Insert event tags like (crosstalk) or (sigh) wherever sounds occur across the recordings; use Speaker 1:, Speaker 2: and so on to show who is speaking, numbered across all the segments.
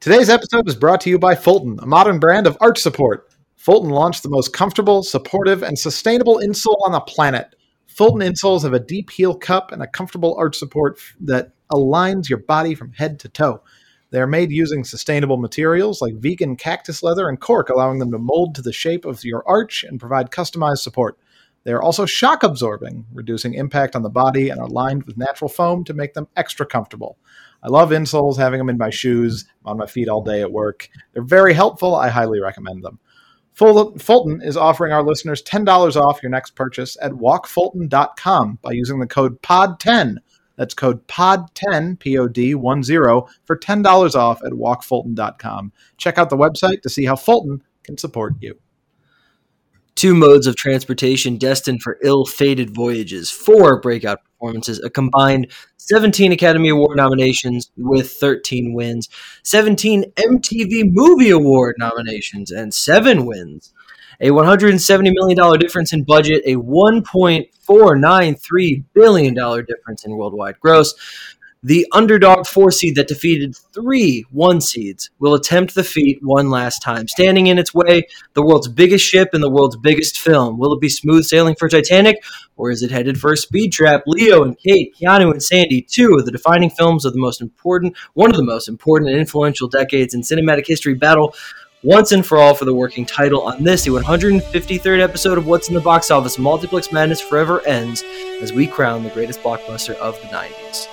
Speaker 1: Today's episode is brought to you by Fulton, a modern brand of arch support. Fulton launched the most comfortable, supportive, and sustainable insole on the planet. Fulton insoles have a deep heel cup and a comfortable arch support f- that aligns your body from head to toe. They are made using sustainable materials like vegan cactus leather and cork, allowing them to mold to the shape of your arch and provide customized support. They are also shock absorbing, reducing impact on the body, and are lined with natural foam to make them extra comfortable. I love insoles, having them in my shoes, on my feet all day at work. They're very helpful. I highly recommend them. Ful- Fulton is offering our listeners $10 off your next purchase at walkfulton.com by using the code POD10. That's code POD10, P O D 1 0, for $10 off at walkfulton.com. Check out the website to see how Fulton can support you.
Speaker 2: Two modes of transportation destined for ill fated voyages, four breakout performances, a combined 17 Academy Award nominations with 13 wins, 17 MTV Movie Award nominations, and seven wins. A $170 million difference in budget, a $1.493 billion difference in worldwide gross. The underdog four seed that defeated three one seeds will attempt the feat one last time. Standing in its way, the world's biggest ship and the world's biggest film. Will it be smooth sailing for Titanic, or is it headed for a speed trap? Leo and Kate, Keanu and Sandy, two of the defining films of the most important, one of the most important and influential decades in cinematic history, battle once and for all for the working title on this, the 153rd episode of What's in the Box Office. Multiplex Madness forever ends as we crown the greatest blockbuster of the 90s.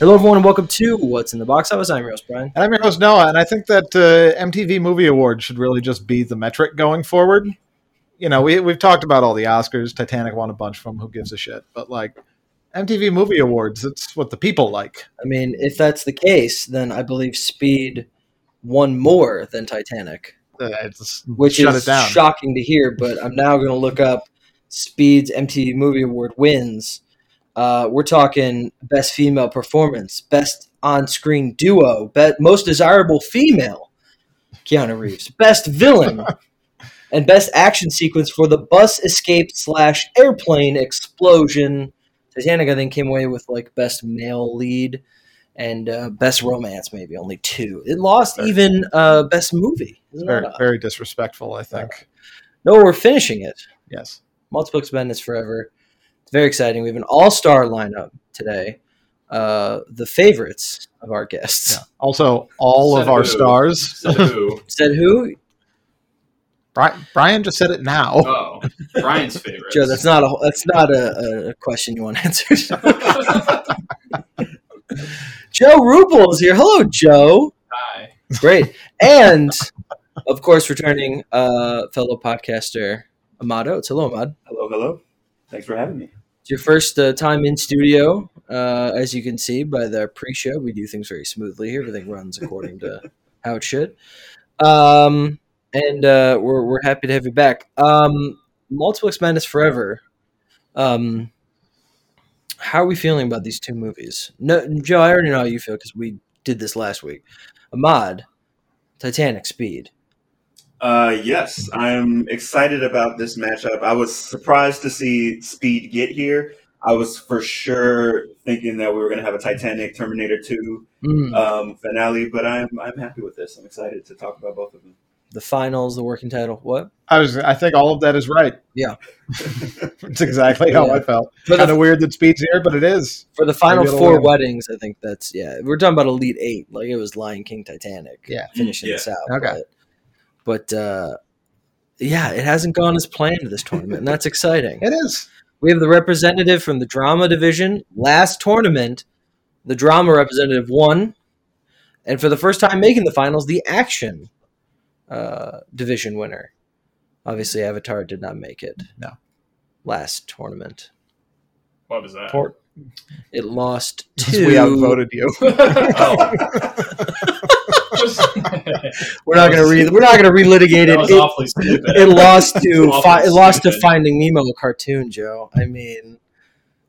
Speaker 2: Hello, everyone, and welcome to What's in the Box Office. I'm your host, Brian.
Speaker 1: And I'm your host Noah, and I think that uh, MTV Movie Award should really just be the metric going forward. You know, we we've talked about all the Oscars. Titanic won a bunch of them. Who gives a shit? But like MTV Movie Awards, it's what the people like.
Speaker 2: I mean, if that's the case, then I believe Speed won more than Titanic,
Speaker 1: Uh, it's,
Speaker 2: which
Speaker 1: shut
Speaker 2: is
Speaker 1: it down.
Speaker 2: shocking to hear. But I'm now going to look up Speed's MTV Movie Award wins. Uh, we're talking best female performance, best on-screen duo, be- most desirable female, Keanu Reeves,
Speaker 1: (laughs)
Speaker 2: best villain, and best action sequence for the bus escape slash airplane explosion. Titanic, I think, came away with like best male lead and uh, best romance, maybe only two. It lost
Speaker 1: Fair.
Speaker 2: even uh, best movie. Isn't that
Speaker 1: very,
Speaker 2: nuts?
Speaker 1: very disrespectful. I think.
Speaker 2: No, we're finishing it.
Speaker 1: Yes.
Speaker 2: Multiplex Madness Forever. It's very exciting. We have an all star lineup today. Uh, the favorites of our guests.
Speaker 1: Also, all of
Speaker 3: Said
Speaker 1: our
Speaker 3: who?
Speaker 1: stars.
Speaker 3: Said who?
Speaker 2: Said who?
Speaker 1: Bri- Brian just said it now.
Speaker 3: Oh, Brian's favorite.
Speaker 2: Joe, that's not a that's not a, a question you want (laughs) answered. Joe Rupel is here. Hello, Joe.
Speaker 3: Hi.
Speaker 2: Great. And of course, returning uh, fellow podcaster Ahmad Oates. Hello, Ahmad.
Speaker 4: Hello, hello. Thanks for having me.
Speaker 2: It's your first uh, time in studio, uh, as you can see by the pre-show. We do things very smoothly here. Everything runs according
Speaker 4: (laughs)
Speaker 2: to how it should. Um, and uh, we're we're happy to have you back. Um, Multiplex Madness Forever. Um, how are we feeling about these two movies? No, Joe, I already know how you feel because we did this last week. Ahmad, Titanic Speed.
Speaker 4: Uh, yes, I'm excited about this matchup. I was surprised to see Speed get here. I was for sure thinking that we were going to have a Titanic Terminator 2
Speaker 2: Mm.
Speaker 4: um, finale, but I'm, I'm happy with this. I'm excited to talk about both of them.
Speaker 2: The finals, the working title. What?
Speaker 1: I was. I think all of that is right.
Speaker 2: Yeah.
Speaker 1: (laughs) it's exactly how I felt.
Speaker 2: For the
Speaker 1: Kind of weird that Speed's here, but it is.
Speaker 2: For the final
Speaker 1: Maybe it'll
Speaker 2: four
Speaker 1: win.
Speaker 2: weddings, I think that's yeah. We're talking about Elite Eight, like it was Lion King, Titanic,
Speaker 1: Yeah.
Speaker 2: finishing
Speaker 3: Yeah.
Speaker 2: this out.
Speaker 1: Okay.
Speaker 2: but, but uh, yeah, it hasn't gone as planned this tournament, and (laughs) that's exciting.
Speaker 1: It is.
Speaker 2: We have the representative from the drama division. Last tournament, the drama representative won, and for the first time making the finals, the action uh, division winner. Obviously, Avatar did not make it.
Speaker 1: No.
Speaker 2: last tournament,
Speaker 3: What was that?
Speaker 1: For,
Speaker 2: it lost to.
Speaker 1: we outvoted you. (laughs)
Speaker 3: oh. (laughs) Just-
Speaker 2: We're not gonna re. We're not gonna relitigate
Speaker 3: that
Speaker 2: it.
Speaker 3: was
Speaker 2: It,
Speaker 3: awfully stupid.
Speaker 2: it lost
Speaker 3: (laughs)
Speaker 2: to
Speaker 3: awfully
Speaker 2: fi- it lost to
Speaker 3: stupid.
Speaker 2: Finding Nemo cartoon, Joe. I mean,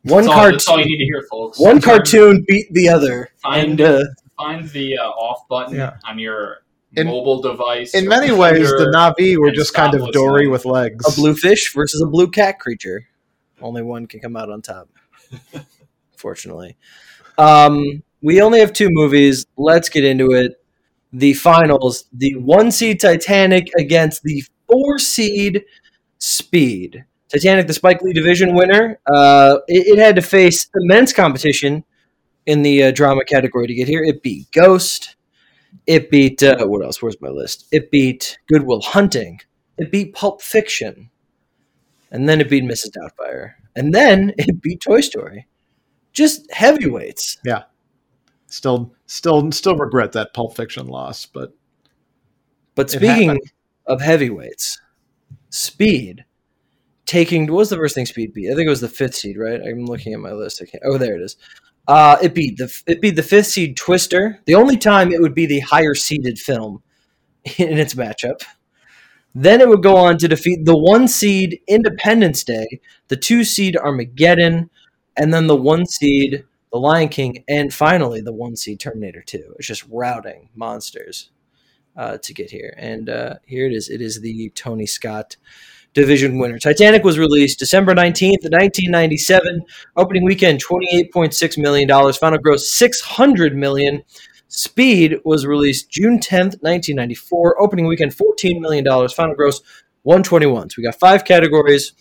Speaker 2: one
Speaker 3: That's all- That's all
Speaker 2: cartoon,
Speaker 3: you need to hear, folks.
Speaker 2: one cartoon beat the other,
Speaker 3: Find
Speaker 2: and uh,
Speaker 3: find the uh, off button
Speaker 1: Yeah.
Speaker 3: on your
Speaker 1: In-
Speaker 3: mobile device.
Speaker 1: In
Speaker 3: or
Speaker 1: many ways, the
Speaker 3: computer.
Speaker 1: Navi were
Speaker 3: and
Speaker 1: just kind of
Speaker 3: stopless
Speaker 1: dory
Speaker 3: light.
Speaker 1: with legs.
Speaker 2: a blue fish versus a blue cat creature. Only one can come out on top. Fortunately, um, we only have two movies. Let's get into it. The finals: the one seed Titanic against the four seed Speed. Titanic, the Spike Lee division winner, uh, it, it had to face immense competition in the uh, drama category to get here. It beat Ghost. It beat uh, what else? Where's my list? It beat Goodwill Hunting. It beat Pulp Fiction. And then it beat Mrs. Doubtfire. And then it beat Toy Story. Just heavyweights.
Speaker 1: Still, still, still regret that Pulp Fiction loss, but
Speaker 2: But
Speaker 1: It
Speaker 2: speaking
Speaker 1: happened.
Speaker 2: of heavyweights, Speed taking what was the first thing Speed beat? I think it was the fifth seed, right? I'm looking at my list. I can't. Oh, there it is. Uh, it beat the it beat the fifth seed Twister. The only time it would be the higher seeded film (laughs) in its matchup. Then it would go on to defeat the one seed Independence Day, the two seed Armageddon, and then the one seed The Lion King, and finally the one seed Terminator Two. It's just routing monsters uh, to get here. And uh, here it is. It is the Tony Scott division winner. Titanic was released December 19th, 1997. Opening weekend, $28.6 million. Final gross, $600 million. Speed was released June 10th, 1994. Opening weekend, $14 million. Final gross, 121. So we got five categories.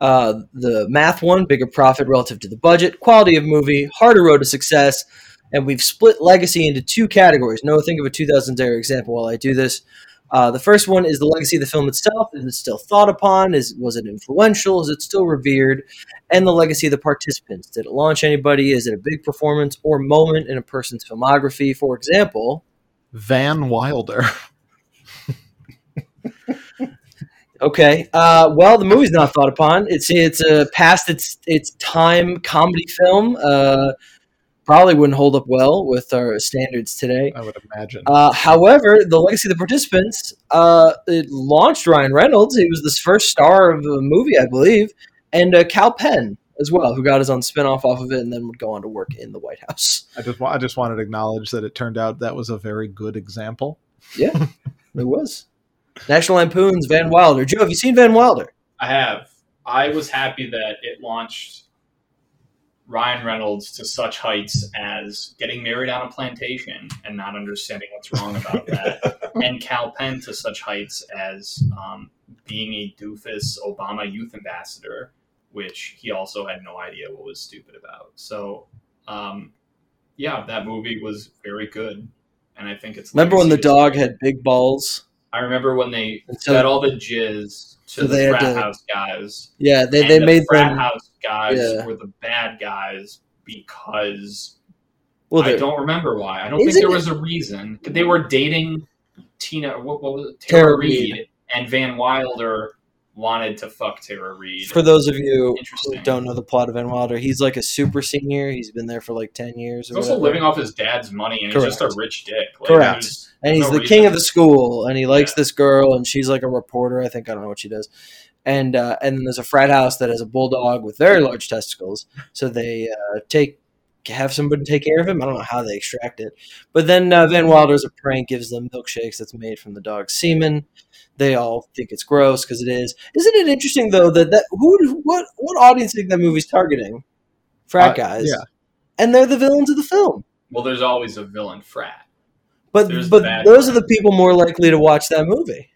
Speaker 2: Uh, the math one, bigger profit relative to the budget, quality of movie, harder road to success, and we've split legacy into two categories. Noah, think of a 2000s era example while I do this. Uh, the first one is the legacy of the film itself. Is it still thought upon? Is was it influential? Is it still revered? And the legacy of the participants. Did it launch anybody? Is it a big performance or moment in a person's filmography? For example,
Speaker 1: Van Wilder. (laughs)
Speaker 2: Okay. Uh, well, the movie's not thought upon. It's it's a past its its time comedy film. Uh, probably wouldn't hold up well with our standards today.
Speaker 1: I would imagine.
Speaker 2: Uh, however, the legacy of the participants uh, it launched Ryan Reynolds. He was the first star of a movie, I believe, and uh, Cal Penn as well, who got his own spinoff off of it, and then would go on to work in the White House.
Speaker 1: I just, wa- I just wanted to acknowledge that it turned out that was a very good example.
Speaker 2: It was National Lampoon's Van Wilder. Joe, have you seen Van Wilder?
Speaker 3: I have. I was happy that it launched Ryan Reynolds to such heights as getting married on a plantation and not understanding what's
Speaker 2: (laughs)
Speaker 3: wrong about that, and Cal Penn to such heights as um, being a doofus Obama youth ambassador, which he also had no idea what was stupid about. So, um, yeah, that movie was very good, and I think it's.
Speaker 2: Remember when the
Speaker 3: legacy is-
Speaker 2: dog had big balls?
Speaker 3: I remember when they
Speaker 2: And so-
Speaker 3: fed all the jizz to
Speaker 2: so they
Speaker 3: the
Speaker 2: had
Speaker 3: frat
Speaker 2: to-
Speaker 3: house guys.
Speaker 2: Yeah, they,
Speaker 3: And
Speaker 2: they
Speaker 3: the
Speaker 2: made
Speaker 3: frat
Speaker 2: them.
Speaker 3: house guys
Speaker 2: Yeah.
Speaker 3: were the bad guys because
Speaker 2: Well,
Speaker 3: I
Speaker 2: they're-
Speaker 3: don't remember why. I don't
Speaker 2: Isn't
Speaker 3: think there
Speaker 2: it-
Speaker 3: was a reason. They were dating Tina. What, what was it?
Speaker 2: Tara
Speaker 3: Tara,
Speaker 2: Reid.
Speaker 3: Reed. and Van Wilder wanted to fuck Tara Reed.
Speaker 2: for those of you who
Speaker 3: Interesting.
Speaker 2: don't know the plot of Van Wilder, he's like a super senior. He's been there for like ten years.
Speaker 3: He's
Speaker 2: Or
Speaker 3: also
Speaker 2: whatever.
Speaker 3: living off his dad's money, and he's
Speaker 2: Correct.
Speaker 3: just a rich dick. Like,
Speaker 2: Correct.
Speaker 3: there's
Speaker 2: and he's
Speaker 3: no
Speaker 2: the
Speaker 3: reason.
Speaker 2: king of the school, and he likes
Speaker 3: Yeah.
Speaker 2: this girl, and she's like a reporter. I think I don't know what she does. And uh, and then there's a frat house that has a bulldog with very large testicles, so they uh, take have somebody take care of him. I don't know how they extract it, but then uh, Van Wilder's a prank gives them milkshakes that's made from the dog's semen. They all think it's gross because it is. Isn't it interesting though that that who what what audience do you think that movie's targeting? Frat
Speaker 1: Uh,
Speaker 2: guys,
Speaker 1: yeah.
Speaker 2: and they're the villains of the film.
Speaker 3: well, there's always a villain frat,
Speaker 2: But
Speaker 3: There's the
Speaker 2: but
Speaker 3: bad
Speaker 2: those
Speaker 3: guy.
Speaker 2: are the people more likely to watch that movie.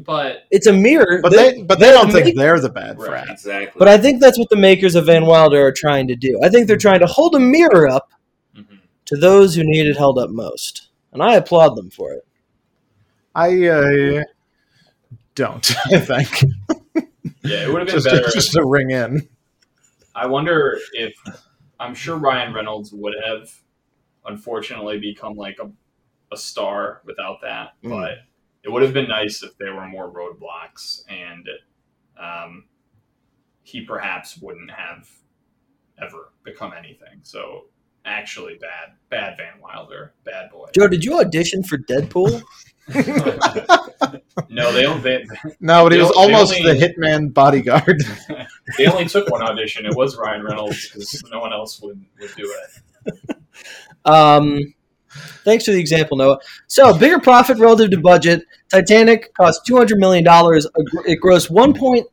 Speaker 3: but
Speaker 2: It's a mirror,
Speaker 1: But they, but they don't think
Speaker 2: make-
Speaker 1: they're the bad
Speaker 3: Right.
Speaker 1: frat.
Speaker 4: Exactly.
Speaker 2: but I think that's what the makers of Van Wilder are trying to do. I think
Speaker 3: Hmm.
Speaker 2: they're trying to hold a mirror up
Speaker 1: Mm-hmm.
Speaker 3: mhm.
Speaker 2: to those who need it held up most, and I applaud them for it.
Speaker 1: I uh, don't. (laughs) I think
Speaker 3: yeah, it would have been
Speaker 1: just
Speaker 3: better.
Speaker 1: to,
Speaker 3: if-
Speaker 1: just to ring in.
Speaker 3: I wonder if I'm sure Ryan Reynolds would have unfortunately become like a, a star without that,
Speaker 2: Mm.
Speaker 3: but it would have been nice if there were more roadblocks and um, he perhaps wouldn't have ever become anything. So actually bad, bad Van Wilder, bad
Speaker 2: (laughs)
Speaker 3: boy.
Speaker 2: Joe, did you audition for Deadpool?
Speaker 3: no, they don't. They,
Speaker 1: No, but he
Speaker 3: They
Speaker 1: was
Speaker 3: o- they
Speaker 1: almost
Speaker 3: only-
Speaker 1: the hitman bodyguard. (laughs)
Speaker 3: they only took one audition. It was Ryan Reynolds because no one else would, would do it.
Speaker 2: Um, Thanks for the example, Noah. So, bigger profit relative to budget. Titanic cost two hundred million dollars. It grossed one point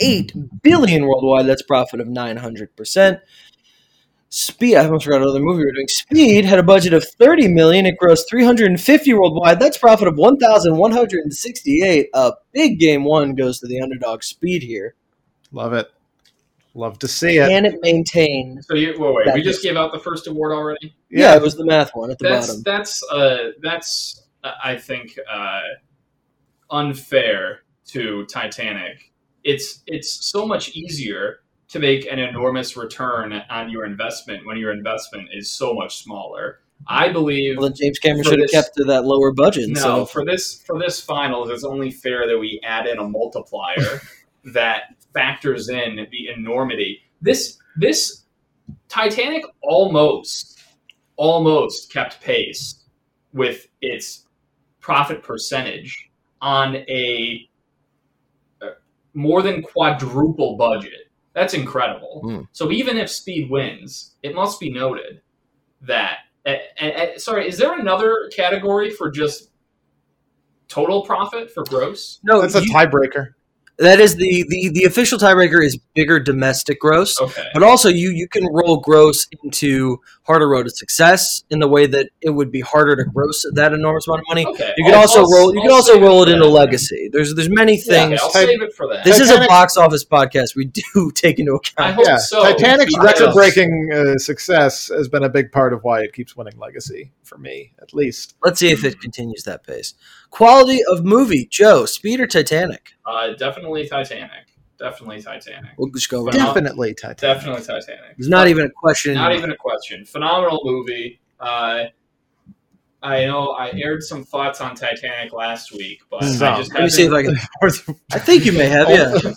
Speaker 2: eight billion worldwide. That's profit of nine hundred percent. Speed. I almost forgot another movie we were doing. Speed had a budget of thirty million. It grossed three hundred and fifty worldwide. That's profit of one thousand one hundred and sixty-eight. A big game one goes to the underdog Speed here,
Speaker 1: Love it. Love to see it.
Speaker 2: and it maintained.
Speaker 3: So you, wait, wait,
Speaker 2: That
Speaker 3: we
Speaker 2: is-
Speaker 3: just gave out the first award already.
Speaker 2: Yeah,
Speaker 1: Yeah.
Speaker 2: it was the math one at the
Speaker 3: that's
Speaker 2: bottom.
Speaker 3: that's uh that's uh, I think uh, unfair to Titanic. It's it's so much easier to make an enormous return on your investment when your investment is so much smaller. I believe
Speaker 2: Well, then James Cameron
Speaker 3: For
Speaker 2: should have
Speaker 3: this-
Speaker 2: kept to that lower budget.
Speaker 3: no
Speaker 2: so
Speaker 3: for this for this finals. It's only fair that we add in
Speaker 2: (laughs)
Speaker 3: a multiplier that factors in the enormity. This this Titanic almost almost kept pace with its profit percentage on a uh, more than quadruple budget. That's incredible.
Speaker 2: Hmm.
Speaker 3: So even if Speed wins, it must be noted that. eh, eh, eh, sorry, is there another category for just total profit for gross?
Speaker 2: no,
Speaker 1: That's a
Speaker 2: you-
Speaker 1: tiebreaker.
Speaker 2: that is the, the the official tiebreaker is bigger domestic gross.
Speaker 3: Okay.
Speaker 2: But also, you you can roll gross into harder road to success in the way that it would be harder to gross that enormous amount of money.
Speaker 3: Okay.
Speaker 2: You can
Speaker 3: I'll-
Speaker 2: also
Speaker 3: I'll-
Speaker 2: roll. You
Speaker 3: I'll
Speaker 2: can also
Speaker 3: save
Speaker 2: roll it
Speaker 3: for
Speaker 2: into
Speaker 3: that.
Speaker 2: legacy. There's there's many
Speaker 3: Yeah, okay,
Speaker 2: things.
Speaker 3: I'll
Speaker 1: Tit-
Speaker 3: save it for that.
Speaker 2: this is a
Speaker 1: Titanic-
Speaker 2: box office podcast. We do (laughs) take into
Speaker 3: I
Speaker 2: account.
Speaker 3: hope
Speaker 1: yeah.
Speaker 3: (laughs) so.
Speaker 1: Titanic's
Speaker 3: because-
Speaker 1: record breaking uh, success has been a big part of why it keeps winning Legacy, for me, at least.
Speaker 2: Let's see if it continues that pace. Quality of movie, Joe, Speed or Titanic?
Speaker 3: Uh, definitely Titanic. Definitely Titanic.
Speaker 2: We'll just go.
Speaker 3: Well,
Speaker 2: With
Speaker 3: Yeah.
Speaker 1: Definitely Titanic.
Speaker 3: Definitely Titanic.
Speaker 2: There's not even a question.
Speaker 3: Not even a question. Phenomenal movie. Uh, I know I aired some thoughts on Titanic last week, but
Speaker 1: Some.
Speaker 3: I just
Speaker 2: Let me see if
Speaker 3: haven't,
Speaker 2: I can. I think you
Speaker 1: (laughs)
Speaker 2: may
Speaker 1: Oh,
Speaker 2: have.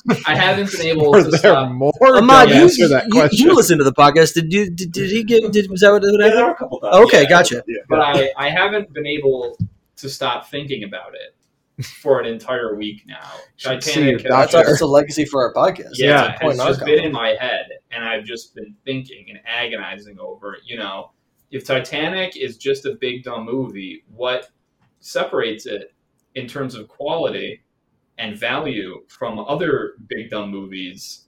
Speaker 2: Yeah.
Speaker 3: I haven't
Speaker 2: (laughs)
Speaker 3: been able
Speaker 1: Were
Speaker 3: to
Speaker 1: there
Speaker 3: stop.
Speaker 1: more
Speaker 2: Ahmad,
Speaker 1: to
Speaker 2: you,
Speaker 1: answer that
Speaker 2: you,
Speaker 1: question?
Speaker 2: you listen to the podcast. Did you? Did, did he give? Did, was that what, what
Speaker 4: Yeah, there
Speaker 2: happened?
Speaker 4: were a couple times.
Speaker 2: Okay,
Speaker 4: (laughs)
Speaker 3: Yeah.
Speaker 2: gotcha.
Speaker 4: Yeah.
Speaker 3: But I, I haven't been able to stop thinking about it for an entire week now.
Speaker 1: Should see
Speaker 3: Titanic.
Speaker 1: your
Speaker 3: has-
Speaker 1: doctor.
Speaker 2: a legacy for our podcast.
Speaker 3: yeah,
Speaker 2: That's a point in
Speaker 3: it's
Speaker 2: our
Speaker 3: just
Speaker 2: column.
Speaker 3: been in my head, and I've just been thinking and agonizing over, you know, if Titanic is just a big dumb movie, what separates it in terms of quality and value from other big dumb movies,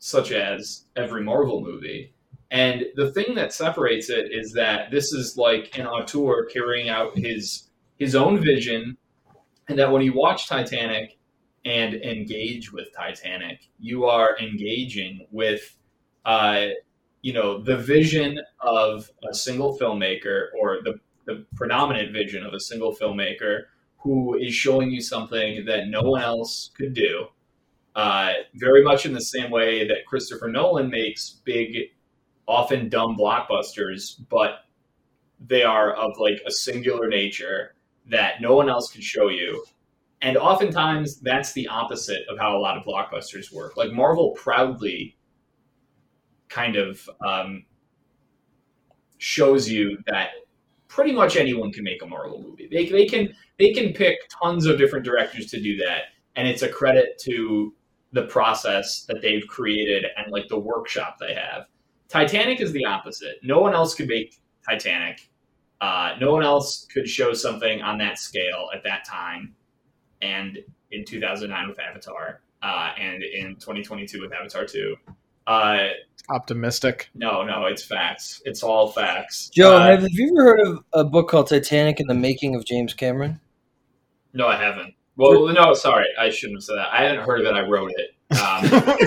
Speaker 3: such as every Marvel movie? And the thing that separates it is that this is like an auteur carrying out his his own vision, and that when you watch Titanic, and engage with Titanic. You are engaging with, uh, you know, the vision of a single filmmaker or the, the predominant vision of a single filmmaker who is showing you something that no one else could do. Uh, very much in the same way that Christopher Nolan makes big, often dumb blockbusters, but they are of like a singular nature that no one else can show you. And oftentimes, that's the opposite of how a lot of blockbusters work. Like Marvel proudly kind of um, shows you that pretty much anyone can make a Marvel movie. They, they can they can pick tons of different directors to do that, and it's a credit to the process that they've created and like the workshop they have. Titanic is the opposite. No one else could make Titanic. Uh, no one else could show something on that scale at that time and in 2009 with Avatar, uh, and in 2022 with Avatar 2. Uh,
Speaker 1: Optimistic.
Speaker 3: no, no, it's facts. It's all facts.
Speaker 2: Joe,
Speaker 3: Uh,
Speaker 2: have you ever heard of a book called Titanic and the Making of James Cameron?
Speaker 3: no, I haven't. Well, no, sorry, I shouldn't have said that. I haven't heard of it. I wrote it.
Speaker 2: (laughs)
Speaker 3: Um,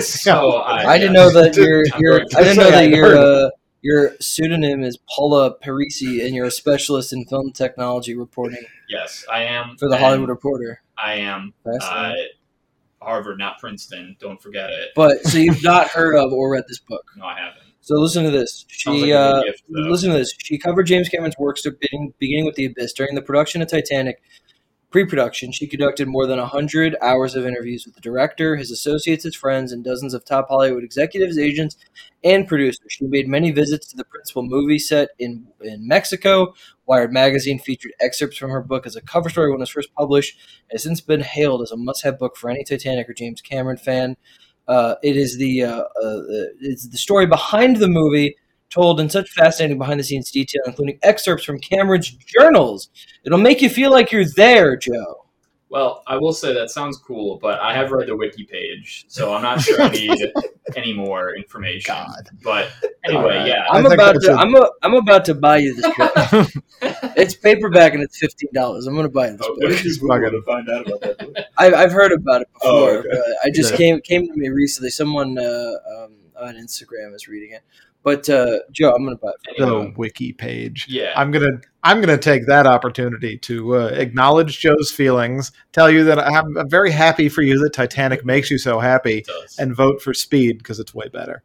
Speaker 1: (laughs)
Speaker 3: (laughs) so I,
Speaker 2: I didn't know
Speaker 3: (laughs)
Speaker 2: that
Speaker 1: Dude,
Speaker 2: your
Speaker 3: I'm
Speaker 2: your
Speaker 3: going to
Speaker 2: I didn't know
Speaker 1: say
Speaker 2: that
Speaker 1: I'd
Speaker 2: your
Speaker 1: heard
Speaker 2: uh, your pseudonym is Paula Parisi, and you're a specialist in film technology reporting
Speaker 3: Yes, I am
Speaker 2: for the
Speaker 3: and
Speaker 2: Hollywood Reporter.
Speaker 3: I am. Uh,
Speaker 2: Fascinating.
Speaker 3: Harvard, not Princeton. Don't forget it.
Speaker 2: but so you've not heard of or read this book.
Speaker 3: No, I haven't.
Speaker 2: So listen to this.
Speaker 3: Sounds
Speaker 2: She
Speaker 3: like a
Speaker 2: uh,
Speaker 3: good gift, though.
Speaker 2: Listen to this. She covered James Cameron's works beginning, beginning with The Abyss. During the production of Titanic, pre production, she conducted more than 100 hours of interviews with the director, his associates, his friends, and dozens of top Hollywood executives, agents, and producers. She made many visits to the principal movie set in, in Mexico. Wired magazine featured excerpts from her book as a cover story when it was first published, and has since been hailed as a must have book for any Titanic or James Cameron fan. Uh, it is the uh, uh, uh, it's the story behind the movie told in such fascinating behind the scenes detail, including excerpts from Cameron's journals. It'll make you feel like you're there, Joe.
Speaker 3: Well, I will say that sounds cool, but I have read the wiki page, so I'm not sure I
Speaker 2: (laughs)
Speaker 3: need any more information.
Speaker 1: God.
Speaker 3: But anyway,
Speaker 1: Alright.
Speaker 3: yeah,
Speaker 1: I
Speaker 2: I'm
Speaker 1: think
Speaker 2: about
Speaker 1: that's
Speaker 2: to
Speaker 1: a-
Speaker 2: I'm, a, I'm about to buy you this book. it's paperback and it's fifteen dollars. I'm gonna buy you this
Speaker 3: Okay.
Speaker 4: What
Speaker 2: book.
Speaker 4: did you Google to find out about
Speaker 2: (laughs)
Speaker 4: that? book?
Speaker 2: I've, I've heard about it before.
Speaker 4: Oh, okay.
Speaker 2: but I just
Speaker 1: Yeah.
Speaker 2: came came to me recently. Someone uh, um, on Instagram is reading it. But uh, Joe, I'm gonna buy it.
Speaker 3: anyway,
Speaker 1: the wiki page.
Speaker 3: yeah.
Speaker 1: I'm gonna I'm gonna take that opportunity to uh, acknowledge Joe's feelings, tell you that I'm I'm very happy for you that Titanic makes you so happy,
Speaker 3: it does.
Speaker 1: and vote for Speed because it's way better.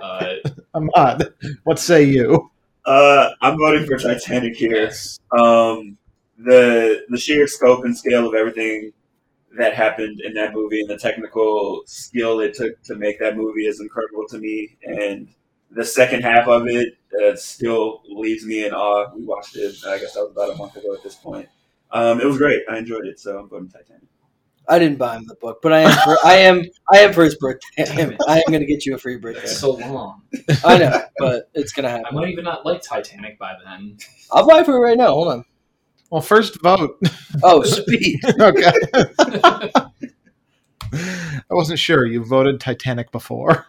Speaker 3: uh,
Speaker 1: Ahmad, what say you?
Speaker 4: Uh, I'm voting for Titanic here.
Speaker 3: yes.
Speaker 4: Um, the the sheer scope and scale of everything that happened in that movie and the technical skill it took to make that movie is incredible to me. And the second half of it uh, still leaves me in awe. We watched it. I guess that was about a month ago at this point. Um, it was great. I enjoyed it. So I'm voting Titanic.
Speaker 2: I didn't buy him the book, but I am for, I am I am for his birthday. (laughs) I am, I am gonna get you a free birthday.
Speaker 3: It's so long.
Speaker 2: I know, but it's gonna
Speaker 3: I
Speaker 2: happen.
Speaker 3: might even not like Titanic by then.
Speaker 2: I'll buy it for you right now. Hold on.
Speaker 1: Well, first vote. (laughs)
Speaker 2: Oh, speed.
Speaker 1: okay, I wasn't sure. You voted Titanic before.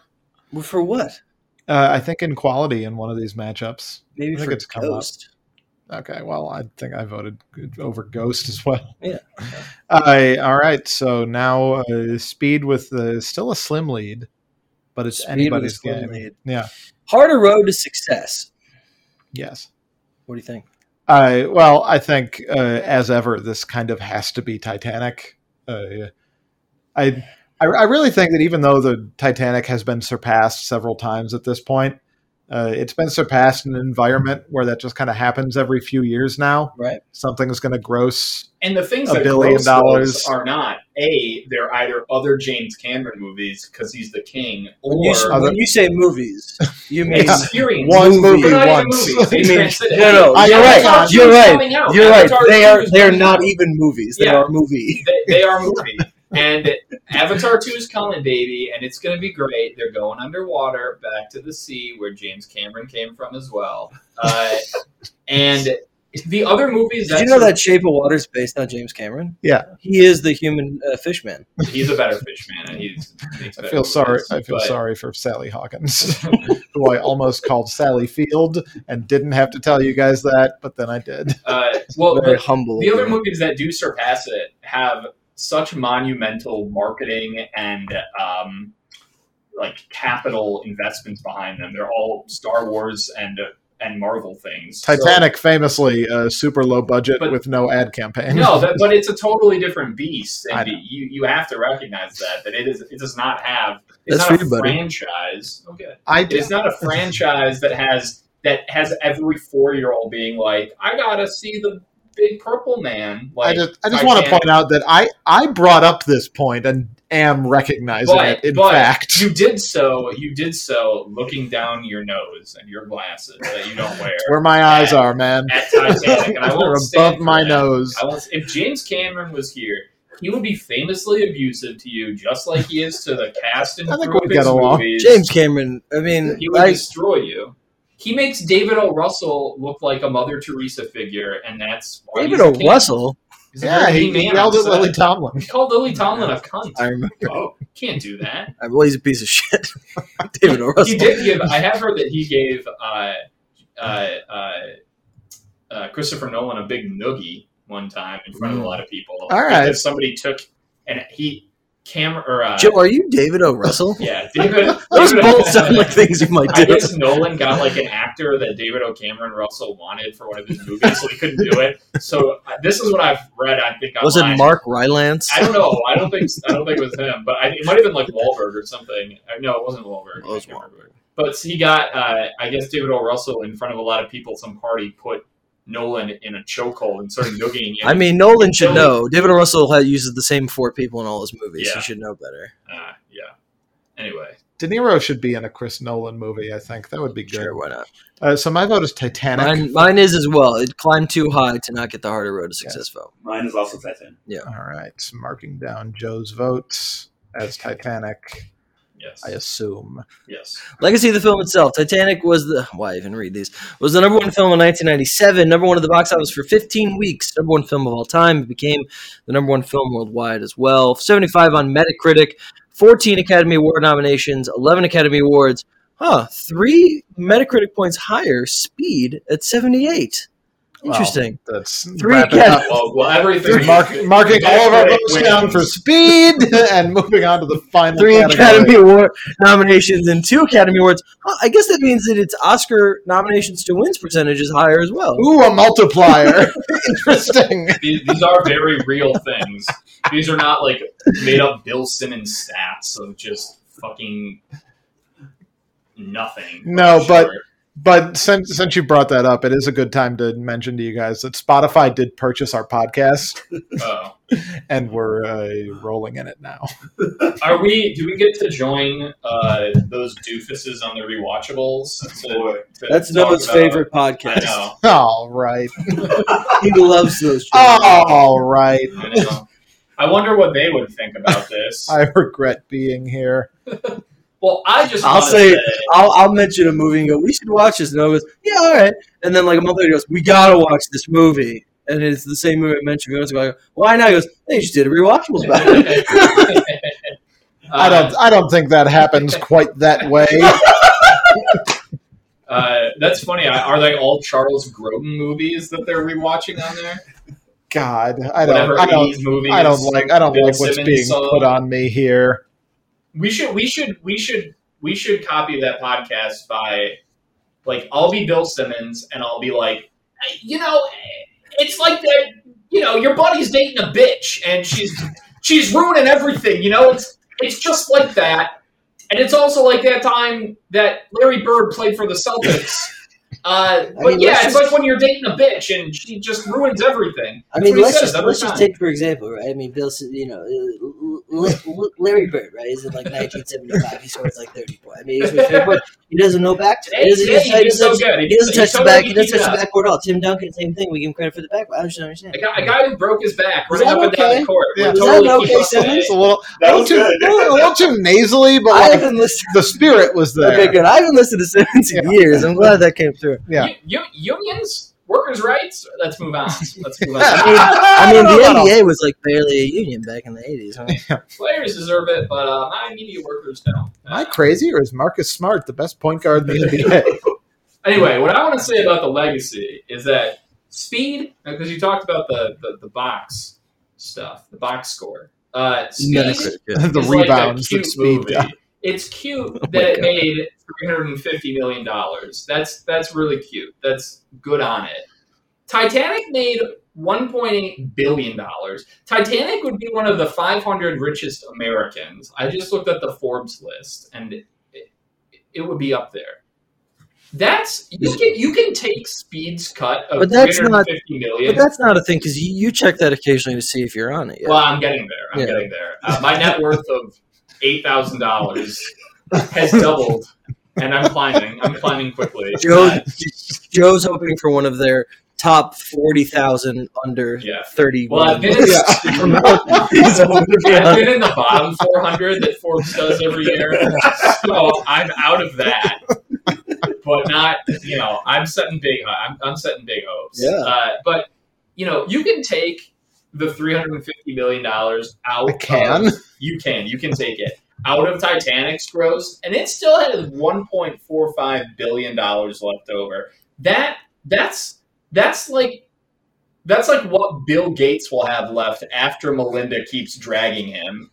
Speaker 2: For what?
Speaker 1: Uh, I think in quality in one of these matchups.
Speaker 2: Maybe
Speaker 1: I think
Speaker 2: for
Speaker 1: it's come up.
Speaker 2: Ghost.
Speaker 1: Okay, well, I think I voted over Ghost as well.
Speaker 2: Yeah.
Speaker 1: I, all right, so now uh, Speed with the still a slim lead, but it's
Speaker 2: Speed with a
Speaker 1: anybody's
Speaker 2: slim
Speaker 1: game.
Speaker 2: lead.
Speaker 1: Yeah.
Speaker 2: Harder road to success.
Speaker 1: Yes.
Speaker 2: What do you think?
Speaker 1: I well, I think uh, as ever, this kind of has to be Titanic. Uh, I, I I really think that even though the Titanic has been surpassed several times at this point, uh, it's been surpassed in an environment where that just kind of happens every few years now.
Speaker 2: Right.
Speaker 1: Something is going to gross
Speaker 3: And the things
Speaker 1: A
Speaker 3: that
Speaker 1: billion
Speaker 3: gross
Speaker 1: dollars.
Speaker 3: those are not a they're either other James Cameron movies because he's the king
Speaker 2: When you,
Speaker 3: or
Speaker 1: other-
Speaker 2: when you say movies,
Speaker 1: (laughs)
Speaker 2: you mean
Speaker 1: Yeah.
Speaker 3: experience
Speaker 1: one
Speaker 2: Movie.
Speaker 1: movie,
Speaker 3: They're not even
Speaker 1: once.
Speaker 3: movies.
Speaker 2: (laughs)
Speaker 3: They
Speaker 2: I mean,
Speaker 3: transcend-
Speaker 2: no, no,
Speaker 3: Avatar
Speaker 1: you're right.
Speaker 3: two
Speaker 2: You're
Speaker 3: is
Speaker 2: right.
Speaker 3: coming out.
Speaker 2: You're right.
Speaker 3: Avatar
Speaker 2: They
Speaker 3: two
Speaker 2: are
Speaker 3: is
Speaker 2: they are
Speaker 3: coming out.
Speaker 2: not even movies. They
Speaker 3: Yeah.
Speaker 2: are movie. (laughs)
Speaker 3: They, they are movie. and Avatar 2 is coming, baby, and it's going to be great. They're going underwater back to the sea where James Cameron came from as well. Uh, and the other movies
Speaker 2: Did you know that Shape of Water is based on James Cameron?
Speaker 1: Yeah.
Speaker 2: he is the human uh, fish man.
Speaker 3: (laughs) he's a better fish man and he's makes
Speaker 1: (laughs) I
Speaker 3: better
Speaker 1: feel sorry.
Speaker 3: movies,
Speaker 1: I feel
Speaker 3: but-
Speaker 1: sorry for Sally Hawkins, (laughs) who I almost called Sally Field, and didn't have to tell you guys that, but then I did.
Speaker 3: Uh, well,
Speaker 2: Very humble.
Speaker 3: the
Speaker 2: of
Speaker 3: other
Speaker 2: him.
Speaker 3: movies that do surpass it have such monumental marketing and um, like capital investments behind them. They're all Star Wars and and Marvel things. So-
Speaker 1: Titanic, famously uh, super low budget
Speaker 3: But-
Speaker 1: with no ad campaign.
Speaker 3: no, that, but it's a totally different beast,
Speaker 1: I
Speaker 3: and
Speaker 1: know.
Speaker 3: you, you have to recognize that that it is it does not have it's
Speaker 2: That's
Speaker 3: not
Speaker 2: for
Speaker 3: a
Speaker 2: you, buddy.
Speaker 3: franchise. Okay,
Speaker 1: (laughs) I
Speaker 3: it is
Speaker 1: did.
Speaker 3: not a franchise that has that has every four year old being like, I gotta see the big purple man.
Speaker 1: I
Speaker 3: Like,
Speaker 1: just, I just want to
Speaker 3: Titanic.
Speaker 1: point out that I, I brought up this point and am recognizing it.
Speaker 3: But-
Speaker 1: In
Speaker 3: but
Speaker 1: fact,
Speaker 3: you did so you did so looking down your nose and your glasses that you don't wear
Speaker 1: (laughs) where my eyes are, man,
Speaker 3: at
Speaker 1: (laughs)
Speaker 3: Titanic, and I
Speaker 1: they're
Speaker 3: won't
Speaker 1: above
Speaker 3: stand for
Speaker 1: my
Speaker 3: that.
Speaker 1: nose.
Speaker 3: I won't, if James Cameron was here, he would be famously abusive to you, just like he is to the cast and
Speaker 1: I think
Speaker 3: crew of
Speaker 1: we'd get
Speaker 3: his
Speaker 1: along.
Speaker 3: movies.
Speaker 2: James Cameron. I mean,
Speaker 3: he would
Speaker 2: I-
Speaker 3: destroy you. He makes David O. Russell look like a Mother Teresa figure, and that's why
Speaker 2: David
Speaker 3: he's
Speaker 2: O.
Speaker 3: the king.
Speaker 2: Russell.
Speaker 3: He's a
Speaker 1: Yeah,
Speaker 3: very
Speaker 1: he
Speaker 3: mean man
Speaker 1: yelled
Speaker 3: on
Speaker 1: at Lily
Speaker 3: set.
Speaker 1: Tomlin.
Speaker 3: He called Lily Tomlin a cunt.
Speaker 2: I remember.
Speaker 3: Oh, can't do that.
Speaker 2: Well, he's a piece of shit. (laughs) David O. Russell.
Speaker 3: He
Speaker 2: (laughs)
Speaker 3: did give. I have heard that he gave uh, uh, uh, uh, Christopher Nolan a big noogie one time in
Speaker 2: Mm.
Speaker 3: front of a lot of people.
Speaker 1: All right.
Speaker 3: Because somebody took and he camera or uh,
Speaker 2: Joe, are you David O. Russell?
Speaker 3: yeah David.
Speaker 2: (laughs)
Speaker 3: (laughs)
Speaker 2: Those
Speaker 3: David-
Speaker 2: both sound like things you might
Speaker 3: I
Speaker 2: do.
Speaker 3: guess Nolan got like an actor that David O. Cameron Russell wanted for one of his movies, so he couldn't do it. So uh, this is what I've read. I think
Speaker 2: Was it
Speaker 3: online.
Speaker 2: Mark Rylance?
Speaker 3: I don't know. I don't think I don't think it was him, but I, it might have been like Wahlberg or something. Uh, No, it wasn't Wahlberg.
Speaker 2: It was
Speaker 3: I can't remember. But he got, uh, I guess, David O. Russell in front of a lot of people. at Some party put Nolan in a chokehold and started noogieing him.
Speaker 2: I mean, Nolan should
Speaker 3: Joe-
Speaker 2: know. David O. Russell had, uses the same four people in all his movies.
Speaker 3: Yeah.
Speaker 2: He should know better.
Speaker 3: uh, yeah. Anyway,
Speaker 1: De Niro should be in a Chris Nolan movie. I think that would be good.
Speaker 2: Sure, why not?
Speaker 1: Uh, so my vote is Titanic.
Speaker 2: Mine, mine is as well. It climbed too high to not get the harder road to success vote.
Speaker 4: Mine is also Titanic.
Speaker 1: All right, marking down Joe's votes as Titanic.
Speaker 3: Yes.
Speaker 1: I assume. (laughs)
Speaker 3: yes.
Speaker 2: Legacy of the film itself, Titanic was the why even read these was the number one film in 1997, number one at the box office for 15 weeks, number one film of all time. It became the number one film worldwide as well. 75 on Metacritic, 14 Academy Award nominations, 11 Academy Awards. Huh, three Metacritic points higher. Speed at 78. Interesting.
Speaker 1: Well, that's
Speaker 2: Three
Speaker 1: wrap it
Speaker 2: cats.
Speaker 1: up.
Speaker 3: Uh, Well, well everything.
Speaker 1: Mark, marking all of our votes
Speaker 3: Wins.
Speaker 1: down for
Speaker 3: (laughs)
Speaker 1: speed and moving on to the final
Speaker 2: Three
Speaker 1: category.
Speaker 2: Academy Award nominations and two Academy Awards. Huh, I guess that means that its Oscar nominations to wins percentage is higher as well.
Speaker 1: Ooh, a multiplier. (laughs) Interesting.
Speaker 3: These, these are very real things. These are not like made up Bill Simmons stats of just fucking nothing.
Speaker 1: No, but-
Speaker 3: Sure.
Speaker 1: But since since you brought that up, it is a good time to mention to you guys that Spotify did purchase our podcast,
Speaker 3: Oh.
Speaker 1: and we're uh, rolling in it now. (laughs)
Speaker 3: Are we? Do we get to join uh, those doofuses on the rewatchables? To, to
Speaker 2: That's
Speaker 3: talk
Speaker 2: Noah's
Speaker 3: about-
Speaker 2: favorite
Speaker 3: I
Speaker 5: (laughs)
Speaker 2: podcast.
Speaker 3: know.
Speaker 1: All right,
Speaker 2: He loves
Speaker 3: (laughs)
Speaker 2: those.
Speaker 3: Oh.
Speaker 1: all right.
Speaker 3: I know. I wonder what they would think about
Speaker 1: (laughs)
Speaker 3: this.
Speaker 1: I regret being here.
Speaker 3: well, I just.
Speaker 2: I'll
Speaker 3: wanna
Speaker 2: say- I'll, I'll mention a movie and go, we should watch this. And I goes, yeah, all right. And then like a month later, he goes, we gotta watch this movie. And it's the same movie I mentioned. I go, why not? He goes, they just did a
Speaker 3: (laughs)
Speaker 2: rewatchables about it.
Speaker 1: (laughs) I don't. I don't think that
Speaker 3: (laughs)
Speaker 1: happens quite that way.
Speaker 3: Uh, that's funny. I- Are they all Charles Grodin movies that they're rewatching on there?
Speaker 1: God, I don't.
Speaker 3: Whatever
Speaker 1: I don't.
Speaker 3: 80s movies.
Speaker 1: I don't like. I don't
Speaker 3: Bill
Speaker 1: like what's
Speaker 3: Simmons
Speaker 1: being
Speaker 3: saw.
Speaker 1: put on me here.
Speaker 3: We should. We should. We should. We should copy that podcast by, like, I'll be Bill Simmons and I'll be like, "Hey, you know, it's like that. You know, your buddy's dating a bitch and she's she's ruining everything. You know, it's it's just like that, and it's also like that time that Larry Bird played for
Speaker 5: (laughs)
Speaker 3: the Celtics. Uh, but
Speaker 2: mean,
Speaker 3: yeah,
Speaker 2: let's
Speaker 3: it's
Speaker 2: just-
Speaker 3: like when you're dating a bitch and she just ruins everything.
Speaker 5: I mean,
Speaker 3: That's what he
Speaker 5: let's
Speaker 3: says
Speaker 5: just,
Speaker 3: every
Speaker 5: let's just
Speaker 3: time.
Speaker 5: take for example, right? I mean, Bill, S- you know, uh, L- L- L- Larry Bird, right? Is in like 1975. he scores like 30 points. I mean, he's with fair point. He doesn't know back. To,
Speaker 3: Today,
Speaker 5: he doesn't,
Speaker 3: today he
Speaker 5: he
Speaker 3: did so
Speaker 5: doesn't, touch-
Speaker 3: good.
Speaker 5: he doesn't
Speaker 3: he
Speaker 5: touch the
Speaker 3: totally
Speaker 5: back. He
Speaker 3: beat
Speaker 5: doesn't
Speaker 3: it
Speaker 5: touch
Speaker 3: up.
Speaker 5: the backboard at all. Tim Duncan, same thing. We give him credit for the backboard. I just don't understand.
Speaker 3: A guy, a guy who broke his back
Speaker 5: Was
Speaker 3: running
Speaker 5: that
Speaker 3: up and down
Speaker 5: okay?
Speaker 3: the court.
Speaker 1: Yeah.
Speaker 3: We're
Speaker 1: Was
Speaker 5: that
Speaker 3: totally
Speaker 5: okay,
Speaker 3: keeping up
Speaker 5: Simmons?
Speaker 1: It's (laughs) a
Speaker 3: with
Speaker 1: little.
Speaker 4: That was
Speaker 1: too,
Speaker 4: good.
Speaker 1: a little- a little too nasally, but
Speaker 5: I
Speaker 1: like
Speaker 5: haven't listened.
Speaker 1: the spirit was there.
Speaker 2: Okay, good. I haven't listened to Simmons
Speaker 1: Yeah.
Speaker 2: in years. I'm glad that came through.
Speaker 1: Yeah.
Speaker 3: it. U- u- unions, workers' rights. Let's
Speaker 5: (laughs)
Speaker 3: move on. Let's move
Speaker 1: Yeah.
Speaker 3: on.
Speaker 1: (laughs)
Speaker 2: I
Speaker 1: don't
Speaker 2: mean,
Speaker 1: know
Speaker 2: the
Speaker 1: about all-
Speaker 2: NBA was like barely a union back in the 80s. Huh?
Speaker 3: Players deserve it, but uh, my media workers don't. Uh,
Speaker 1: Am I crazy, or is Marcus Smart the best point guard in the NBA?
Speaker 3: Anyway, what I want to say about the legacy is that speed, because you talked about the, the, the box stuff, the box score. Uh, speed
Speaker 2: Metacritic,
Speaker 1: (laughs)
Speaker 2: yeah.
Speaker 1: the
Speaker 3: is like a
Speaker 1: rebounds
Speaker 3: cute
Speaker 1: that speed
Speaker 3: movie.
Speaker 1: got.
Speaker 3: It's
Speaker 2: (laughs)
Speaker 3: cute
Speaker 2: Oh my
Speaker 3: that it
Speaker 2: God.
Speaker 3: made three hundred and fifty million dollars. That's that's really cute. That's good on it. Titanic made one point eight billion dollars. Titanic would be one of the five hundred richest Americans. I just looked at the Forbes list, and it, it, it would be up there. That's you can you can take Speed's cut of
Speaker 2: But
Speaker 3: three
Speaker 2: that's
Speaker 3: hundred
Speaker 2: not-
Speaker 3: and fifty
Speaker 2: But
Speaker 3: million.
Speaker 2: that's not a thing because you, you check that occasionally to see if you're on it. Yeah.
Speaker 3: Well, I'm getting there. I'm
Speaker 2: Yeah.
Speaker 3: getting there. Uh, my net worth of eight thousand dollars has doubled, and I'm climbing. I'm climbing quickly.
Speaker 2: Joe,
Speaker 3: Uh,
Speaker 2: Joe's hoping for one of their top 40,000 under
Speaker 3: Yeah.
Speaker 2: 30.
Speaker 3: well, I've been, in,
Speaker 1: Yeah.
Speaker 3: (laughs)
Speaker 2: He's hoping to be
Speaker 3: I've
Speaker 2: on-
Speaker 3: been in the bottom 400 that Forbes does every year, so I'm out of that. But not, you know, I'm setting big. I'm, I'm setting big hopes.
Speaker 2: Yeah.
Speaker 3: Uh, but you know, you can take the 350 million dollars out.
Speaker 1: I can.
Speaker 3: of- (laughs) you can. You can take it out of Titanic's gross, and it still has 1.45 billion dollars left over. That that's that's like that's like what Bill Gates will have left after Melinda keeps dragging him.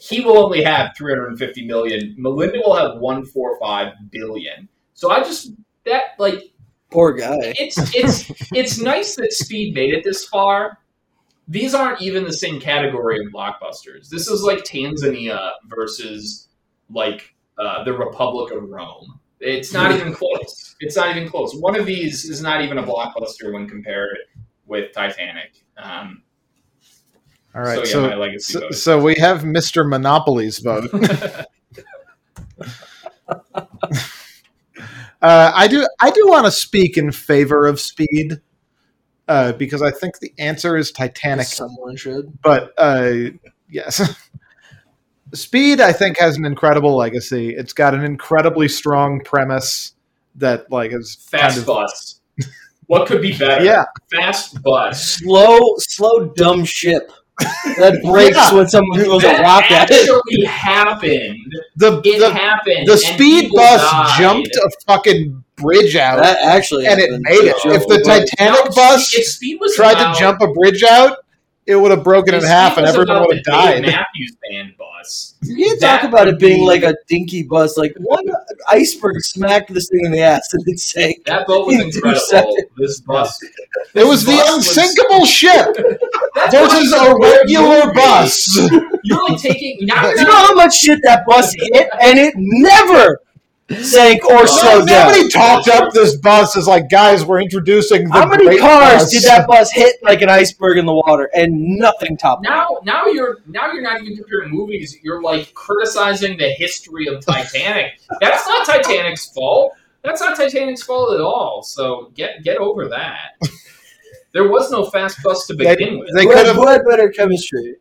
Speaker 3: He will only have 350 million. Melinda will have 145 billion. So I just that like
Speaker 2: (laughs) Poor guy.
Speaker 3: it's it's it's nice that Speed made it this far. These aren't even the same category of blockbusters. This is like Tanzania versus like uh, the Republic of Rome. It's not even close. It's not even close. One of these is not even a blockbuster when compared with Titanic. Um,
Speaker 1: All right,
Speaker 3: so yeah,
Speaker 1: so
Speaker 3: my legacy
Speaker 1: so,
Speaker 3: vote.
Speaker 1: so we have Mr. Monopoly's
Speaker 3: (laughs)
Speaker 1: vote. (laughs) Uh, I do I do want to speak in favor of speed uh, because I think the answer is Titanic,
Speaker 2: Someone should.
Speaker 1: but uh, yes. uh, (laughs) Speed, I think, has an incredible legacy. It's got an incredibly strong premise that like is
Speaker 3: Fast
Speaker 1: kind of-
Speaker 3: bus. What could be better?
Speaker 1: yeah,
Speaker 3: Fast bus.
Speaker 2: Slow, slow, dumb ship that breaks
Speaker 1: Yeah.
Speaker 2: when someone throws a
Speaker 3: That
Speaker 2: rock at it.
Speaker 3: actually happened.
Speaker 1: the
Speaker 3: It
Speaker 1: the,
Speaker 3: happened.
Speaker 1: the
Speaker 3: and
Speaker 1: speed
Speaker 3: people
Speaker 1: bus
Speaker 3: died.
Speaker 1: jumped a fucking bridge out
Speaker 2: That actually
Speaker 1: and it
Speaker 2: happened.
Speaker 1: made it.
Speaker 2: So,
Speaker 1: If the
Speaker 2: but-
Speaker 1: Titanic
Speaker 3: Now,
Speaker 1: bus
Speaker 3: If speed was
Speaker 1: tried
Speaker 3: about-
Speaker 1: to jump a bridge out, it would have broken in
Speaker 3: if Speed
Speaker 1: half and
Speaker 3: was
Speaker 1: everyone
Speaker 3: about
Speaker 1: would have
Speaker 3: the Dave
Speaker 1: died.
Speaker 3: Matthews Band bus.
Speaker 2: You can't
Speaker 3: That
Speaker 2: talk about
Speaker 3: would
Speaker 2: it being
Speaker 3: be-
Speaker 2: like a dinky bus. Like one iceberg smacked this thing in the ass and it sank.
Speaker 1: (laughs)
Speaker 3: That boat was
Speaker 2: In two
Speaker 3: incredible.
Speaker 2: seconds.
Speaker 3: This bus.
Speaker 1: It was the
Speaker 3: bus was-
Speaker 1: unsinkable ship
Speaker 3: That
Speaker 1: versus
Speaker 3: bus
Speaker 1: a
Speaker 3: was
Speaker 1: regular
Speaker 3: movie.
Speaker 1: bus.
Speaker 3: You're
Speaker 1: (laughs)
Speaker 3: only taking. Now
Speaker 2: Do
Speaker 3: you're
Speaker 2: you know
Speaker 3: not-
Speaker 2: how much shit that bus hit, and it never sank or slowed down.
Speaker 1: Nobody talked up this bus as like, guys, we're introducing the
Speaker 2: How many
Speaker 1: great
Speaker 2: cars
Speaker 1: bus."
Speaker 2: did that bus hit like an iceberg in the water, and nothing topped? it?
Speaker 3: now now you're now you're not even comparing movies. You're like criticizing the history of Titanic.
Speaker 1: (laughs)
Speaker 3: That's not Titanic's fault. That's not Titanic's fault at all. So get get over that.
Speaker 1: (laughs)
Speaker 3: There was no fast bus to
Speaker 1: They-
Speaker 3: begin with.
Speaker 1: They
Speaker 2: who,
Speaker 1: could
Speaker 2: had,
Speaker 1: have.
Speaker 2: who had better chemistry?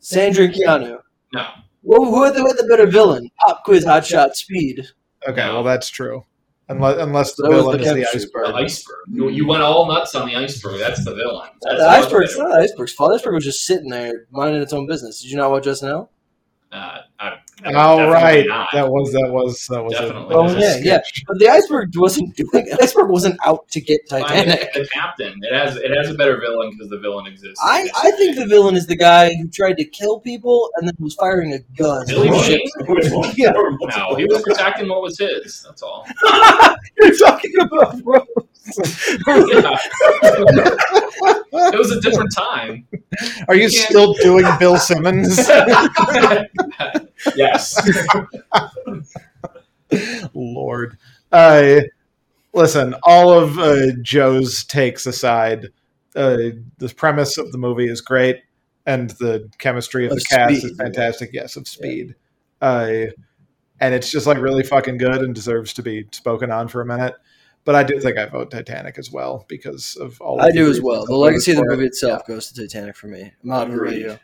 Speaker 2: Sandra Keanu.
Speaker 3: No.
Speaker 2: Who, who, had the, who had the better villain? Pop quiz, hot shot, speed.
Speaker 1: Okay, well, that's true. Unless, unless the
Speaker 2: That was
Speaker 1: villain
Speaker 2: the
Speaker 1: is the
Speaker 2: chemistry
Speaker 1: iceberg.
Speaker 3: The iceberg. You, you went all nuts on the iceberg. That's the villain. That's
Speaker 2: the
Speaker 3: not
Speaker 2: iceberg's
Speaker 3: the-
Speaker 2: not the iceberg's fault. The iceberg was just sitting there minding its own business. Did you not watch us now?
Speaker 3: Uh, I- I-
Speaker 1: All
Speaker 3: definitely
Speaker 1: right,
Speaker 3: not.
Speaker 1: that was that was that was.
Speaker 3: Definitely.
Speaker 1: A,
Speaker 2: Oh, yeah, yeah. But the iceberg wasn't doing. The iceberg wasn't out to get
Speaker 3: Fine,
Speaker 2: Titanic.
Speaker 3: The captain. It has it has a better villain because the villain exists.
Speaker 2: I, I think the villain is the guy who tried to kill people and then was firing a gun.
Speaker 3: Billy
Speaker 2: Shit.
Speaker 3: Zane?
Speaker 4: (laughs) Which one?
Speaker 1: Yeah.
Speaker 3: No, he was protecting what was his. That's
Speaker 2: (laughs)
Speaker 3: all.
Speaker 2: You're talking about Rose.
Speaker 3: Yeah. it was a different time. (laughs)
Speaker 1: Are you
Speaker 3: Yeah.
Speaker 1: still doing Bill
Speaker 2: (laughs)
Speaker 1: Simmons?
Speaker 3: yes.
Speaker 1: Lord. Uh, listen, all of uh, Joe's takes aside, uh, the premise of the movie is great, and the chemistry of,
Speaker 2: Of
Speaker 1: the cast
Speaker 2: Speed,
Speaker 1: is fantastic. Yes, of Speed. Uh, and it's just like really fucking good and deserves to be spoken on for a minute. But I do think I vote Titanic as well because of all. Of
Speaker 2: I
Speaker 1: the
Speaker 2: do as
Speaker 1: reasons
Speaker 2: well.
Speaker 1: I
Speaker 2: The
Speaker 1: voted
Speaker 2: legacy of the
Speaker 1: for it.
Speaker 2: movie itself goes to Titanic for me. I'm out of
Speaker 4: Agreed.
Speaker 2: radio.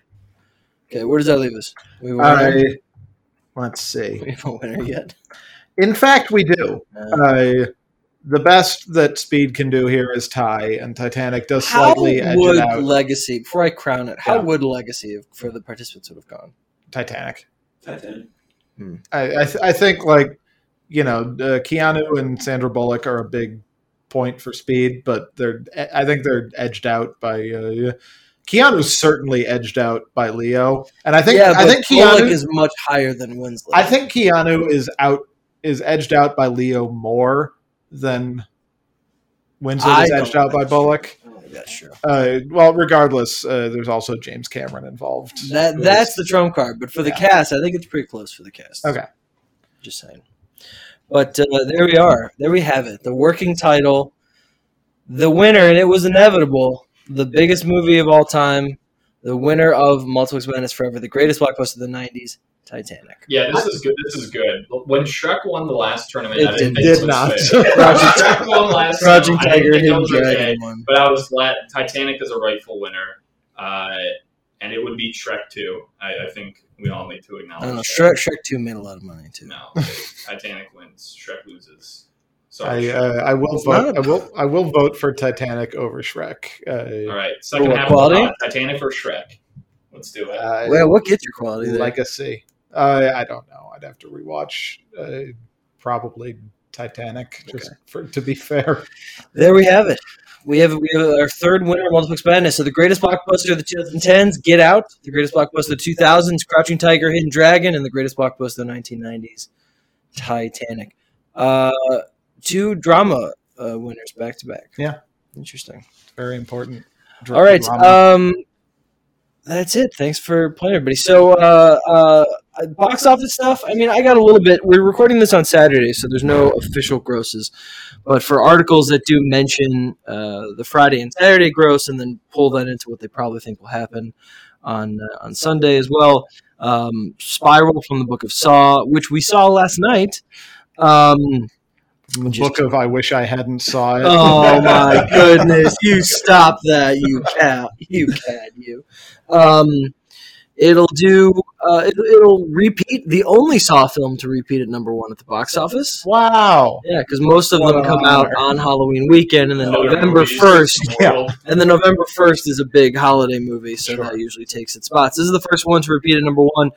Speaker 2: Okay, where does that leave us? We have a winner,
Speaker 1: I, let's see.
Speaker 2: (laughs) we have a winner yet.
Speaker 1: In fact, we do.
Speaker 2: Uh,
Speaker 1: Uh, the best that Speed can do here is tie, and Titanic does
Speaker 2: how
Speaker 1: slightly edge
Speaker 2: would
Speaker 1: it out.
Speaker 2: legacy? Before I crown it, how
Speaker 1: Yeah.
Speaker 2: would legacy of- for the participants would have gone?
Speaker 1: Titanic.
Speaker 4: Titanic.
Speaker 1: I I, th- I think like you know uh, Keanu and Sandra Bullock are a big point for Speed, but they're e, I think they're edged out by uh, Keanu's certainly edged out by Leo, and I think
Speaker 2: yeah,
Speaker 1: I
Speaker 2: but
Speaker 1: think
Speaker 2: Bullock
Speaker 1: Keanu
Speaker 2: is much higher than Winslet.
Speaker 1: I think Keanu is out is edged out by Leo more than Winslet
Speaker 2: I
Speaker 1: is
Speaker 2: don't
Speaker 1: edged out by
Speaker 2: think so.
Speaker 1: Bullock.
Speaker 2: Oh, yeah, sure.
Speaker 1: Uh, well, regardless, uh, there's also James Cameron involved.
Speaker 2: That
Speaker 1: Who is-
Speaker 2: that's the trump card, but for the
Speaker 1: Yeah.
Speaker 2: cast, I think it's pretty close for the cast.
Speaker 1: Okay.
Speaker 2: just saying. But uh, there we are. There we have it. The working title, the winner, and it was inevitable. The biggest movie of all time, the winner of Multiplex Madness Forever, the greatest blockbuster of the '90s, Titanic.
Speaker 3: Yeah, this is good. This is good. When Shrek won the last tournament,
Speaker 2: It
Speaker 3: I
Speaker 2: did-
Speaker 3: didn't think
Speaker 1: did
Speaker 3: was
Speaker 1: not. (laughs)
Speaker 2: (laughs)
Speaker 3: fair.
Speaker 1: Roger-
Speaker 3: Shrek won last.
Speaker 2: Crouching
Speaker 3: time. I
Speaker 2: Tiger,
Speaker 3: didn't think that
Speaker 2: Hidden
Speaker 3: was okay.
Speaker 2: Dragon. One.
Speaker 3: But I was glad Titanic is a rightful winner, uh, and it would be Shrek too. I, I think we all need to
Speaker 2: I
Speaker 3: acknowledge.
Speaker 2: don't know.
Speaker 3: that.
Speaker 2: Uh, Shrek, Shrek Two made a lot of money too. (laughs)
Speaker 3: No, Titanic wins. Shrek loses. Sorry.
Speaker 1: I, uh, I will
Speaker 2: It's
Speaker 1: vote.
Speaker 2: not a-
Speaker 1: I will. I will vote for Titanic over Shrek.
Speaker 3: All
Speaker 1: Uh,
Speaker 3: right, second
Speaker 2: what,
Speaker 3: half of the
Speaker 2: quality?
Speaker 3: pod, Titanic or Shrek. Let's do it.
Speaker 1: uh,
Speaker 2: Well, what gets your quality there?
Speaker 1: legacy. Uh, I don't know. I'd have to rewatch. Uh, probably Titanic. Just for to be (laughs) fair.
Speaker 2: There we have it. We have we have our third winner of Multiplex Madness. So the greatest blockbuster of the 2010s, Get Out. The greatest blockbuster of the 2000s, Crouching Tiger, Hidden Dragon, and the greatest blockbuster of the 1990s, Titanic. Uh, two drama uh, winners back to back.
Speaker 1: Yeah.
Speaker 2: interesting.
Speaker 1: Very important.
Speaker 2: All right,
Speaker 1: Drama.
Speaker 2: um, that's it. Thanks for playing, everybody. So uh, uh, box office stuff. I mean, I got a little bit. We're recording this on Saturday, so there's no official grosses. But for articles that do mention uh, the Friday and Saturday gross, and then pull that into what they probably think will happen on uh, on Sunday as well. Um, Spiral from the Book of Saw, which we saw last night. Um,
Speaker 1: the
Speaker 2: just-
Speaker 1: book of I wish I hadn't saw it. (laughs)
Speaker 2: (laughs) Oh my goodness! You stop that, you cat, you cat, you. Um, It'll do. Uh, it, it'll repeat the only Saw film to repeat at number one at the box office.
Speaker 1: Wow.
Speaker 2: Yeah, because most of them come out on Halloween weekend, and then
Speaker 3: Other
Speaker 2: November
Speaker 3: movies
Speaker 2: first,
Speaker 3: in the
Speaker 1: yeah.
Speaker 3: world.
Speaker 2: and then November first is a big holiday movie, so
Speaker 1: Sure.
Speaker 2: that usually takes its spots. This is the first one to repeat at number one.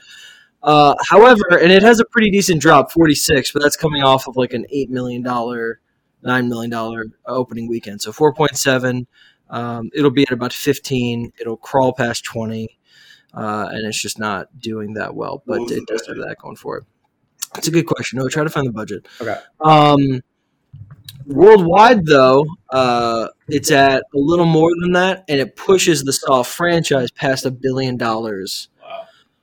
Speaker 2: Uh, however, and it has a pretty decent drop, forty six, but that's coming off of like an eight million dollar, nine million dollar opening weekend. So four point seven. Um, it'll be at about fifteen. It'll crawl past twenty, uh, and it's just not doing that well. But
Speaker 4: was the
Speaker 2: it does have
Speaker 4: budget?
Speaker 2: that going for it. It's a good question. No, try to find the budget.
Speaker 1: Okay.
Speaker 2: Um, worldwide, though, uh, it's at a little more than that, and it pushes the Saw franchise past a billion dollars
Speaker 3: Wow.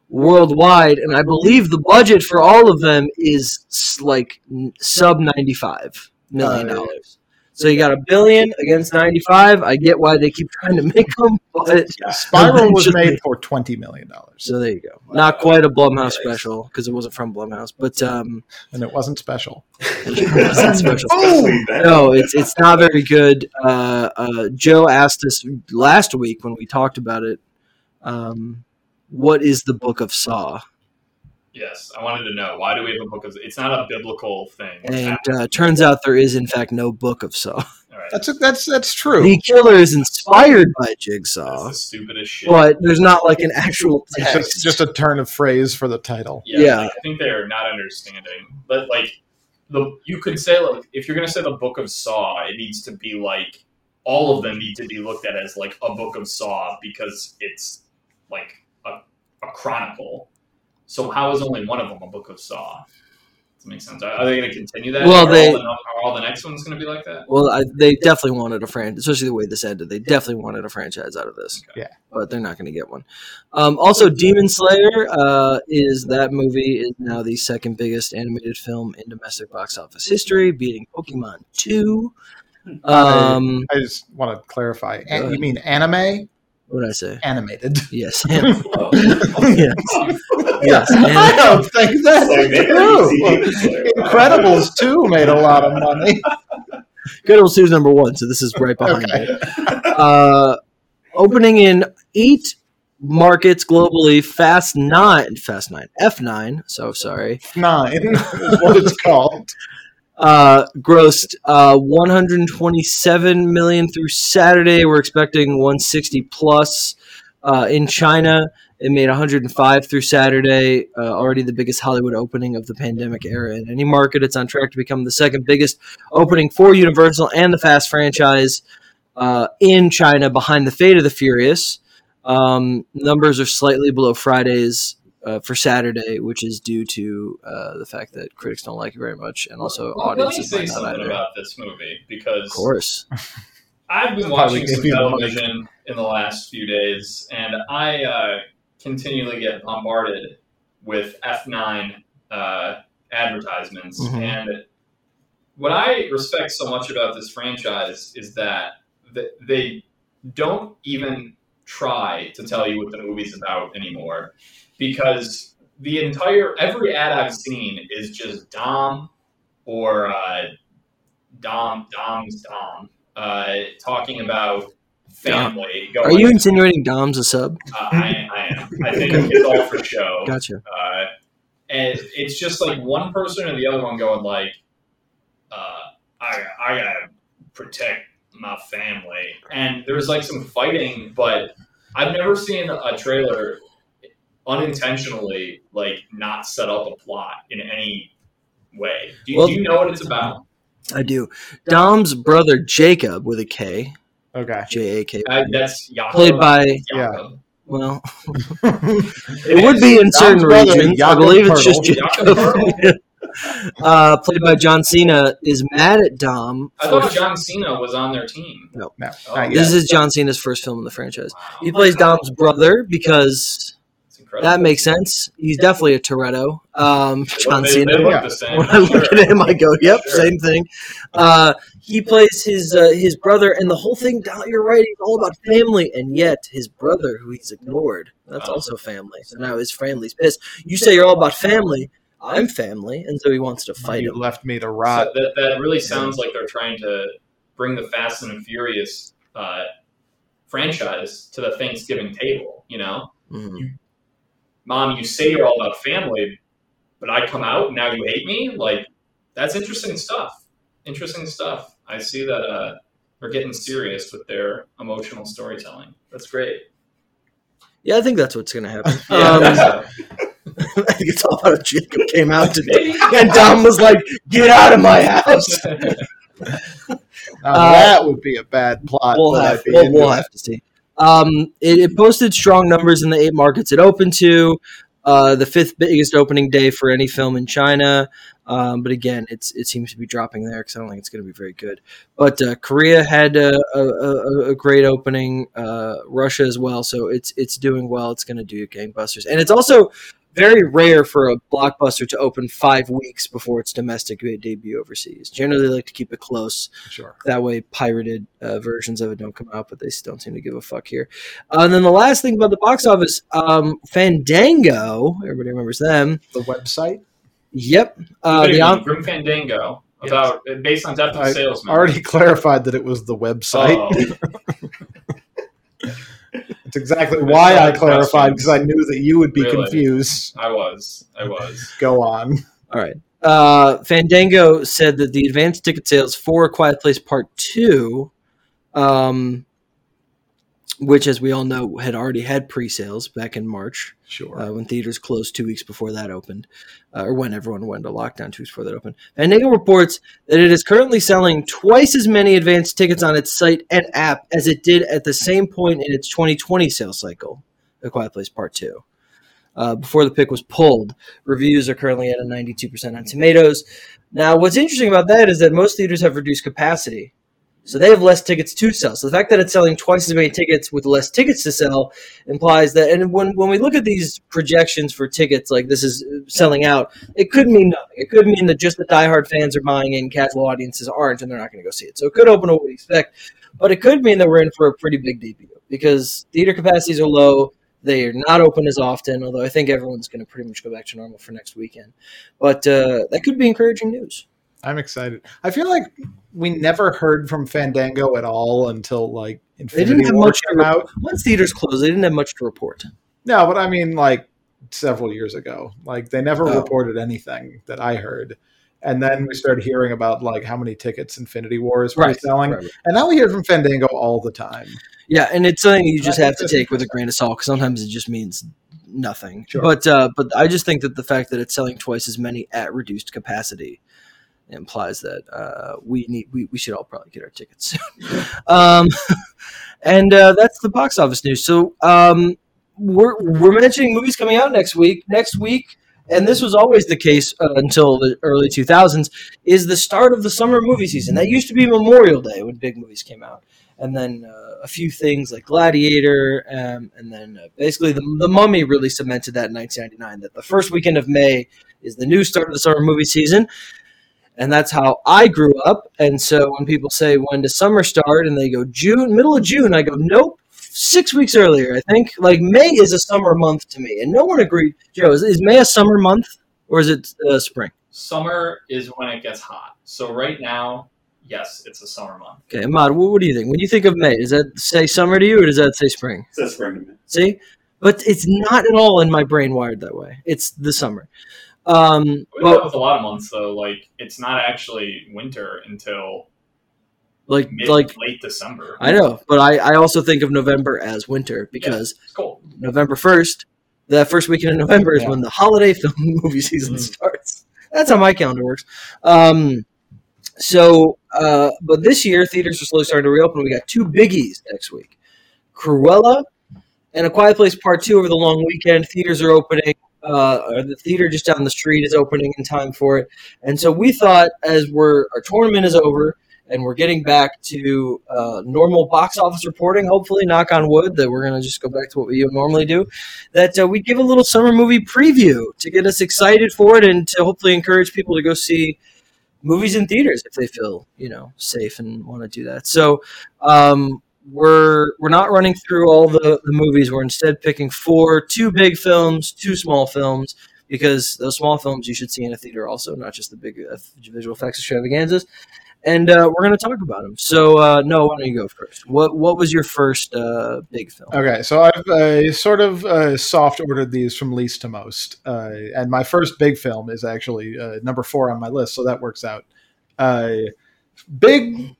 Speaker 2: worldwide. And I believe the budget for all of them is s- like n- sub ninety-five million
Speaker 5: Oh, yeah.
Speaker 2: dollars. So you got a billion against ninety-five. I get why they keep trying to make them, but (laughs)
Speaker 1: Spiral was
Speaker 2: Eventually.
Speaker 1: made for twenty million dollars,
Speaker 2: so there you go. Not quite a Blumhouse
Speaker 4: Yikes.
Speaker 2: special because it wasn't from Blumhouse, but (laughs) um,
Speaker 1: and it wasn't special.
Speaker 2: it wasn't special.
Speaker 4: Especially that.
Speaker 2: Oh, no, it's it's not very good. Uh, uh, Joe asked us last week when we talked about it. Um, what is the Book of Saw?
Speaker 3: Yes, I wanted to know why do we have a book of? It's not a biblical thing.
Speaker 2: And uh, turns out there is in fact no Book of Saw. (laughs)
Speaker 3: All right.
Speaker 1: That's that's that's true.
Speaker 2: The killer is inspired by
Speaker 3: That's
Speaker 2: Jigsaw,
Speaker 3: the stupidest shit.
Speaker 2: but there's not like an actual
Speaker 1: It's
Speaker 2: text.
Speaker 1: just, just a turn of phrase for the title.
Speaker 3: yeah,
Speaker 2: yeah.
Speaker 3: like, I think they are not understanding. But like the you could say like if you're gonna say the book of Saw, it needs to be like all of them need to be looked at as like a book of Saw because it's like a, a chronicle. So how is only one of them a book of Saw? Does that make sense? Are, are they gonna continue that?
Speaker 2: Well,
Speaker 3: are
Speaker 2: they-
Speaker 3: all the, are all the next ones gonna be like that?
Speaker 2: well, I, they definitely wanted a franchise, especially the way this ended. They definitely wanted a franchise out of this.
Speaker 1: Okay. Yeah.
Speaker 2: But they're not going to get one. Um, also, Demon Slayer uh, is that movie is now the second biggest animated film in domestic box office history, beating Pokemon 2. Um,
Speaker 1: I just want to clarify. An-
Speaker 2: ahead.
Speaker 1: you mean anime?
Speaker 2: what did I say?
Speaker 1: Animated.
Speaker 2: Yes. (laughs)
Speaker 4: Oh.
Speaker 2: yes.
Speaker 1: (laughs)
Speaker 2: Yes.
Speaker 1: I don't think (laughs) that's (laughs)
Speaker 4: Like, they
Speaker 1: true.
Speaker 4: gotta see Demon Slayer.
Speaker 1: Incredibles too made a lot of money.
Speaker 2: Good old Sue's number one, so this is right behind
Speaker 1: Okay.
Speaker 2: it. Uh, opening in eight markets globally, Fast Nine, Fast Nine, F Nine. So sorry.
Speaker 1: Nine (laughs) is what it's called.
Speaker 2: Uh, grossed uh, 127 million through Saturday. We're expecting 160 plus uh, in China. It made 105 through Saturday, uh, already the biggest Hollywood opening of the pandemic era in any market. It's on track to become the second biggest opening for Universal and the Fast franchise uh, in China behind The Fate of the Furious. Um, numbers are slightly below Friday's uh, for Saturday, which is due to uh, the fact that critics don't like it very much and also
Speaker 3: Well, let me
Speaker 2: audiences
Speaker 3: say
Speaker 2: might not
Speaker 3: something
Speaker 2: either.
Speaker 3: about this movie
Speaker 2: of
Speaker 3: because
Speaker 2: course.
Speaker 3: I've
Speaker 1: Probably
Speaker 3: been watching
Speaker 1: gave
Speaker 3: some
Speaker 1: you the money.
Speaker 3: television in the last few days, and I uh, continually get bombarded with F9 uh, advertisements.
Speaker 2: Mhm.
Speaker 3: And what I respect so much about this franchise is that th- they don't even try to tell you what the movie's about anymore because the entire every ad I've seen is just Dom or uh, Dom Dom's Dom uh, talking about family.
Speaker 2: Are
Speaker 3: going-
Speaker 2: you insinuating Dom's a sub?
Speaker 3: Uh, I, I am. I think it's all
Speaker 2: (laughs)
Speaker 3: for show.
Speaker 2: Gotcha.
Speaker 3: Uh, and it's just like one person and the other one going like, uh, I, I gotta protect my family. And there's like some fighting, but I've never seen a trailer unintentionally like not set up a plot in any way. Do,
Speaker 2: Well-
Speaker 3: do you know what it's about?
Speaker 2: I do. Dom's brother Jacob with a K,
Speaker 1: Okay.
Speaker 2: J A K,
Speaker 3: Uh, that's Yaakov.
Speaker 2: played by
Speaker 3: Yaakov.
Speaker 2: well,
Speaker 1: Dom's
Speaker 2: it would be in certain
Speaker 1: brother,
Speaker 2: regions. I
Speaker 1: Jakob
Speaker 2: believe it's just
Speaker 1: Pertl.
Speaker 3: Jakob
Speaker 2: Jacob. (laughs) uh, played by John Cena is mad at Dom.
Speaker 3: I
Speaker 2: for-
Speaker 3: thought John Cena was on their team.
Speaker 1: No,
Speaker 3: Oh,
Speaker 1: not yet.
Speaker 2: this is John Cena's first film in the franchise.
Speaker 3: wow.
Speaker 2: He plays Dom's brother because
Speaker 3: It's incredible.
Speaker 2: that makes sense. He's definitely a Toretto. Um, John
Speaker 3: they, They
Speaker 2: Cena.
Speaker 3: look
Speaker 1: Yeah.
Speaker 3: the (laughs) same.
Speaker 2: when I (laughs) look
Speaker 3: sure.
Speaker 2: at him, I go, "Yep,
Speaker 3: Sure.
Speaker 2: same thing." Uh, he plays his uh, his brother, and the whole thing. Don, You're right; it's all about family, and yet his brother, who he's ignored, that's
Speaker 3: Oh.
Speaker 2: also family. So now his family's pissed. You say you're all about family. I'm family, and so he wants to fight
Speaker 1: you
Speaker 2: him.
Speaker 1: left me to rot.
Speaker 3: So that, that really sounds like they're trying to bring the Fast and the Furious uh, franchise to the Thanksgiving table. You know,
Speaker 2: Mhm.
Speaker 3: mom, you say you're all about family, but I come out and now you hate me. Like, that's interesting stuff. Interesting stuff. I see that uh, they're getting serious with their emotional storytelling. That's great.
Speaker 2: Yeah, I think that's what's going to happen.
Speaker 3: Yeah, (laughs)
Speaker 2: Um, (laughs)
Speaker 3: so
Speaker 2: I think it's all about Jacob came out today,
Speaker 3: maybe.
Speaker 2: and Dom was like, "Get out of my house."
Speaker 1: Now,
Speaker 2: Uh,
Speaker 1: that would be a bad plot.
Speaker 2: we'll
Speaker 1: but I'd
Speaker 2: have,
Speaker 1: be
Speaker 2: we'll,
Speaker 1: into
Speaker 2: we'll
Speaker 1: it.
Speaker 2: have to see. Um, it, it posted strong numbers in the eight markets it opened to, uh, the fifth biggest opening day for any film in China. Um, but again, it's it seems to be dropping there because I don't think it's going to be very good. But uh, Korea had a, a, a, a great opening, uh, Russia as well. So it's it's doing well. It's going to do gangbusters, and it's also very rare for a blockbuster to open five weeks before its domestic debut overseas. Generally, they like to keep it close
Speaker 1: Sure.
Speaker 2: that way pirated uh, versions of it don't come out but they s- don't seem to give a fuck here uh, and then the last thing about the box office um, fandango everybody remembers them
Speaker 1: The website
Speaker 2: yep uh, the
Speaker 3: Video game,
Speaker 2: on-
Speaker 3: Grim Fandango about based on Death of
Speaker 1: I
Speaker 3: a Salesman.
Speaker 1: already clarified that it was the website.
Speaker 3: Oh,
Speaker 1: It's exactly why I
Speaker 3: That's
Speaker 1: clarified
Speaker 3: questions.
Speaker 1: because I knew that you would be
Speaker 3: Really?
Speaker 1: confused.
Speaker 3: I was. I was.
Speaker 1: Go on.
Speaker 2: all right uh, fandango said that the advanced ticket sales for quiet place part 2 um, which as we all know had already had pre-sales back in march
Speaker 1: Sure.
Speaker 2: uh, when theaters closed two weeks before that opened, uh, or when everyone went to lockdown two weeks before that opened. Fandango reports that it is currently selling twice as many advanced tickets on its site and app as it did at the same point in its 2020 sales cycle, The Quiet Place Part 2. Uh, before the pick was pulled, reviews are currently at a 92% on Tomatoes. Now, what's interesting about that is that most theaters have reduced capacity, so they have less tickets to sell. So the fact that it's selling twice as many tickets with less tickets to sell implies that and when, when we look at these projections for tickets like this is selling out it could mean nothing it could mean that just the diehard fans are buying in casual audiences aren't and they're not going to go see it so it could open to what we expect but it could mean that we're in for a pretty big debut because theater capacities are low they are not open as often although i think everyone's going to pretty much go back to normal for next weekend but uh, that could be encouraging news
Speaker 1: I'm excited. I feel like we never heard from Fandango at all until like Infinity
Speaker 2: didn't have
Speaker 1: War
Speaker 2: much
Speaker 1: came
Speaker 2: to-
Speaker 1: out.
Speaker 2: once theaters closed they didn't have much to report
Speaker 1: No, but I mean like several years ago. Like they never
Speaker 2: Oh.
Speaker 1: reported anything that I heard. And then we started hearing about like how many tickets Infinity War is
Speaker 2: Right,
Speaker 1: selling.
Speaker 2: right, right.
Speaker 1: And now we hear from Fandango all the time.
Speaker 2: Yeah, and it's something you just
Speaker 1: I
Speaker 2: have to
Speaker 1: think
Speaker 2: take with a grain of salt because sometimes it just means nothing.
Speaker 1: Sure.
Speaker 2: But uh, but I just think that the fact that it's selling twice as many at reduced capacity implies that uh, we need we, we should all probably get our tickets soon. (laughs) um, and uh, that's the box office news. So um, we're we're mentioning movies coming out next week. Next week. And this was always the case uh, until the early 2000s. Is the start of the summer movie season that used to be Memorial Day when big movies came out and then uh, a few things like Gladiator, um, and then uh, basically the, the Mummy really cemented that in 1999. That the first weekend of May is the new start of the summer movie season, and that's how I grew up. And so when people say when does summer start, and they go June, middle of June, I go nope. Six weeks earlier, I think. Like May is a summer month to me, and no one agreed. Joe, is, is May a summer month or is it uh, spring?
Speaker 3: Summer is when it gets hot. So right now, yes, it's a summer month.
Speaker 2: Okay, Ahmad, what, what do you think? When you think of May, does that say summer to you, or does that say spring?
Speaker 4: Says spring to me.
Speaker 2: See, but it's not at all in my brain wired that way. It's the summer. Um,
Speaker 3: We well,
Speaker 2: well,
Speaker 3: with a lot of months though. Like it's not actually winter until
Speaker 2: like
Speaker 3: mid
Speaker 2: like
Speaker 3: late December.
Speaker 2: I know, but I I also think of November as winter because
Speaker 3: It's cold.
Speaker 2: November first, that first weekend in November is
Speaker 1: Yeah.
Speaker 2: when the holiday film (laughs) movie season
Speaker 3: Mm.
Speaker 2: starts. That's how my calendar works. Um, so, uh, but this year theaters are slowly starting to reopen. We got two biggies next week: Cruella and A Quiet Place Part Two over the long weekend. Theaters are opening. Uh, or the theater just down the street is opening in time for it, and so we thought as we're our tournament is over and we're getting back to uh, normal box office reporting. Hopefully, knock on wood, that we're going to just go back to what we normally do. That uh, we give a little summer movie preview to get us excited for it and to hopefully encourage people to go see movies in theaters if they feel you know safe and want to do that. So um, we're we're not running through all the, the movies. We're instead picking four, two big films, two small films. Because those small films you should see in a theater also, not just the big uh, visual effects extravaganzas. and uh, we're going to talk about them. So, uh, Noah, why don't you go first? What What was your first uh, big film?
Speaker 1: Okay, so I've uh, sort of uh, soft ordered these from least to most, uh, and my first big film is actually uh, number four on my list, so that works out. Uh, big,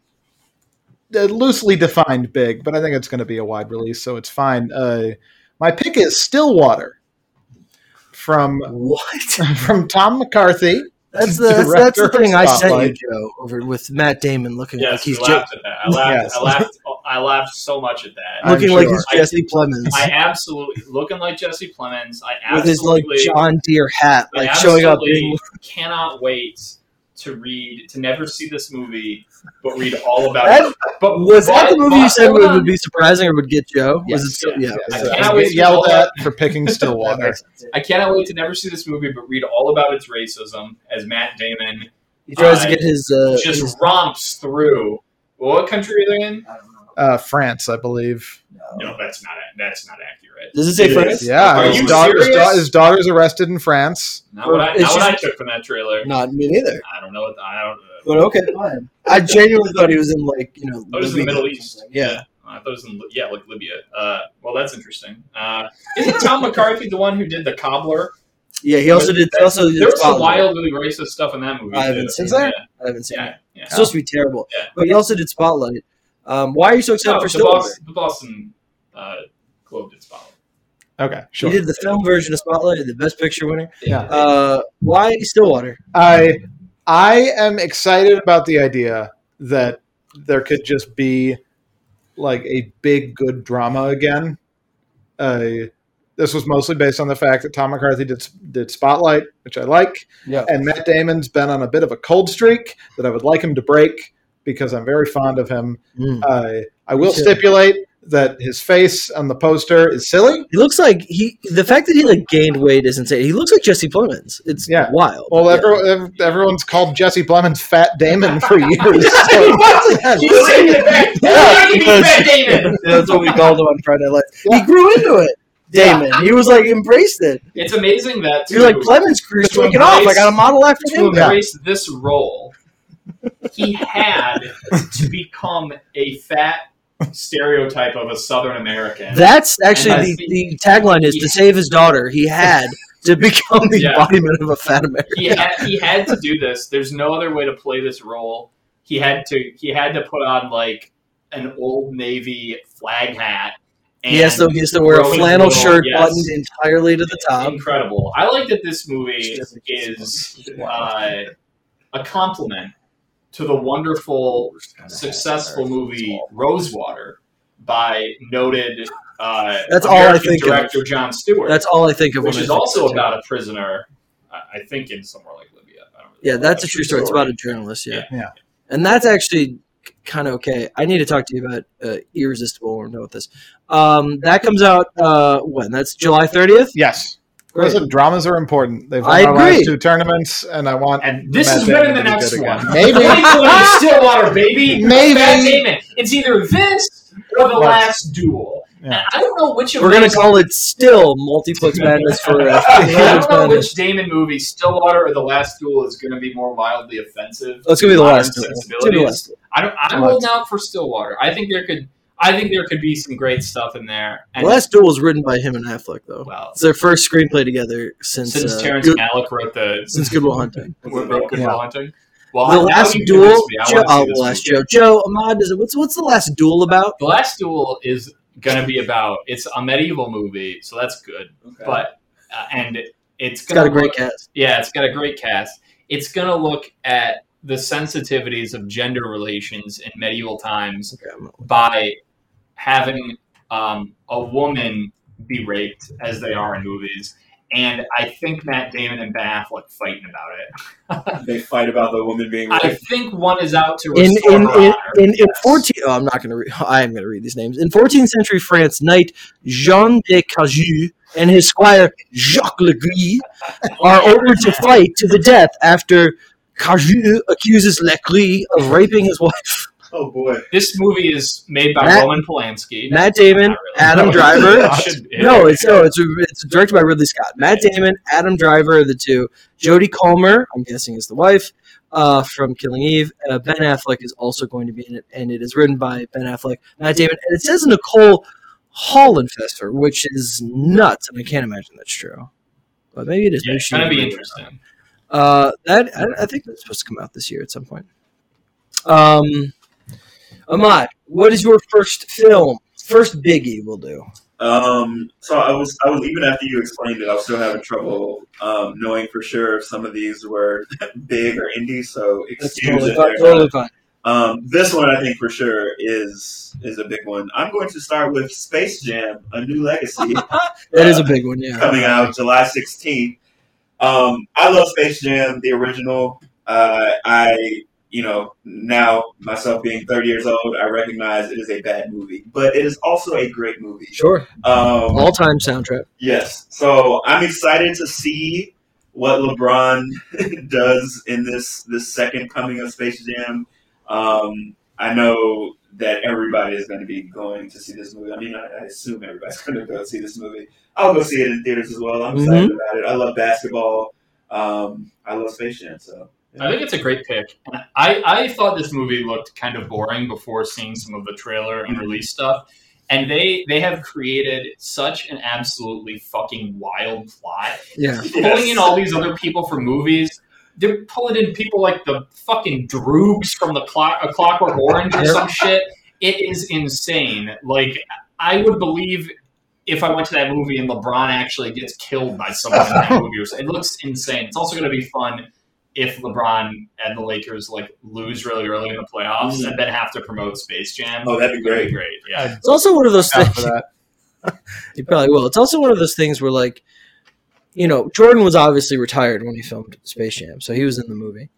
Speaker 1: uh, loosely defined big, but I think it's going to be a wide release, so it's fine. Uh, my pick is Stillwater from
Speaker 2: What?
Speaker 1: (laughs) from Tom McCarthy.
Speaker 2: That's the that's, that's the
Speaker 1: Director
Speaker 2: thing I sent
Speaker 1: Spotlight.
Speaker 2: you, Joe, over with Matt Damon looking like
Speaker 3: Yes,
Speaker 2: he's
Speaker 3: we
Speaker 2: Je-
Speaker 3: laughed at that. I laughed.
Speaker 1: Yes.
Speaker 3: I laughed. I laughed so much at that.
Speaker 1: I'm
Speaker 2: looking like
Speaker 1: sure.
Speaker 2: he's Jesse Plemons
Speaker 3: I absolutely looking like Jesse Plemons. I
Speaker 2: with his like
Speaker 3: absolutely,
Speaker 2: John Deere hat,
Speaker 3: I
Speaker 2: like showing up.
Speaker 3: absolutely
Speaker 2: being-
Speaker 3: cannot wait to read to never see this movie, but read all about
Speaker 2: That
Speaker 3: it. But
Speaker 2: was
Speaker 3: but-
Speaker 2: that the movie you
Speaker 3: but-
Speaker 2: said
Speaker 3: hold
Speaker 2: would,
Speaker 3: on.
Speaker 2: would be surprising or would get Joe?
Speaker 1: Yes,
Speaker 2: was it still, yeah?
Speaker 3: yes,
Speaker 1: Yeah,
Speaker 3: I
Speaker 1: so
Speaker 3: can't
Speaker 1: Uh, I
Speaker 3: wait
Speaker 1: get
Speaker 3: to
Speaker 1: yelled
Speaker 3: roll
Speaker 1: at for picking
Speaker 2: That
Speaker 3: (laughs)
Speaker 1: Stillwater.
Speaker 2: makes sense.
Speaker 3: I cannot wait to never see this movie, but read all about its racism as Matt Damon
Speaker 2: He tries to
Speaker 3: I
Speaker 2: get his uh, his-
Speaker 3: (laughs) just romps through. What country are they in?
Speaker 5: I don't know.
Speaker 1: Uh, France, I believe.
Speaker 3: No, that's not that's not accurate.
Speaker 2: Does it say
Speaker 4: It
Speaker 2: France?
Speaker 4: is.
Speaker 1: Yeah,
Speaker 3: Are
Speaker 1: his,
Speaker 3: you
Speaker 1: daughter- his
Speaker 3: serious?
Speaker 1: da- his daughter's arrested in France.
Speaker 3: Not what I,
Speaker 2: It's
Speaker 3: not what I
Speaker 2: just-
Speaker 3: took from that trailer.
Speaker 2: Not me neither.
Speaker 3: I don't know. What, I don't. uh,
Speaker 2: But okay, fine. I genuinely thought he was in like you know.
Speaker 3: I thought it was in the
Speaker 2: Libya
Speaker 3: Middle
Speaker 2: or
Speaker 3: East.
Speaker 2: something. Yeah.
Speaker 3: I thought it was in Li- yeah, like Libya. Uh, well, that's interesting. Uh, isn't Tom McCarthy the one who did the cobbler?
Speaker 2: Yeah, he also did.
Speaker 3: That-
Speaker 2: Also, did
Speaker 3: There was some
Speaker 2: Spotlight.
Speaker 3: wildly racist stuff in that movie.
Speaker 2: I haven't
Speaker 3: too.
Speaker 2: seen
Speaker 1: Is there?
Speaker 3: Yeah,
Speaker 2: I haven't seen.
Speaker 3: yeah.
Speaker 2: it.
Speaker 3: yeah.
Speaker 2: It's supposed to be terrible.
Speaker 3: Yeah.
Speaker 2: But he also did Spotlight. Um, why are you so excited
Speaker 3: No,
Speaker 2: for
Speaker 3: the,
Speaker 2: Stillwater?
Speaker 3: Bos- the Boston uh, Globe did Spotlight.
Speaker 1: Okay, sure.
Speaker 2: He did the film version of Spotlight, the Best Picture winner.
Speaker 1: Yeah.
Speaker 2: Uh, why Stillwater?
Speaker 1: I I am excited about the idea that there could just be like a big good drama again. Uh, this was mostly based on the fact that Tom McCarthy did did Spotlight, which I like,
Speaker 2: Yeah.
Speaker 1: and Matt Damon's been on a bit of a cold streak that I would like him to break because I'm very fond of him.
Speaker 2: Mm.
Speaker 1: Uh, I will
Speaker 2: too.
Speaker 1: stipulate that his face on the poster is silly.
Speaker 2: He looks like he. The fact that he like gained weight is insane. He looks like Jesse Plemons. It's
Speaker 1: Yeah.
Speaker 2: wild.
Speaker 1: Well,
Speaker 2: Yeah. (laughs)
Speaker 1: everyone, ev- everyone's called Jesse Plemons Fat Damon for years. (laughs) so-
Speaker 2: (laughs)
Speaker 3: He's taking it back.
Speaker 2: Yeah,
Speaker 3: He's
Speaker 2: because-
Speaker 3: Matt Damon.
Speaker 2: That's what we called him on Friday Night Lights.
Speaker 1: Yeah.
Speaker 2: He grew into it, Damon. He was like embraced it.
Speaker 3: It's amazing that
Speaker 2: He was like
Speaker 3: too,
Speaker 2: Clemens career
Speaker 3: To
Speaker 2: taking off. I
Speaker 3: embrace-
Speaker 2: got a model after
Speaker 3: to
Speaker 2: him.
Speaker 1: Yeah.
Speaker 3: embrace this role, he had to become a fat stereotype of a Southern American.
Speaker 2: That's actually
Speaker 3: And I
Speaker 2: the,
Speaker 3: think-
Speaker 2: the tagline is to
Speaker 3: Yeah.
Speaker 2: save his daughter. He had
Speaker 3: (laughs)
Speaker 2: to become the
Speaker 3: Yeah.
Speaker 2: embodiment of a fat American.
Speaker 3: he had he had to do this. There's no other way to play this role. He had to he had to put on like an old navy flag hat. And
Speaker 2: He has to, he has to wear a
Speaker 3: grow his
Speaker 2: flannel
Speaker 3: little-
Speaker 2: shirt
Speaker 3: yes.
Speaker 2: buttoned entirely to the top.
Speaker 3: incredible. I like that this movie
Speaker 2: It's just-
Speaker 3: is uh, a compliment to the wonderful, successful movie Rosewater by noted uh,
Speaker 2: That's all I
Speaker 3: American
Speaker 2: think of.
Speaker 3: director John Stewart,
Speaker 2: That's all I think of.
Speaker 3: which
Speaker 2: when I
Speaker 3: is
Speaker 2: think
Speaker 3: also
Speaker 2: of it.
Speaker 3: about a prisoner, I, I think, in somewhere like Libya. I don't really
Speaker 2: Yeah,
Speaker 3: know.
Speaker 2: that's a true story. It's about a journalist. Yeah,
Speaker 1: Yeah. Yeah.
Speaker 2: And that's actually kind of okay. I need to talk to you about uh, irresistible. We're done with this. Um, that comes out uh, when? That's July thirtieth.
Speaker 1: Yes.
Speaker 2: Great.
Speaker 1: Listen, dramas are important. They've won
Speaker 2: I
Speaker 1: our last
Speaker 2: agree.
Speaker 1: two tournaments, and I want.
Speaker 3: And this
Speaker 1: Matt
Speaker 3: is better
Speaker 1: Damon
Speaker 3: than
Speaker 1: to
Speaker 3: the
Speaker 1: be
Speaker 3: next
Speaker 1: good
Speaker 3: one. (laughs)
Speaker 1: again.
Speaker 3: Maybe
Speaker 1: Maybe. (laughs)
Speaker 2: (laughs)
Speaker 3: Stillwater, baby.
Speaker 1: Maybe.
Speaker 3: Matt Damon. It's either this or the
Speaker 1: Yes.
Speaker 3: last duel. And
Speaker 1: Yeah.
Speaker 3: I don't know which of
Speaker 2: We're gonna
Speaker 3: these-
Speaker 2: call it still multiplex madness for
Speaker 3: (laughs)
Speaker 2: uh,
Speaker 3: I
Speaker 2: Multiplex
Speaker 3: don't know
Speaker 2: madness.
Speaker 3: which Damon movie, Stillwater or The Last Duel, is going to be more wildly offensive.
Speaker 2: Let's give you the
Speaker 3: Modern
Speaker 2: last. one. Let's give you the last.
Speaker 3: sensibilities.
Speaker 2: one.
Speaker 3: I don't. I'm
Speaker 2: Last-
Speaker 3: holding out for Stillwater. I think there could. I think there could be some great stuff in there.
Speaker 2: The last duel was written by him and Affleck though.
Speaker 3: well,
Speaker 2: It's their first screenplay together since
Speaker 3: since
Speaker 2: uh,
Speaker 3: Terrence
Speaker 2: Good-
Speaker 3: Malick wrote the
Speaker 2: since Goodwill Hunting.
Speaker 3: wrote Good Will
Speaker 1: Yeah.
Speaker 3: Hunting. Well,
Speaker 2: the
Speaker 3: how- how
Speaker 2: last
Speaker 3: do you do
Speaker 2: duel.
Speaker 3: this movie? I
Speaker 2: Joe,
Speaker 3: wanna see
Speaker 2: oh,
Speaker 3: this
Speaker 2: the last
Speaker 3: movie.
Speaker 2: Joe. Joe Ahmad is it? What's what's the last duel about?
Speaker 3: The last duel is going to be about. It's a medieval movie, so that's good. But uh, and it's
Speaker 2: It's got
Speaker 3: gonna
Speaker 2: a great
Speaker 3: look-
Speaker 2: cast.
Speaker 3: Yeah, it's got a great cast. It's going to look at the sensitivities of gender relations in medieval times
Speaker 2: Okay, I'm-
Speaker 3: by having um, a woman be raped, as they are in movies. And I think Matt Damon and Ben Affleck fighting about it.
Speaker 4: they fight about the woman being
Speaker 3: I
Speaker 4: raped.
Speaker 3: think one is out to
Speaker 2: in
Speaker 3: restore
Speaker 2: in
Speaker 3: her
Speaker 2: in,
Speaker 3: honor.
Speaker 2: in, in
Speaker 3: Yes.
Speaker 2: 14 oh, I'm not going to read (laughs) I am going to read these names. In 14th century France, knight Jean de Cajou and his squire Jacques Le Gris are ordered to fight to the death after Cajou accuses Le Gris of raping his wife.
Speaker 4: Oh boy.
Speaker 3: This movie is made by
Speaker 2: Matt-
Speaker 3: Roman Polanski.
Speaker 2: Matt Damon, Adam
Speaker 3: (laughs)
Speaker 1: No.
Speaker 2: Driver.
Speaker 1: It
Speaker 3: should be.
Speaker 2: No, it's no, it's, it's directed by Ridley Scott. Matt Damon, Adam Driver are the two. Jodie Comer, I'm guessing, is the wife uh, from Killing Eve. Uh, ben Affleck is also going to be in it, and it is written by Ben Affleck, Matt Damon, and it says Nicole Hollenfester, which is nuts, and I can't imagine that's true. But maybe it is.
Speaker 3: Yeah,
Speaker 2: Maybe
Speaker 3: it's
Speaker 2: she-
Speaker 3: gonna be interesting.
Speaker 2: uh, that I, I think that's supposed to come out this year at some point. Um, Ahmad, what is your first film? First biggie we'll do.
Speaker 4: Um, so I was, I was even after you explained it, I was still having trouble um, knowing for sure if some of these were (laughs) big or indie. So
Speaker 2: That's
Speaker 4: excuse
Speaker 2: totally
Speaker 4: it.
Speaker 2: fine.
Speaker 4: there.
Speaker 2: Totally fine.
Speaker 4: Um, this one I think for sure is is a big one. I'm going to start with Space Jam: A
Speaker 2: (laughs)
Speaker 4: New Legacy. (laughs)
Speaker 2: That is a big one, yeah.
Speaker 4: coming out July 16th. Um, I love Space Jam, the original. Uh, I, you know, now myself being 30 years old, I recognize it is a bad movie, but it is also a great movie.
Speaker 2: Sure.
Speaker 4: Um,
Speaker 2: All time soundtrack.
Speaker 4: yes, so I'm excited to see what LeBron (laughs) does in this this second coming of Space Jam. Um, I know that everybody is going to be going to see this movie. I mean, I, I assume everybody's (laughs) going to go see this movie. I'll go see it in theaters as well. I'm excited about it. I love basketball. Um, I love Space Jam. So
Speaker 3: I think it's a great pick. And I, I thought this movie looked kind of boring before seeing some of the trailer and release stuff. And they they have created such an absolutely fucking wild plot.
Speaker 2: Yeah.
Speaker 3: Pulling in all these other people for movies. They're pulling in people like the fucking droogs from the clock, a Clockwork Orange or some shit. It is insane. Like I would believe if I went to that movie and LeBron actually gets killed by someone
Speaker 2: (laughs)
Speaker 3: in that movie. or something. It looks insane. It's also going to be fun if LeBron and the Lakers like lose really early in the playoffs
Speaker 2: Mm.
Speaker 3: and then have to promote Space Jam.
Speaker 4: Oh, that'd be
Speaker 3: That'd
Speaker 4: great.
Speaker 3: great. Yeah.
Speaker 2: It's also one of those
Speaker 1: Out for
Speaker 2: things.
Speaker 1: that.
Speaker 2: You probably will. It's also one of those things where, like, you know, Jordan was obviously retired when he filmed Space Jam, so he was in the movie.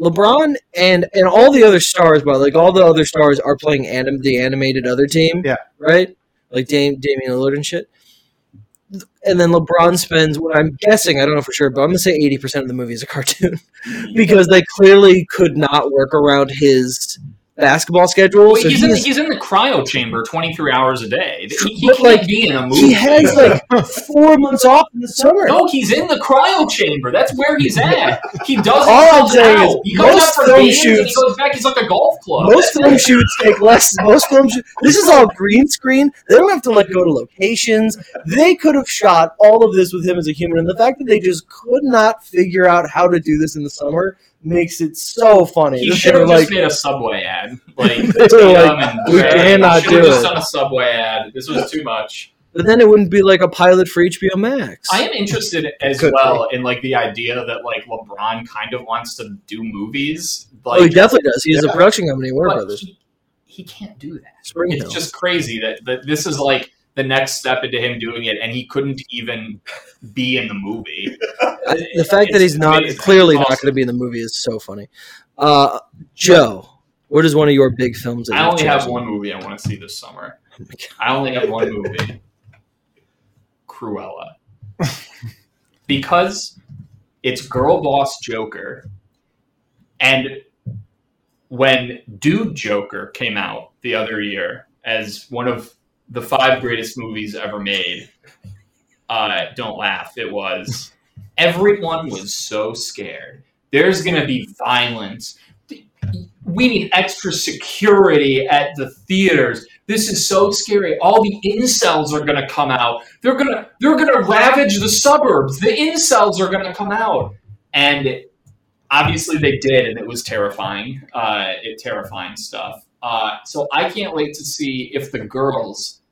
Speaker 2: LeBron and and all the other stars, but like all the other stars are playing anim- the animated other team.
Speaker 1: Yeah.
Speaker 2: Right? Like Dame, Damian Lillard and shit. And then LeBron spends what I'm guessing, I don't know for sure, but I'm gonna say 80% of the movie is a cartoon. (laughs) because they clearly could not work around his basketball schedule.
Speaker 3: Well,
Speaker 2: so
Speaker 3: he's, in the,
Speaker 2: he's-
Speaker 3: he's in the cryo chamber 23 hours a day. He, he
Speaker 2: But,
Speaker 3: can't
Speaker 2: like,
Speaker 3: be in a movie.
Speaker 2: he has like four months off in the summer.
Speaker 3: No, he's in the cryo chamber. That's where he's (laughs) at. He does.
Speaker 2: All I'm
Speaker 3: it
Speaker 2: saying
Speaker 3: out.
Speaker 2: is
Speaker 3: he comes
Speaker 2: most
Speaker 3: out for
Speaker 2: film
Speaker 3: games and he
Speaker 2: shoots-
Speaker 3: goes back. He's like a golf club.
Speaker 2: Most film shoots take less. Most film shoots. This is all green screen. They don't have to like go to locations. They could have shot all of this with him as a human, and the fact that they just could not figure out how to do this in the summer makes it so funny.
Speaker 3: he
Speaker 2: They're
Speaker 3: should have
Speaker 2: like,
Speaker 3: just made a
Speaker 2: (laughs)
Speaker 3: subway ad. Like,
Speaker 2: they're like,
Speaker 3: Tatum and
Speaker 2: we
Speaker 3: Grant
Speaker 2: cannot
Speaker 3: should have
Speaker 2: do
Speaker 3: just
Speaker 2: it.
Speaker 3: done a subway ad. This was too much.
Speaker 2: but then it wouldn't be like a pilot for HBO Max.
Speaker 3: I am interested as
Speaker 2: Could
Speaker 3: well in like the idea that like LeBron kind of wants to do movies.
Speaker 2: oh, he
Speaker 3: Like,
Speaker 2: definitely does. He's a production company, Warner
Speaker 3: but
Speaker 2: Brothers.
Speaker 3: he, he can't do that.
Speaker 2: Spring
Speaker 3: It's
Speaker 2: Hill.
Speaker 3: just crazy that, that this is like the next step into him doing it, and he couldn't even be in the movie.
Speaker 2: I- the fact that he's
Speaker 3: It's
Speaker 2: not
Speaker 3: amazing.
Speaker 2: clearly not
Speaker 3: Awesome.
Speaker 2: going to be in the movie is so funny. Uh, Joe, what is one of your big films? That
Speaker 3: I
Speaker 2: you've
Speaker 3: only have
Speaker 2: chosen?
Speaker 3: one movie I want to see
Speaker 2: (laughs)
Speaker 3: this summer.
Speaker 2: my God.
Speaker 3: I only have one movie. Cruella. (laughs) Because it's girl boss Joker. And when Dude Joker came out the other year as one of the five greatest movies ever made, uh, don't laugh, it was. Everyone was so scared. There's going to be violence we need extra security at the theaters. This is so scary. All the incels are gonna come out. They're gonna they're gonna ravage the suburbs. The incels are gonna come out. And obviously they did, and it was terrifying. Uh, it terrifying stuff. Uh, so I can't wait to see if the girls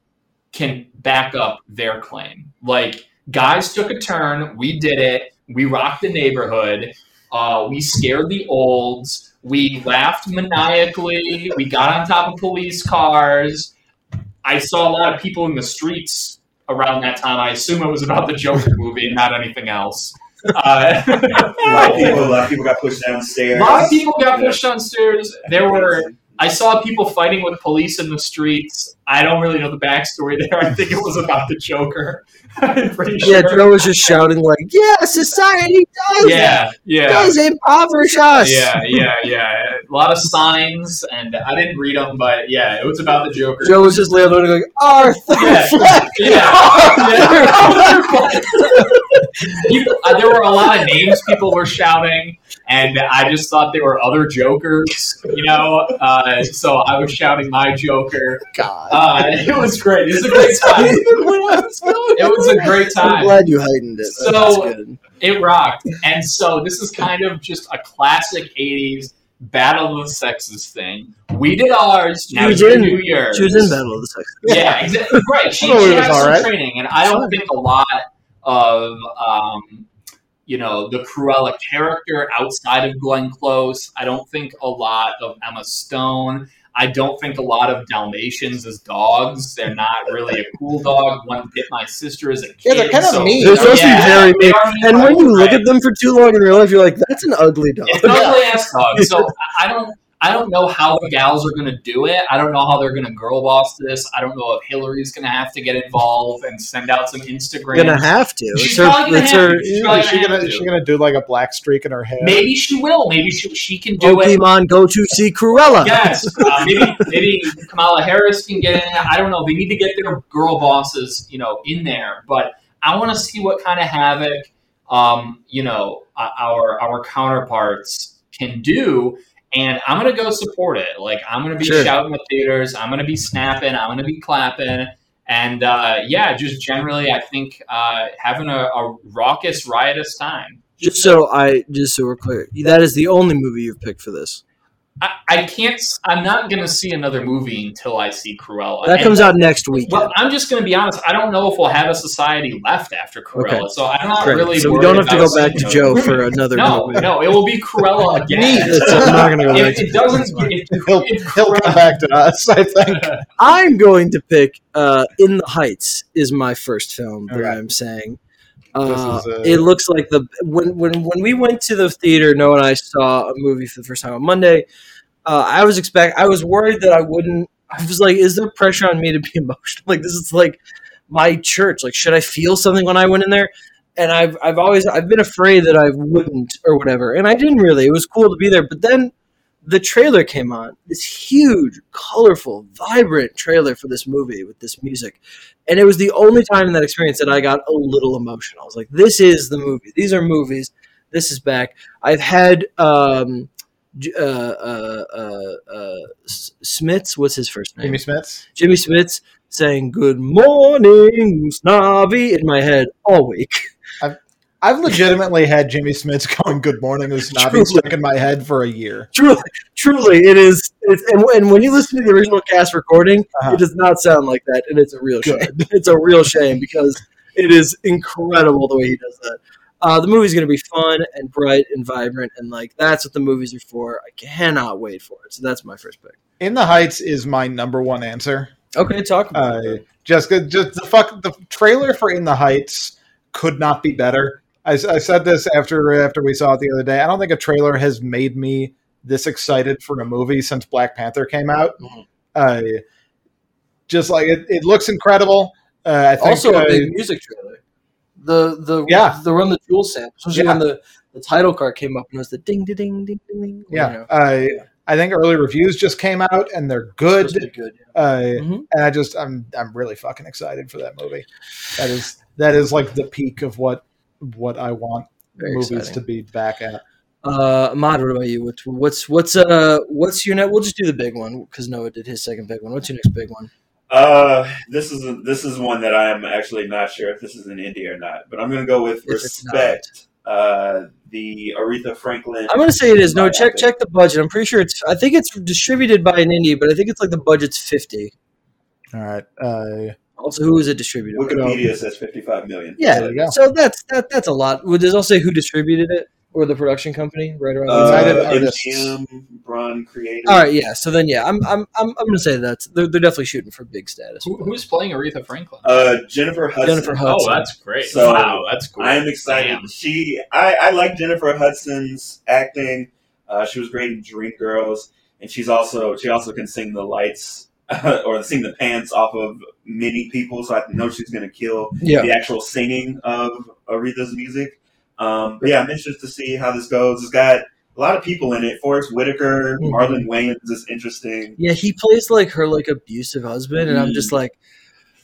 Speaker 3: can back up their claim. Like guys took a turn. We did it. We rocked the neighborhood. Uh, we scared the olds. We laughed maniacally. We got on top of police cars. I saw a lot of people in the streets around that time. I assume it was about the Joker movie and not anything else. Uh, (laughs)
Speaker 4: A lot of people, a lot of people got pushed
Speaker 3: a
Speaker 4: downstairs.
Speaker 3: lot of people got pushed downstairs. There were. I saw people fighting with police in the streets. I don't really know the backstory there. I think it was about the Joker. (laughs) I'm pretty
Speaker 2: Yeah,
Speaker 3: sure.
Speaker 2: Joe was just shouting like, "Yeah, society does,
Speaker 3: yeah, yeah.
Speaker 2: does impoverish us."
Speaker 3: Yeah, yeah, yeah. a lot of signs, and I didn't read them, but yeah, it was about the
Speaker 2: (laughs)
Speaker 3: Joker.
Speaker 2: Joe was just laying there going, Arthur
Speaker 3: (laughs) Yeah.
Speaker 2: Fleck.
Speaker 3: Yeah. (laughs) You- uh, there were a lot of names people were shouting, and I just thought there were other jokers, you know. Uh, so I was shouting my joker.
Speaker 2: (laughs)
Speaker 5: God.
Speaker 3: Uh, (laughs) it was great. It was a great time. It was a great
Speaker 5: I'm
Speaker 3: time.
Speaker 5: glad you heightened it.
Speaker 3: So-
Speaker 5: That's good.
Speaker 3: It rocked. And so this is kind of just a classic '80s battle of the sexes thing. We did ours.
Speaker 2: She
Speaker 3: Now
Speaker 2: was
Speaker 3: you
Speaker 2: in-
Speaker 3: do yours.
Speaker 2: She was in Battle of the Sexes.
Speaker 3: Yeah, exactly.
Speaker 2: (laughs)
Speaker 3: Right. She,
Speaker 1: I thought it was
Speaker 3: she has
Speaker 1: all
Speaker 3: some
Speaker 1: right.
Speaker 3: training, and I don't think a lot of, um, you know, the Cruella character outside of Glenn Close. I don't think a lot of Emma Stone. I don't think a lot of Dalmatians as dogs. They're not really a cool dog. One bit my sister as a kid.
Speaker 1: Yeah, they're kind of
Speaker 3: so-
Speaker 1: mean.
Speaker 2: They're supposed to be
Speaker 3: Yeah,
Speaker 2: very
Speaker 3: they
Speaker 2: mean.
Speaker 3: are mean,
Speaker 2: And when you look
Speaker 3: right.
Speaker 2: at them for too long in real life, you're like, that's an ugly (laughs) dog.
Speaker 3: It's an ugly ass dog. So I- I don't I don't know how the gals are gonna do it. I don't know how they're gonna girl boss this. I don't know if Hillary's gonna have to get involved and send out some Instagram.
Speaker 2: You're gonna have to.
Speaker 3: She's
Speaker 2: It's her,
Speaker 3: probably gonna
Speaker 2: it's
Speaker 3: have
Speaker 2: her
Speaker 3: to. She's
Speaker 1: Is
Speaker 3: probably
Speaker 1: she
Speaker 3: gonna
Speaker 1: gonna
Speaker 3: have
Speaker 1: is she
Speaker 3: to.
Speaker 1: gonna do like a black streak in her hair?
Speaker 3: Maybe she will. Maybe she she can do it.
Speaker 2: Pokemon go to see Cruella.
Speaker 3: Yes, uh, maybe maybe Kamala Harris can get in. I don't know. They need to get their girl bosses, you know, in there. But I want to see what kind of havoc, um, you know, uh, our our counterparts can do. And I'm gonna go support it. Like I'm gonna be
Speaker 2: Sure.
Speaker 3: shouting at theaters. I'm gonna be snapping. I'm gonna be clapping. And uh, yeah, just generally, I think uh, having a, a raucous, riotous time.
Speaker 2: Just so I, just so we're clear, that is the only movie you've picked for this.
Speaker 3: I, I can't. s- I'm not gonna see another movie until I see Cruella.
Speaker 2: That
Speaker 3: And-
Speaker 2: comes out next week.
Speaker 3: Well, I'm just going to be honest. I don't know if we'll have a society left after Cruella,
Speaker 2: Okay.
Speaker 3: so I'm not
Speaker 2: Great.
Speaker 3: really.
Speaker 2: so we
Speaker 3: worried
Speaker 2: don't have to
Speaker 3: about
Speaker 2: go back to
Speaker 3: seeing
Speaker 2: Joe
Speaker 3: (laughs) those.
Speaker 2: for another
Speaker 3: No,
Speaker 2: movie.
Speaker 3: no, it will be
Speaker 2: (laughs)
Speaker 3: Cruella again.
Speaker 2: That's- I'm not gonna go back
Speaker 3: if
Speaker 2: to
Speaker 3: it doesn't,
Speaker 2: (laughs)
Speaker 3: if,
Speaker 1: He'll,
Speaker 3: if
Speaker 1: he'll come back to us, I think.
Speaker 3: Cruella,
Speaker 2: I'm going to pick uh, In the Heights is my first film that
Speaker 1: Okay.
Speaker 2: I'm saying. Uh,
Speaker 1: This is, uh,
Speaker 2: it looks like the when when when we went to the theater, Noah and I saw a movie for the first time on Monday. Uh, I was expect I was worried that I wouldn't. I was like, is there pressure on me to be (laughs) emotional? Like this is like my church. Like should I feel something when I went in there? And I've I've always I've been afraid that I wouldn't or whatever. And I didn't really. It was cool to be there, but then the trailer came on this huge colorful vibrant trailer for this movie with this music and it was the only time in that experience that i got a little emotional i was like this is the movie these are movies this is back i've had um J- uh, uh, uh, uh, S- smits what's his first name
Speaker 1: Amy Smiths.
Speaker 2: Jimmy Smits saying good morning snobby in my head all week
Speaker 1: I've legitimately had Jimmy Smiths (laughs) going "Good morning" this snobby
Speaker 2: Truly.
Speaker 1: stuck in my head for a year.
Speaker 2: truly truly it is it's, and, and when you listen to the original cast recording
Speaker 1: Uh-huh.
Speaker 2: it does not sound like that and it's a real shame it's a real shame because it is incredible the way he does that uh, the movie's going to be fun and bright and vibrant and like that's what the movies are for i cannot wait for it so that's my first pick
Speaker 1: In the Heights is my number one answer.
Speaker 2: okay talk about
Speaker 1: Uh,
Speaker 2: it
Speaker 1: just, just the fuck the trailer for In the Heights could not be better. I, I said this after after we saw it the other day. I don't think a trailer has made me this excited for a movie since Black Panther came out.
Speaker 5: Mhm.
Speaker 1: Uh, just like it, it looks incredible. Uh, I think,
Speaker 5: also
Speaker 1: uh,
Speaker 5: a big music trailer. The the
Speaker 1: Yeah.
Speaker 5: the run the jewel sample, especially
Speaker 1: Yeah.
Speaker 5: when the, the title card came up and it was the ding ding ding ding ding. ding
Speaker 1: yeah.
Speaker 5: you know,
Speaker 1: I I think early reviews just came out and they're good.
Speaker 5: supposed to be good. yeah. Mm-hmm.
Speaker 1: Uh,
Speaker 2: Mhm.
Speaker 1: And I just I'm I'm really fucking excited for that movie. That is that is like the peak of what what I want
Speaker 2: very
Speaker 1: movies
Speaker 2: exciting
Speaker 1: to be back at.
Speaker 2: uh Ahmad, what about you what's what's what's uh what's your net we'll just do the big one because noah did his second big one what's your next big one
Speaker 4: Uh, this is this is one that I am actually not sure if this is in India or not, but I'm gonna go with
Speaker 2: If it's not.
Speaker 4: respect. Uh, the Aretha Franklin.
Speaker 2: I'm gonna say it is. No,
Speaker 4: Buy
Speaker 2: check
Speaker 4: Epic.
Speaker 2: check the budget. I'm pretty sure it's. I think it's distributed by an indie, but I think it's like the budget's fifty.
Speaker 1: All right. Uh,
Speaker 2: Also, who is it distributed? by?
Speaker 4: Wikipedia says 55 million. Uh,
Speaker 2: Yeah.
Speaker 1: there you go.
Speaker 2: So that's that. That's a lot. Would this all say who distributed it or the production company right around? the
Speaker 1: United
Speaker 4: Uh,
Speaker 1: Artists.
Speaker 4: MGM, Braun Creative.
Speaker 2: all right. Yeah. So then, yeah, I'm I'm I'm, I'm gonna say that's they're, they're definitely shooting for big status.
Speaker 3: who, who's playing Aretha Franklin?
Speaker 4: Uh, Jennifer Hudson.
Speaker 2: Jennifer Hudson.
Speaker 3: oh, that's great!
Speaker 4: So,
Speaker 3: wow, that's cool.
Speaker 4: I am excited.
Speaker 3: Damn.
Speaker 4: She, I, I like Jennifer Hudson's acting. Uh, she was great in Dream Girls, and she's also she also can sing the lights (laughs) or sing the pants off of many people. So I know she's gonna kill
Speaker 2: Yeah.
Speaker 4: the actual singing of Aretha's music. Um, but yeah, I'm interested to see how this goes. It's got a lot of people in it. Forrest Whitaker,
Speaker 2: Mhm.
Speaker 4: Marlon Wayans is interesting.
Speaker 2: Yeah, he plays like her like abusive husband, and I'm just like,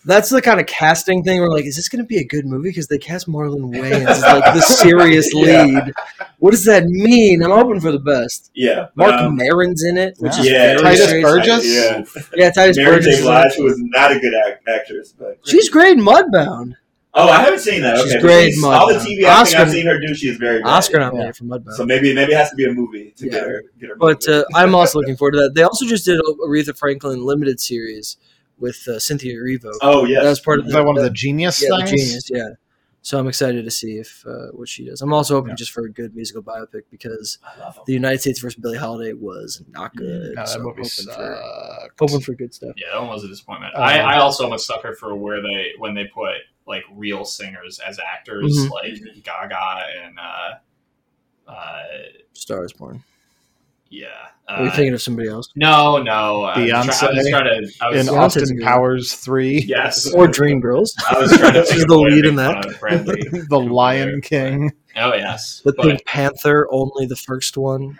Speaker 2: that's the kind of casting thing where like, is this going to be a good movie? Because they cast Marlon Wayans as like the serious
Speaker 4: Yeah.
Speaker 2: lead. What does that mean? I'm hoping for the best.
Speaker 4: Yeah,
Speaker 2: Mark
Speaker 4: um,
Speaker 2: Maron's in it, which
Speaker 4: Yeah.
Speaker 2: is very
Speaker 1: Titus
Speaker 2: strange.
Speaker 1: Burgess?
Speaker 4: Yeah,
Speaker 2: Yeah, Titus
Speaker 4: Mary
Speaker 2: Burgess.
Speaker 4: J.
Speaker 2: is
Speaker 4: Blige,
Speaker 2: in
Speaker 4: who
Speaker 2: it.
Speaker 4: is not a good act- actress, but
Speaker 2: She's great in Mudbound.
Speaker 4: Oh, I haven't seen that. Okay,
Speaker 2: She's
Speaker 4: but
Speaker 2: great,
Speaker 4: she's-
Speaker 2: Mud.
Speaker 4: All the TV acting
Speaker 2: Oscar-
Speaker 4: I've seen her do, she is very good.
Speaker 2: Oscar
Speaker 4: at.
Speaker 2: nominated
Speaker 1: Yeah.
Speaker 2: for Mudbound.
Speaker 4: So maybe maybe it has to be a movie to
Speaker 2: Yeah.
Speaker 4: get her. Get her
Speaker 2: But
Speaker 4: movie.
Speaker 2: uh, I'm also looking forward to that. They also just did a Aretha Franklin limited series with uh, Cynthia Erivo.
Speaker 4: oh yes,
Speaker 2: That was part of
Speaker 1: Is that one of the genius
Speaker 2: yeah, the
Speaker 1: things?
Speaker 2: genius, yeah. So I'm excited to see if uh, what she does. I'm also hoping
Speaker 1: Yeah.
Speaker 2: just for a good musical biopic because
Speaker 4: I love 'em.
Speaker 2: the United States versus Billie Holiday was not good.
Speaker 1: No,
Speaker 2: so
Speaker 1: that
Speaker 2: I'm
Speaker 1: movie
Speaker 2: hoping for,
Speaker 1: sucked.
Speaker 2: hoping for good stuff.
Speaker 3: Yeah, that one was a disappointment.
Speaker 2: Uh,
Speaker 1: Um,
Speaker 3: I, I also am a sucker for where they when they put like real singers as actors,
Speaker 2: Mhm.
Speaker 3: like Gaga and uh, uh,
Speaker 2: Star is Born.
Speaker 3: yeah.
Speaker 2: Are you
Speaker 3: Uh,
Speaker 2: thinking of somebody else?
Speaker 3: no, no. I was try- I was
Speaker 1: Beyonce
Speaker 3: trying to. I was,
Speaker 1: in
Speaker 2: Yeah, that's a
Speaker 1: Austin
Speaker 2: good-
Speaker 1: Powers 3,
Speaker 3: (laughs) yes.
Speaker 2: Or Dreamgirls?
Speaker 3: I was (laughs) trying to.
Speaker 2: She's
Speaker 3: think of
Speaker 2: the
Speaker 3: a way to
Speaker 2: lead in
Speaker 3: make
Speaker 2: that.
Speaker 3: fun of (laughs) Bradley.
Speaker 1: (laughs) The Lion King.
Speaker 3: Oh yes,
Speaker 2: The
Speaker 3: but,
Speaker 2: Pink Panther, only the first one.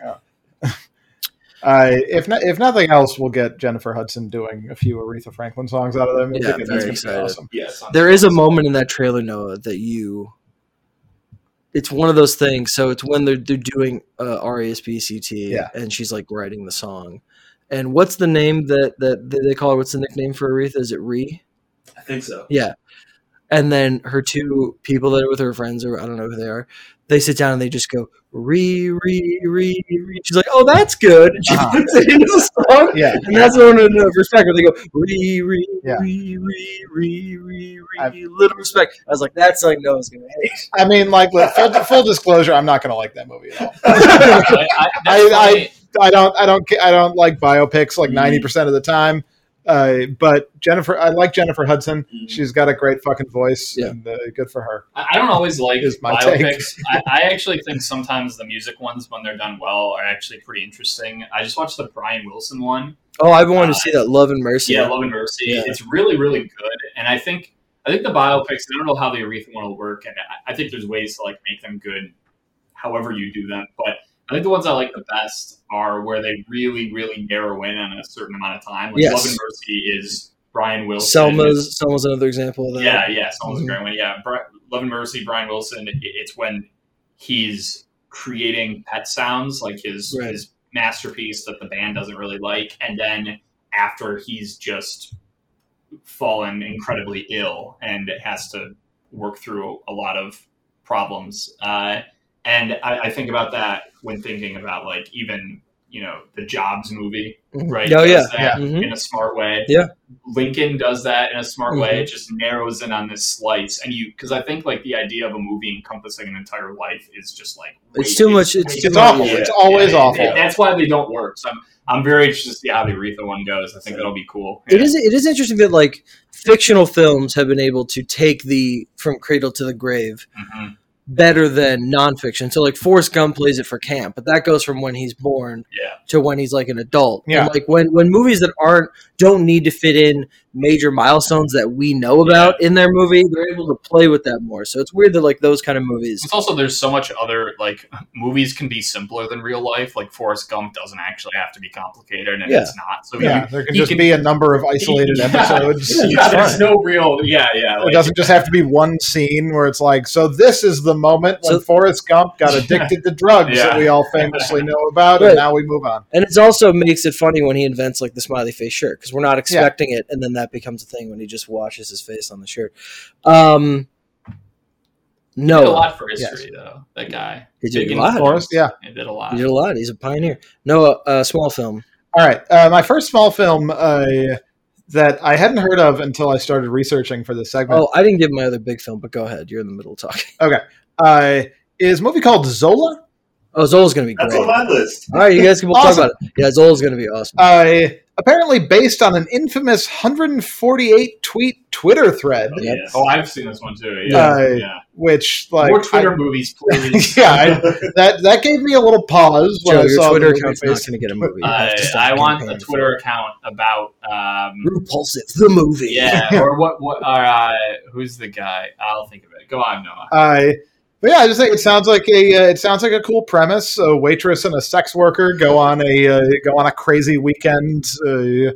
Speaker 1: Uh, if not, if nothing else, we'll get Jennifer Hudson doing a few Aretha Franklin songs out of them.
Speaker 2: Yeah,
Speaker 1: I think
Speaker 2: I'm
Speaker 1: that's
Speaker 2: very
Speaker 1: gonna be
Speaker 2: excited.
Speaker 1: awesome.
Speaker 4: yes.
Speaker 2: There is a moment in that trailer, Noah, that you. It's one of those things. So it's when they're they're doing uh, RESPCT,
Speaker 1: Yeah.
Speaker 2: and she's like writing the song. And what's the name that, that that they call her? What's the nickname for Aretha? Is it Re?
Speaker 4: I think so.
Speaker 2: Yeah. And then her two people that are with her friends, or I don't know who they are, they sit down and they just go Re Re Re. re. She's like, "Oh, that's good." And she
Speaker 1: Uh-huh.
Speaker 2: puts it into the song.
Speaker 1: Yeah,
Speaker 2: And that's the one in the respect where they go re re
Speaker 1: Yeah.
Speaker 2: re re re re
Speaker 1: I've-
Speaker 2: re little respect. I was like, that's something no one's gonna hate.
Speaker 1: I mean, like like,
Speaker 2: (laughs)
Speaker 1: full, full disclosure, I'm not gonna like that movie at all. (laughs)
Speaker 3: I, (laughs) I, that's
Speaker 1: I-
Speaker 3: funny.
Speaker 1: I don't, I don't, ca- I don't like biopics
Speaker 2: Mm-hmm.
Speaker 1: like
Speaker 4: Mhm.
Speaker 1: 90 percent of the time. Uh, but Jennifer, I like Jennifer Hudson.
Speaker 4: Mhm.
Speaker 1: She's got a great fucking voice,
Speaker 2: Mm-hmm. Yeah.
Speaker 1: and uh, good for her.
Speaker 3: I I don't always like
Speaker 1: Is my take.
Speaker 3: biopics. I, I actually think sometimes the music ones, when they're done well, are actually pretty interesting. I just watched the Brian Wilson one.
Speaker 2: Oh, I've been wanting to see that Love and Mercy.
Speaker 3: Yeah, Love and Mercy.
Speaker 2: Yeah.
Speaker 3: It's really, really good. And I think I think the biopics. I don't know how the Aretha one will work, and I, I think there's ways to like make them good, however you do them. But I think the ones I like the best are where they really, really narrow in on a certain amount of time. Like
Speaker 2: Yes.
Speaker 3: Love and Mercy is Brian Wilson.
Speaker 2: Selma's Selma's another example of that.
Speaker 3: Yeah, yeah, someone's
Speaker 2: Mhm.
Speaker 3: a great one. Yeah, Bri- Love and Mercy, Brian Wilson. i- It's when he's creating pet sounds, like his
Speaker 2: Right.
Speaker 3: his masterpiece that the band doesn't really like, and then after he's just fallen incredibly ill and has to work through a lot of problems. Uh, and I, I think about that when thinking about like even you know the Jobs movie,
Speaker 2: Mhm.
Speaker 3: right?
Speaker 2: Oh
Speaker 3: Does
Speaker 2: yeah.
Speaker 3: that
Speaker 2: Mhm.
Speaker 3: in a smart way.
Speaker 2: Yeah.
Speaker 3: Lincoln does that in a smart way.
Speaker 2: Mhm.
Speaker 3: It just narrows in on this slice, and you because I think like the idea of a movie encompassing an entire life is just like way
Speaker 2: It's too much. It's
Speaker 1: It's,
Speaker 2: too
Speaker 1: awful.
Speaker 2: much.
Speaker 4: yeah,
Speaker 1: It's always
Speaker 3: yeah,
Speaker 1: awful.
Speaker 3: yeah, that's why they don't work. So I'm I'm very interested to see how the Aretha one goes. I think that'll be cool.
Speaker 2: It is. It is interesting that like fictional films have been able to take the from cradle to the grave
Speaker 3: Mhm.
Speaker 2: better than nonfiction. So like Forrest Gump plays it for camp, but that goes from when he's born
Speaker 3: Yeah.
Speaker 2: to when he's like an adult. And,
Speaker 1: Yeah.
Speaker 2: like when when movies that aren't don't need to fit in major milestones that we know about in their movie, they're able to play with that more. So it's weird that like those kind of movies.
Speaker 3: It's also there's so much other like movies can be simpler than real life. Like Forrest Gump doesn't actually have to be complicated, and
Speaker 2: Yeah.
Speaker 3: it's not. So
Speaker 1: Yeah, there can
Speaker 3: he
Speaker 1: just
Speaker 3: can-
Speaker 1: be a number of isolated
Speaker 3: (laughs) Yeah.
Speaker 1: episodes.
Speaker 3: you, yeah,
Speaker 1: It's
Speaker 3: there's
Speaker 1: fine.
Speaker 3: no real. Yeah, yeah.
Speaker 1: It
Speaker 3: like-
Speaker 1: doesn't just have to be one scene where it's like, so this is the moment when (laughs)
Speaker 2: So-
Speaker 1: Forrest Gump got addicted to drugs that
Speaker 3: Yeah.
Speaker 1: we all famously know about,
Speaker 2: Right.
Speaker 1: and now we move
Speaker 2: (laughs)
Speaker 1: on.
Speaker 2: And it's also makes it funny when he invents like the smiley face shirt because we're not expecting it, and then that becomes a thing when he just washes his face on the shirt. Um,
Speaker 3: He did a
Speaker 2: no,
Speaker 3: lot for history though. That guy.
Speaker 2: he did
Speaker 3: Big
Speaker 2: a
Speaker 3: in
Speaker 2: lot.
Speaker 1: Forrest, yeah.
Speaker 3: He did a lot.
Speaker 2: He did a lot. He's a pioneer. Noah, uh, small film.
Speaker 1: All right, uh, my first small film uh, that I hadn't heard of until I started researching for this segment
Speaker 2: Oh, I didn't give my other big film, but go ahead. You're in the middle of talking.
Speaker 1: uh, is a movie called Zola.
Speaker 2: Oh, Zola's gonna be great.
Speaker 4: That's on
Speaker 2: All
Speaker 4: my list.
Speaker 2: right, you guys can we'll
Speaker 1: Awesome.
Speaker 2: talk about it. Yeah, Zola's gonna be awesome.
Speaker 1: Uh, apparently based on an infamous 148 tweet Twitter thread,
Speaker 3: Oh,
Speaker 2: Yep.
Speaker 3: yes. Oh, I've seen this one too. Yeah,
Speaker 1: Uh,
Speaker 3: yeah.
Speaker 1: which like
Speaker 3: More Twitter movies, please. Uh,
Speaker 1: I, yeah, I, that that gave me a little pause when
Speaker 2: Joe,
Speaker 1: I
Speaker 2: your
Speaker 1: saw
Speaker 2: Twitter
Speaker 1: the movie
Speaker 2: account's not
Speaker 1: based-
Speaker 2: gonna get a movie. You
Speaker 3: Uh,
Speaker 2: have to stop
Speaker 3: I want a
Speaker 2: campaigning for
Speaker 3: Twitter
Speaker 2: it.
Speaker 3: account about um,
Speaker 2: Repulsive, the movie.
Speaker 3: yeah, or what? What? Or, uh, who's the guy? I'll think of it. Go on, Noah.
Speaker 1: I But yeah, I just think it sounds like a uh, it sounds like a cool premise. A waitress and a sex worker go on a uh, go on a crazy weekend uh,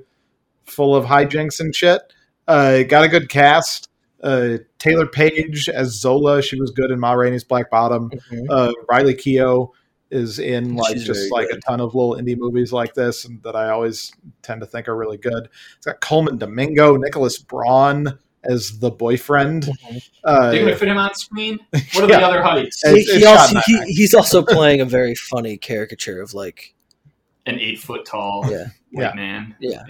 Speaker 1: full of hijinks and shit. Uh, got a good cast. Uh, Taylor Page as Zola, she was good in Ma Rainey's Black Bottom. Uh, Riley Keough is in like
Speaker 2: She's very
Speaker 1: just like a
Speaker 2: good.
Speaker 1: ton of little indie movies like this and that I always tend to think are really good. It's got Coleman Domingo, Nicholas Braun as the boyfriend. Uh,
Speaker 3: They're going to fit him on screen? What are
Speaker 1: Yeah.
Speaker 3: the other heights?
Speaker 1: It's-
Speaker 2: He, he
Speaker 1: it's shot
Speaker 2: also,
Speaker 1: back.
Speaker 2: he, he's also playing a very funny caricature of like
Speaker 3: An eight foot tall
Speaker 2: Yeah.
Speaker 3: white
Speaker 1: Yeah.
Speaker 3: man.
Speaker 2: well,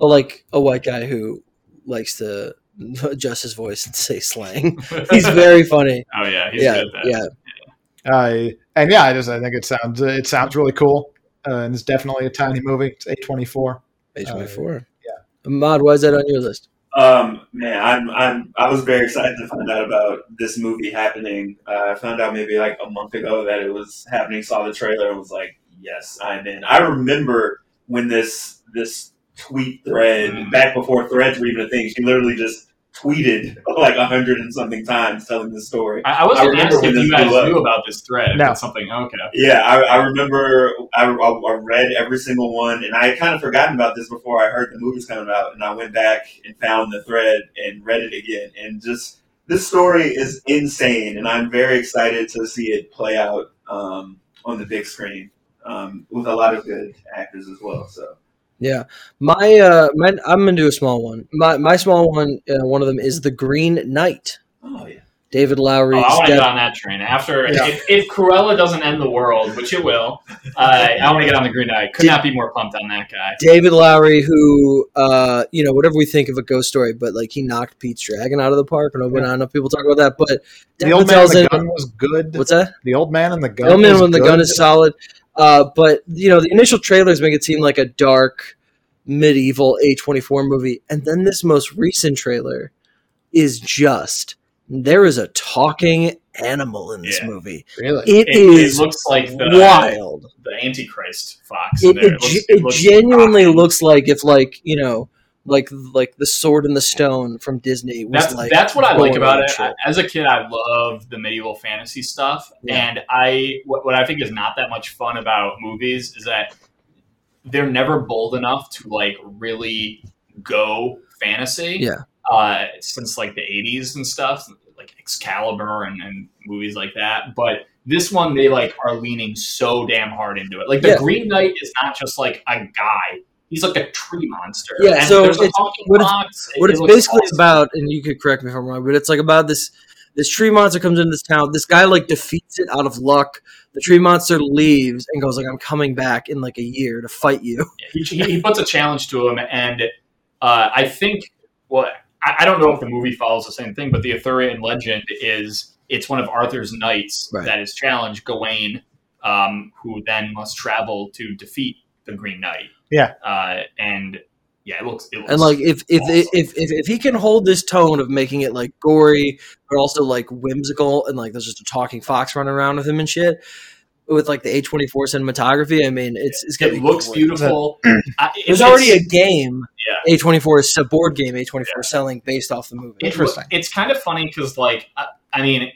Speaker 2: oh, like a white guy who likes to (laughs) adjust his voice and say
Speaker 3: (laughs)
Speaker 2: slang. He's very funny.
Speaker 3: oh, yeah. He's
Speaker 2: yeah,
Speaker 3: good at that.
Speaker 2: yeah.
Speaker 1: I and yeah, I just I think it sounds uh, it sounds really cool, uh, and it's definitely a tiny movie. It's eight twenty four.
Speaker 2: Page
Speaker 1: Uh,
Speaker 2: twenty four.
Speaker 1: yeah.
Speaker 2: Ahmad, why is that on your list?
Speaker 4: Um, man, I'm, I'm, I was very excited to find out about this movie happening. Uh, I found out maybe like a month ago that it was happening. Saw the trailer and was like, "Yes, I'm in." I remember when this this tweet thread back before threads were even a thing. She literally just tweeted (laughs) like a hundred and something times telling the story.
Speaker 3: I, I was
Speaker 4: I
Speaker 3: going to
Speaker 4: remember
Speaker 3: ask if
Speaker 4: when
Speaker 3: you
Speaker 4: this
Speaker 3: guys
Speaker 4: blew up.
Speaker 3: knew about this thread.
Speaker 1: No.
Speaker 3: No. Something. Okay.
Speaker 4: Yeah, I, I remember I, I I read every single one, and I had kind of forgotten about this before I heard the movie's coming out, and I went back and found the thread and read it again, and just this story is insane, and I'm very excited to see it play out um, on the big screen um, with a lot of good actors as well. So
Speaker 2: Yeah, my uh, my I'm gonna do a small one. My my small one, uh, one of them is the Green Knight.
Speaker 4: oh yeah,
Speaker 2: David Lowry.
Speaker 3: Oh, I want to get on that train after
Speaker 1: Yeah.
Speaker 3: if, if Cruella doesn't end the world, which it will. Uh, I want to get on the Green Knight. Could not be more pumped on that guy.
Speaker 2: David Lowry, who uh, you know, whatever we think of a ghost story, but like he knocked Pete's Dragon out of the park. and not enough people talk about that, but
Speaker 1: The old man
Speaker 2: Patel's
Speaker 1: and the
Speaker 2: in-
Speaker 1: gun was good.
Speaker 2: What's that?
Speaker 1: the old man and the gun?
Speaker 2: Elman
Speaker 1: was
Speaker 2: when the
Speaker 1: good.
Speaker 2: gun is solid. Uh, but you know, the initial trailers make it seem like a dark medieval A24 movie, and then this most recent trailer is just there is a talking animal in this
Speaker 3: Yeah.
Speaker 2: movie.
Speaker 1: really.
Speaker 2: It
Speaker 3: It,
Speaker 2: is
Speaker 3: it looks uh, like the
Speaker 2: wild.
Speaker 3: the Antichrist fox.
Speaker 2: It,
Speaker 3: there.
Speaker 2: it,
Speaker 3: looks-
Speaker 2: ge-
Speaker 3: it
Speaker 2: it
Speaker 3: looks
Speaker 2: genuinely
Speaker 3: rotten.
Speaker 2: looks like if like you know like like the Sword in the Stone from Disney was
Speaker 3: That's,
Speaker 2: like
Speaker 3: that's what I like
Speaker 2: going
Speaker 3: about
Speaker 2: on
Speaker 3: it.
Speaker 2: shit.
Speaker 3: I- As a kid, I loved the medieval fantasy stuff,
Speaker 2: Yeah.
Speaker 3: and I what, what I think is not that much fun about movies is that they're never bold enough to like really go fantasy.
Speaker 2: Yeah.
Speaker 3: uh, since like the '80s and stuff, like Excalibur and, and movies like that. But this one, they like are leaning so damn hard into it. Like the
Speaker 2: Yeah.
Speaker 3: Green Knight is not just like a guy. He's like a tree monster.
Speaker 2: Yeah,
Speaker 3: And
Speaker 2: so
Speaker 3: there's a
Speaker 2: it's-
Speaker 3: talking
Speaker 2: what it's-
Speaker 3: fox. It-
Speaker 2: what
Speaker 3: it
Speaker 2: it's
Speaker 3: looks
Speaker 2: basically
Speaker 3: awesome.
Speaker 2: about, and you could correct me if I'm wrong, but it's like about this this tree monster comes into this town. This guy like defeats it out of luck. The tree monster leaves and goes like, "I'm coming back in like a year to fight you."
Speaker 3: he, he, he puts a challenge to him, and uh, I think well, I, I don't know if the movie follows the same thing, but the Arthurian legend is it's one of Arthur's knights
Speaker 2: Right.
Speaker 3: that is challenged Gawain, um, who then must travel to defeat the Green Knight.
Speaker 1: Yeah.
Speaker 3: uh, and yeah, it looks, it looks
Speaker 2: And like, if if,
Speaker 3: Awesome.
Speaker 2: if if if he can hold this tone of making it like gory, but also like whimsical, and like there's just a talking fox running around with him and shit, with like the A24 cinematography, I mean, it's it's gonna
Speaker 3: it
Speaker 2: be
Speaker 3: looks
Speaker 2: great.
Speaker 3: beautiful. I- it-
Speaker 2: There's already a
Speaker 3: it's-
Speaker 2: game.
Speaker 3: yeah.
Speaker 2: A24 is a board game. A24 selling based off the movie.
Speaker 3: It-
Speaker 1: Interesting.
Speaker 3: it's kind of funny because, like, I, I mean,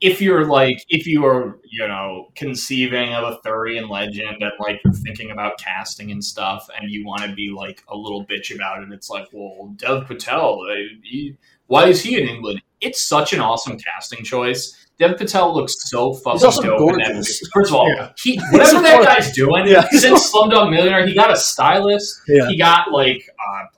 Speaker 3: if you're like, if you are, you know, conceiving of a Thurian legend and like you're thinking about casting and stuff, and you want to be like a little bitch about it, it's like, well, Dev Patel, uh, he- why is he in England? It's such an awesome casting choice. Dev Patel looks so fucking
Speaker 2: also
Speaker 3: dope in that
Speaker 2: gorgeous.
Speaker 3: movie. First of all,
Speaker 1: Yeah.
Speaker 3: he whatever that
Speaker 2: gorgeous.
Speaker 3: guy's doing
Speaker 1: Yeah.
Speaker 3: since Slumdog Millionaire, he got a stylist.
Speaker 2: Yeah.
Speaker 3: He got like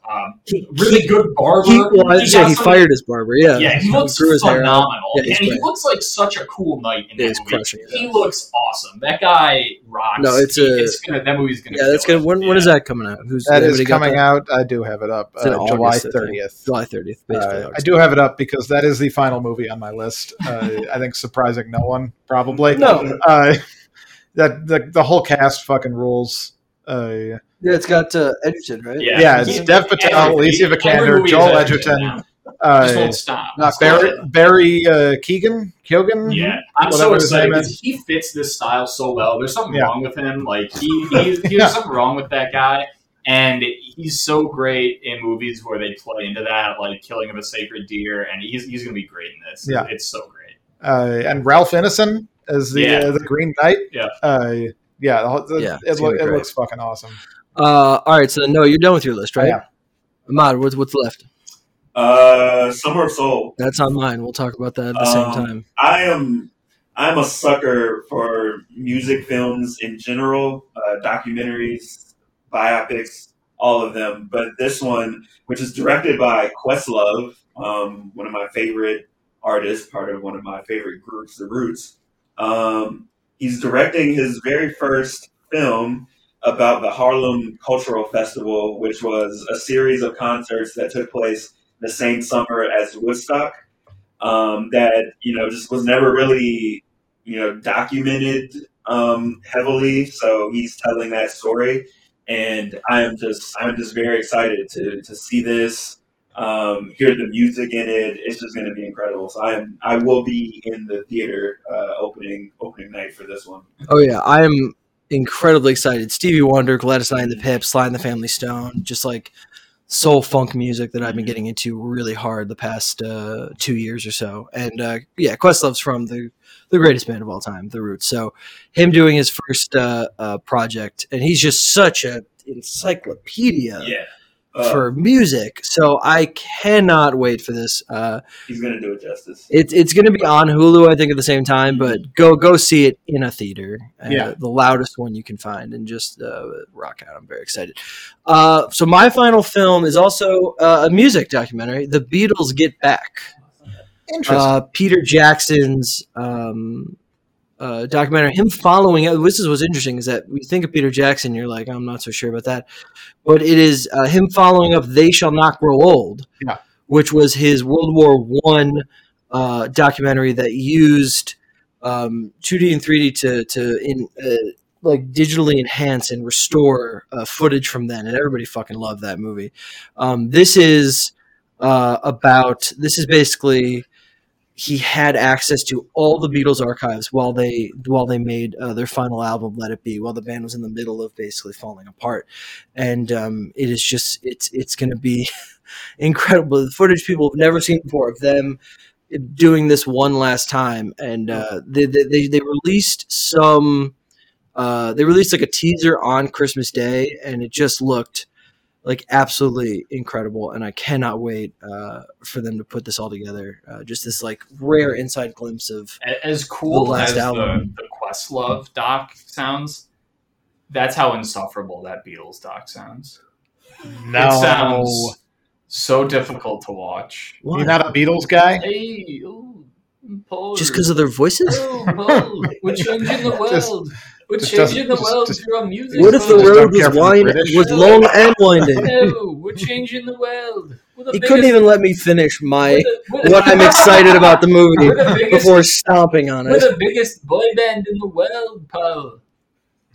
Speaker 3: uh, um,
Speaker 2: He-
Speaker 3: really good barber.
Speaker 2: He, well,
Speaker 3: He
Speaker 2: yeah,
Speaker 3: got
Speaker 2: he
Speaker 3: some-
Speaker 2: fired his barber. Yeah,
Speaker 3: Yeah, he looks
Speaker 2: grew his hair out.
Speaker 3: phenomenal,
Speaker 2: Yeah, he's
Speaker 3: and he
Speaker 2: great.
Speaker 3: looks like such a cool knight in
Speaker 2: Yeah,
Speaker 3: that
Speaker 2: he's
Speaker 3: movie.
Speaker 2: crushing it.
Speaker 3: He looks awesome. That guy rocks.
Speaker 2: No, it's
Speaker 3: He-
Speaker 2: a-
Speaker 3: gonna, that movie's gonna.
Speaker 2: Yeah, that's
Speaker 3: kill
Speaker 2: gonna. When,
Speaker 3: it.
Speaker 2: when
Speaker 3: Yeah.
Speaker 2: is that coming out? Who's
Speaker 1: That is
Speaker 2: anybody got
Speaker 1: coming
Speaker 2: that?
Speaker 1: out. I do have it up.
Speaker 2: It's in
Speaker 1: uh,
Speaker 2: August, I
Speaker 1: July
Speaker 2: think.
Speaker 1: thirtieth.
Speaker 2: July thirtieth. Basically,
Speaker 1: Uh, I do have it up because that is the final movie on my list.
Speaker 2: (laughs)
Speaker 1: Uh, I think surprising no one probably.
Speaker 2: No.
Speaker 1: uh, that the, the whole cast fucking rules. Uh,
Speaker 2: yeah, it's got uh, Edgerton, right?
Speaker 3: Yeah,
Speaker 1: Yeah, it's
Speaker 3: He-
Speaker 1: Dev Patel,
Speaker 3: every-
Speaker 1: Alicia
Speaker 3: every
Speaker 1: Vikander,
Speaker 3: movie is
Speaker 1: Joel
Speaker 3: Edgerton
Speaker 1: Edgerton,
Speaker 3: now. Just
Speaker 1: uh,
Speaker 3: won't stop.
Speaker 1: uh, Barry, Barry uh, Keegan, Keoghan.
Speaker 3: Yeah, I'm so
Speaker 1: Whatever his
Speaker 3: excited
Speaker 1: name
Speaker 3: because he fits this style so well. There's something
Speaker 1: Yeah.
Speaker 3: wrong with him. Like he, he's,
Speaker 1: (laughs)
Speaker 3: there's
Speaker 1: Yeah.
Speaker 3: something wrong with that guy, and he's so great in movies where they play into that, like Killing of a Sacred Deer, and he's he's gonna be great in this.
Speaker 1: Yeah.
Speaker 3: it's so great.
Speaker 1: uh, and Ralph Ineson as the
Speaker 3: Yeah.
Speaker 1: uh, the Green Knight.
Speaker 3: Yeah.
Speaker 1: uh, yeah. the whole-
Speaker 2: Yeah,
Speaker 1: it,
Speaker 2: it's
Speaker 1: loo-
Speaker 2: gonna be
Speaker 1: it
Speaker 2: great.
Speaker 1: looks fucking awesome.
Speaker 2: Uh, all right, so no, you're done with your list, right?
Speaker 1: Yeah.
Speaker 2: Ahmad, what's what's left?
Speaker 4: Uh, Summer of Soul.
Speaker 2: That's on mine. We'll talk about that at the
Speaker 4: Um,
Speaker 2: same time.
Speaker 4: I am I'm a sucker for music films in general, uh, documentaries, biopics, all of them. But this one, which is directed by Questlove, um, one of my favorite artists, part of one of my favorite groups, The Roots. Um, he's directing his very first film about the Harlem Cultural Festival, which was a series of concerts that took place the same summer as Woodstock um, that you know just was never really you know documented um, heavily. So he's telling that story, and I am just I'm just very excited to to see this, um, hear the music in it. It's just going to be incredible. So I'm I will be in the theater uh, opening opening night for this one.
Speaker 2: Oh yeah, I am incredibly excited. Stevie Wonder, Gladys Knight and the Pips, Sly and the Family Stone, just like soul funk music that I've been getting into really hard the past uh, two years or so. And uh, yeah, Questlove's from the the greatest band of all time, The Roots. So him doing his first uh, uh, project, and he's just such a encyclopedia
Speaker 4: Yeah, uh,
Speaker 2: for music. So I cannot wait for this. Uh,
Speaker 4: he's going to do it justice.
Speaker 2: it's it's going to be on Hulu, I think, at the same time. But go go see it in a theater, uh,
Speaker 1: Yeah.
Speaker 2: the loudest one you can find, and just uh, rock out. I'm very excited. Uh, so my final film is also uh, a music documentary, "The Beatles Get Back."
Speaker 1: Interesting.
Speaker 2: Uh, Peter Jackson's um, uh, documentary, him following. uh, This is what's interesting is that we think of Peter Jackson, you're like, I'm not so sure about that, but it is uh, him following up. They shall not grow old,
Speaker 1: Yeah.
Speaker 2: which was his World War One uh, documentary that used um, 2D and 3D to to in uh, like digitally enhance and restore uh, footage from then, and everybody fucking loved that movie. Um, this is uh, about this is basically he had access to all the Beatles archives while they while they made uh, their final album Let It Be while the band was in the middle of basically falling apart and um, it is just it's it's going to be (laughs) incredible the footage people have never seen before of them doing this one last time and uh, they, they they- they released some uh, they released like a teaser on Christmas Day and it just looked like absolutely incredible and i cannot wait uh, for them to put this all together uh, just this like rare inside glimpse of
Speaker 3: A- As cool
Speaker 2: The last
Speaker 3: as
Speaker 2: album.
Speaker 3: the, the Questlove doc sounds, that's how insufferable that Beatles doc sounds.
Speaker 1: no,
Speaker 3: It sounds so difficult to watch.
Speaker 1: you're not a Beatles guy.
Speaker 3: Hey, ooh, Paul.
Speaker 2: just because of their
Speaker 3: (laughs)
Speaker 2: voices
Speaker 3: Oh, Paul, we're changing the
Speaker 1: Just-
Speaker 3: world. We're
Speaker 1: just
Speaker 3: changing the
Speaker 1: doesn't- just-
Speaker 3: world
Speaker 1: just-
Speaker 3: through our music.
Speaker 2: what if the
Speaker 1: Just don't
Speaker 2: road was
Speaker 1: care for the
Speaker 2: wind
Speaker 1: British.
Speaker 2: was long and
Speaker 3: (laughs)
Speaker 2: winding
Speaker 3: No, we're changing the world. We're the
Speaker 2: he
Speaker 3: biggest-
Speaker 2: couldn't even let me finish my
Speaker 3: we're the- we're
Speaker 2: what i'm excited about the movie
Speaker 3: We're the biggest-
Speaker 2: before stomping on
Speaker 3: We're
Speaker 2: it
Speaker 3: the biggest boy band in the world, Paul.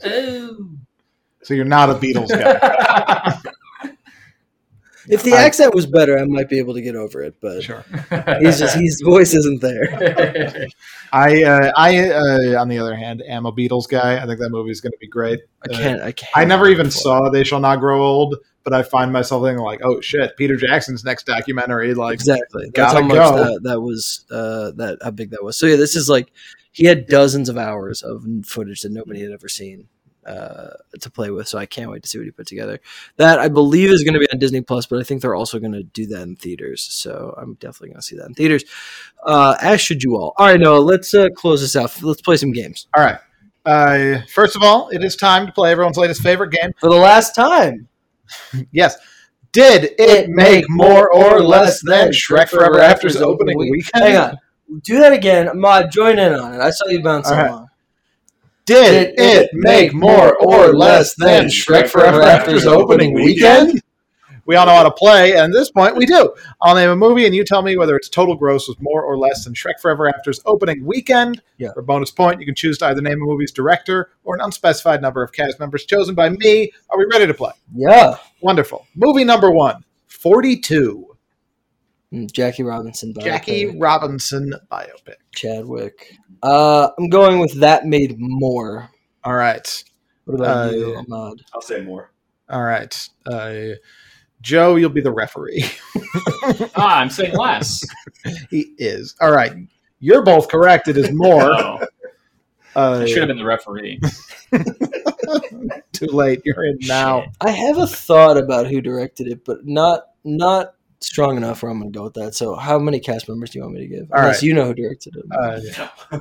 Speaker 3: Oh.
Speaker 1: So you're not a Beatles
Speaker 2: (laughs)
Speaker 1: guy.
Speaker 2: if the
Speaker 1: I-
Speaker 2: accent was better i might be able to get over it but
Speaker 1: sure.
Speaker 2: he's
Speaker 3: (laughs)
Speaker 2: just his voice isn't
Speaker 1: (laughs)
Speaker 2: there
Speaker 1: I uh, I uh, on the other hand am a Beatles guy. I think that movie is going to be great.
Speaker 2: i
Speaker 1: Uh,
Speaker 2: can't i can't
Speaker 1: I never even saw They Shall Not Grow Old, but I find myself thinking like, oh shit, Peter Jackson's next documentary. Like,
Speaker 2: exactly that's
Speaker 1: gotta
Speaker 2: how much
Speaker 1: go.
Speaker 2: that, that was uh that how big that was so yeah this is like he had dozens of hours of footage that nobody had ever seen uh to play with so i can't wait to see what he put together that i believe is going to be on disney plus but i think they're also going to do that in theaters so i'm definitely going to see that in theaters uh as should you all all right noah let's uh close this out let's play some games
Speaker 1: all right. Uh, first of all, it is time to play everyone's latest favorite game.
Speaker 2: for the last time
Speaker 1: Yes. Did it make more or less than Shrek Forever After's opening weekend?
Speaker 2: hang on do that again ma join in on it i saw you bounce
Speaker 1: All right.
Speaker 2: along
Speaker 1: Did it make more or less than Shrek Forever After's opening weekend? We all know how to play, and at this point, we do. I'll name a movie, and you tell me whether its total gross was more or less than Shrek Forever After's opening weekend.
Speaker 2: Yeah.
Speaker 1: For bonus point, you can choose to either name a movie's director or an unspecified number of cast members chosen by me. Are we ready to play?
Speaker 2: Yeah.
Speaker 1: Wonderful. Movie number one 42.
Speaker 2: Hmm, Jackie Robinson. biopic.
Speaker 1: Jackie Robinson biopic.
Speaker 2: Chadwick. Uh, I'm going with that made more.
Speaker 1: All right.
Speaker 2: What about
Speaker 1: Uh,
Speaker 2: you, Ahmad?
Speaker 4: I'll say more.
Speaker 1: All right. Uh, Joe, (laughs) you'll be the referee.
Speaker 3: ah, I'm saying less.
Speaker 1: He is. All right. You're both correct. It is
Speaker 3: (laughs)
Speaker 1: more.
Speaker 3: Oh,
Speaker 1: Uh,
Speaker 3: I should have been the referee.
Speaker 1: too late. You're in now.
Speaker 6: Shit.
Speaker 2: I have a thought about who directed it, but not not strong enough where I'm going to go with that. So, how many cast members do you want me to give?
Speaker 1: All
Speaker 2: Unless
Speaker 1: right.
Speaker 2: you know who directed it.
Speaker 1: Uh,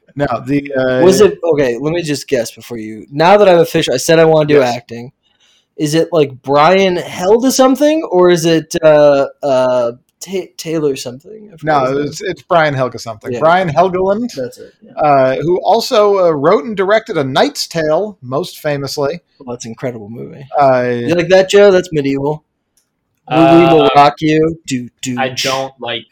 Speaker 2: (laughs)
Speaker 1: no, the uh,
Speaker 2: was it okay? Let me just guess before you. Now that I'm official, I said I want to do
Speaker 1: Yes.
Speaker 2: acting. Is it like Brian Hell to something, or is it uh, uh, Ta Taylor something? I forgot his
Speaker 1: No,
Speaker 2: name.
Speaker 1: it's, it's Brian Helga something.
Speaker 2: Yeah.
Speaker 1: Brian Helgeland.
Speaker 2: that's it. Yeah.
Speaker 1: uh, who also uh, wrote and directed A Knight's Tale, most famously.
Speaker 2: Well, that's an incredible movie. You
Speaker 1: Uh,
Speaker 2: like that, Joe? That's medieval. We- we will
Speaker 3: Uh,
Speaker 2: rock you. Do do.
Speaker 3: I don't like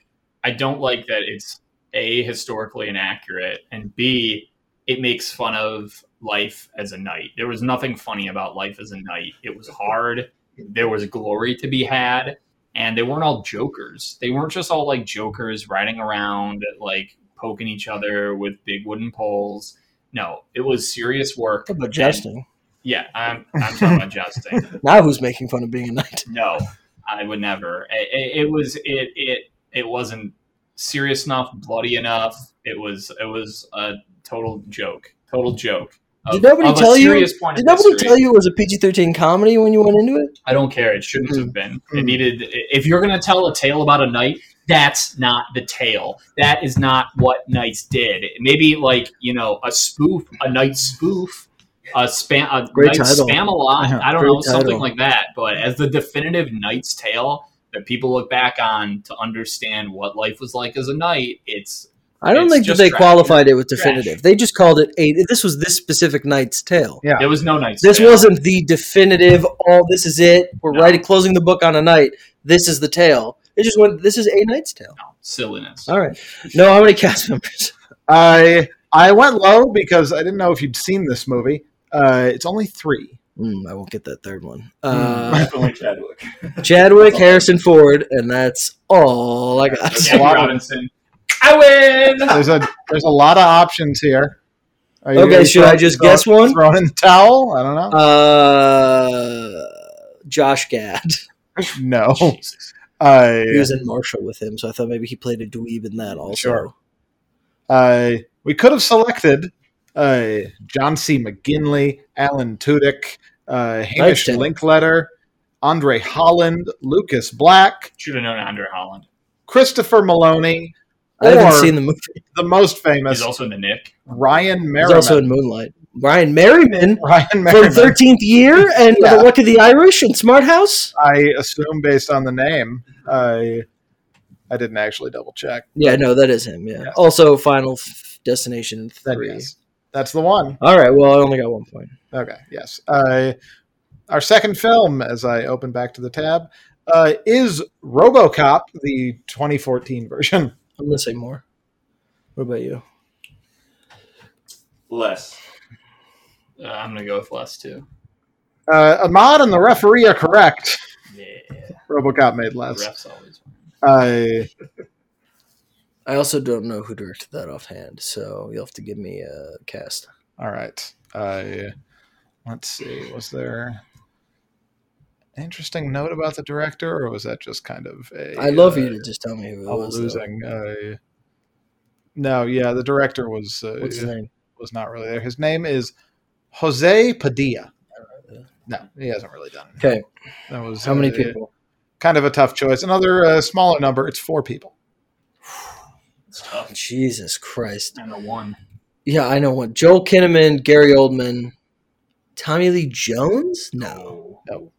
Speaker 3: I don't like that it's a historically inaccurate and b it makes fun of life as a knight. There was nothing funny about life as a knight. It was hard. There was glory to be had, and they weren't all jokers. They weren't just all like jokers riding around like poking each other with big wooden poles. No, it was serious work.
Speaker 2: Talk about jousting.
Speaker 3: Yeah, I'm I'm talking about jousting.
Speaker 2: Now who's making fun of being a knight?
Speaker 3: No, I would never. It, it, it was it it it wasn't serious enough, bloody enough. It was it was a total joke, total joke.
Speaker 2: Did nobody
Speaker 3: a
Speaker 2: tell you-
Speaker 3: serious Point
Speaker 2: Did
Speaker 3: in
Speaker 2: nobody
Speaker 3: history.
Speaker 2: tell you it was a PG thirteen comedy when you went into it?
Speaker 3: I don't care. It shouldn't
Speaker 2: Hmm.
Speaker 3: have been. It needed. If you're gonna tell a tale about a knight, that's not the tale. That is not what knights did. Maybe like you know a spoof, a knight spoof, a spam, a
Speaker 2: Great
Speaker 3: knight
Speaker 2: title. Uh-huh.
Speaker 3: spam a lot.
Speaker 1: Yeah,
Speaker 3: I don't
Speaker 2: great
Speaker 3: know something
Speaker 2: title.
Speaker 3: like that. But as the definitive knight's tale that people look back on to understand what life was like as a knight, it's
Speaker 2: I don't
Speaker 3: It's
Speaker 2: think that
Speaker 3: just
Speaker 2: they
Speaker 3: trash.
Speaker 2: qualified it with
Speaker 3: Trash.
Speaker 2: definitive. They just called it a. This was this specific knight's tale.
Speaker 1: Yeah.
Speaker 3: there was no knight's.
Speaker 2: This
Speaker 3: tale.
Speaker 2: wasn't the definitive. All this is it. We're
Speaker 3: No.
Speaker 2: right at closing the book on a knight. This is the tale. It just went. This is a knight's tale.
Speaker 3: No, silliness.
Speaker 2: All right. No, how many cast members?
Speaker 1: I I went low because I didn't know if you'd seen this movie. Uh, it's only three.
Speaker 2: Hmm, I won't get that third one.
Speaker 4: (laughs)
Speaker 2: Uh,
Speaker 4: Definitely Chadwick.
Speaker 2: (laughs) Chadwick, Harrison Ford, and that's all I got.
Speaker 3: Jackie
Speaker 1: Wow.
Speaker 3: Robinson. I win.
Speaker 1: There's a there's a lot of options here. Are you
Speaker 2: Okay,
Speaker 1: gonna
Speaker 2: should I just guess one?
Speaker 1: Throw in the towel? I don't know.
Speaker 2: Uh, Josh Gad. Uh,
Speaker 1: no. Uh,
Speaker 3: Jesus.
Speaker 1: I
Speaker 2: He was in Marshall with him, so I thought maybe he played a dweeb in that also.
Speaker 1: Sure. I Uh, we could have selected uh, John C. McGinley, Alan Tudyk, uh, Hamish
Speaker 2: Nice, Tim.
Speaker 1: Linkletter, Andre Holland, Lucas Black.
Speaker 3: Should have known Andre Holland.
Speaker 1: Christopher Maloney,
Speaker 2: I haven't
Speaker 1: Or-
Speaker 2: seen the movie.
Speaker 1: the most famous,
Speaker 3: He's also in the Nick.
Speaker 1: Ryan
Speaker 2: He's
Speaker 1: Merriman.
Speaker 2: also in Moonlight. Ryan Merriman
Speaker 1: (laughs) Ryan
Speaker 2: for
Speaker 1: Merriman,
Speaker 2: the thirteenth year and for
Speaker 1: Yeah.
Speaker 2: the Luck of the Irish and Smart House.
Speaker 1: I assume based on the name. I I didn't actually double check.
Speaker 2: Yeah, no, that is him. Yeah.
Speaker 1: Yeah.
Speaker 2: Also, Final F- Destination
Speaker 1: Then
Speaker 2: three.
Speaker 1: yes. That's the one.
Speaker 2: All right. Well, I only got one point.
Speaker 1: Okay, yes. Uh, our second film, as I open back to the tab, uh, is RoboCop, the 2014 version. (laughs)
Speaker 2: I'm gonna say more. What about you?
Speaker 4: Less.
Speaker 3: Uh, I'm gonna go with Les too.
Speaker 1: Uh, Ahmad and the referee are correct.
Speaker 3: Yeah,
Speaker 1: RoboCop made
Speaker 3: the
Speaker 1: less.
Speaker 3: refs always.
Speaker 1: Uh,
Speaker 2: I also don't know who directed that offhand, so you'll have to give me a cast.
Speaker 1: All right. Uh, let's see. Was there an interesting note about the director, or was that just kind of a?
Speaker 2: I love
Speaker 1: uh,
Speaker 2: you to just tell me who it
Speaker 1: a
Speaker 2: was. though.
Speaker 1: losing. Uh, no, yeah, the director was uh,
Speaker 2: What's his name?
Speaker 1: was not really there. His name is Jose Padilla.
Speaker 2: know.
Speaker 1: No, he hasn't really done. it.
Speaker 2: Okay.
Speaker 1: that was
Speaker 2: How many
Speaker 1: uh,
Speaker 2: people?
Speaker 1: Kind of a tough choice. Another uh, smaller number. It's four people.
Speaker 3: It's tough.
Speaker 2: Jesus Christ.
Speaker 3: And the one.
Speaker 2: Yeah, I know one. Joel Kinnaman, Gary Oldman, Tommy Lee Jones? No.
Speaker 1: No.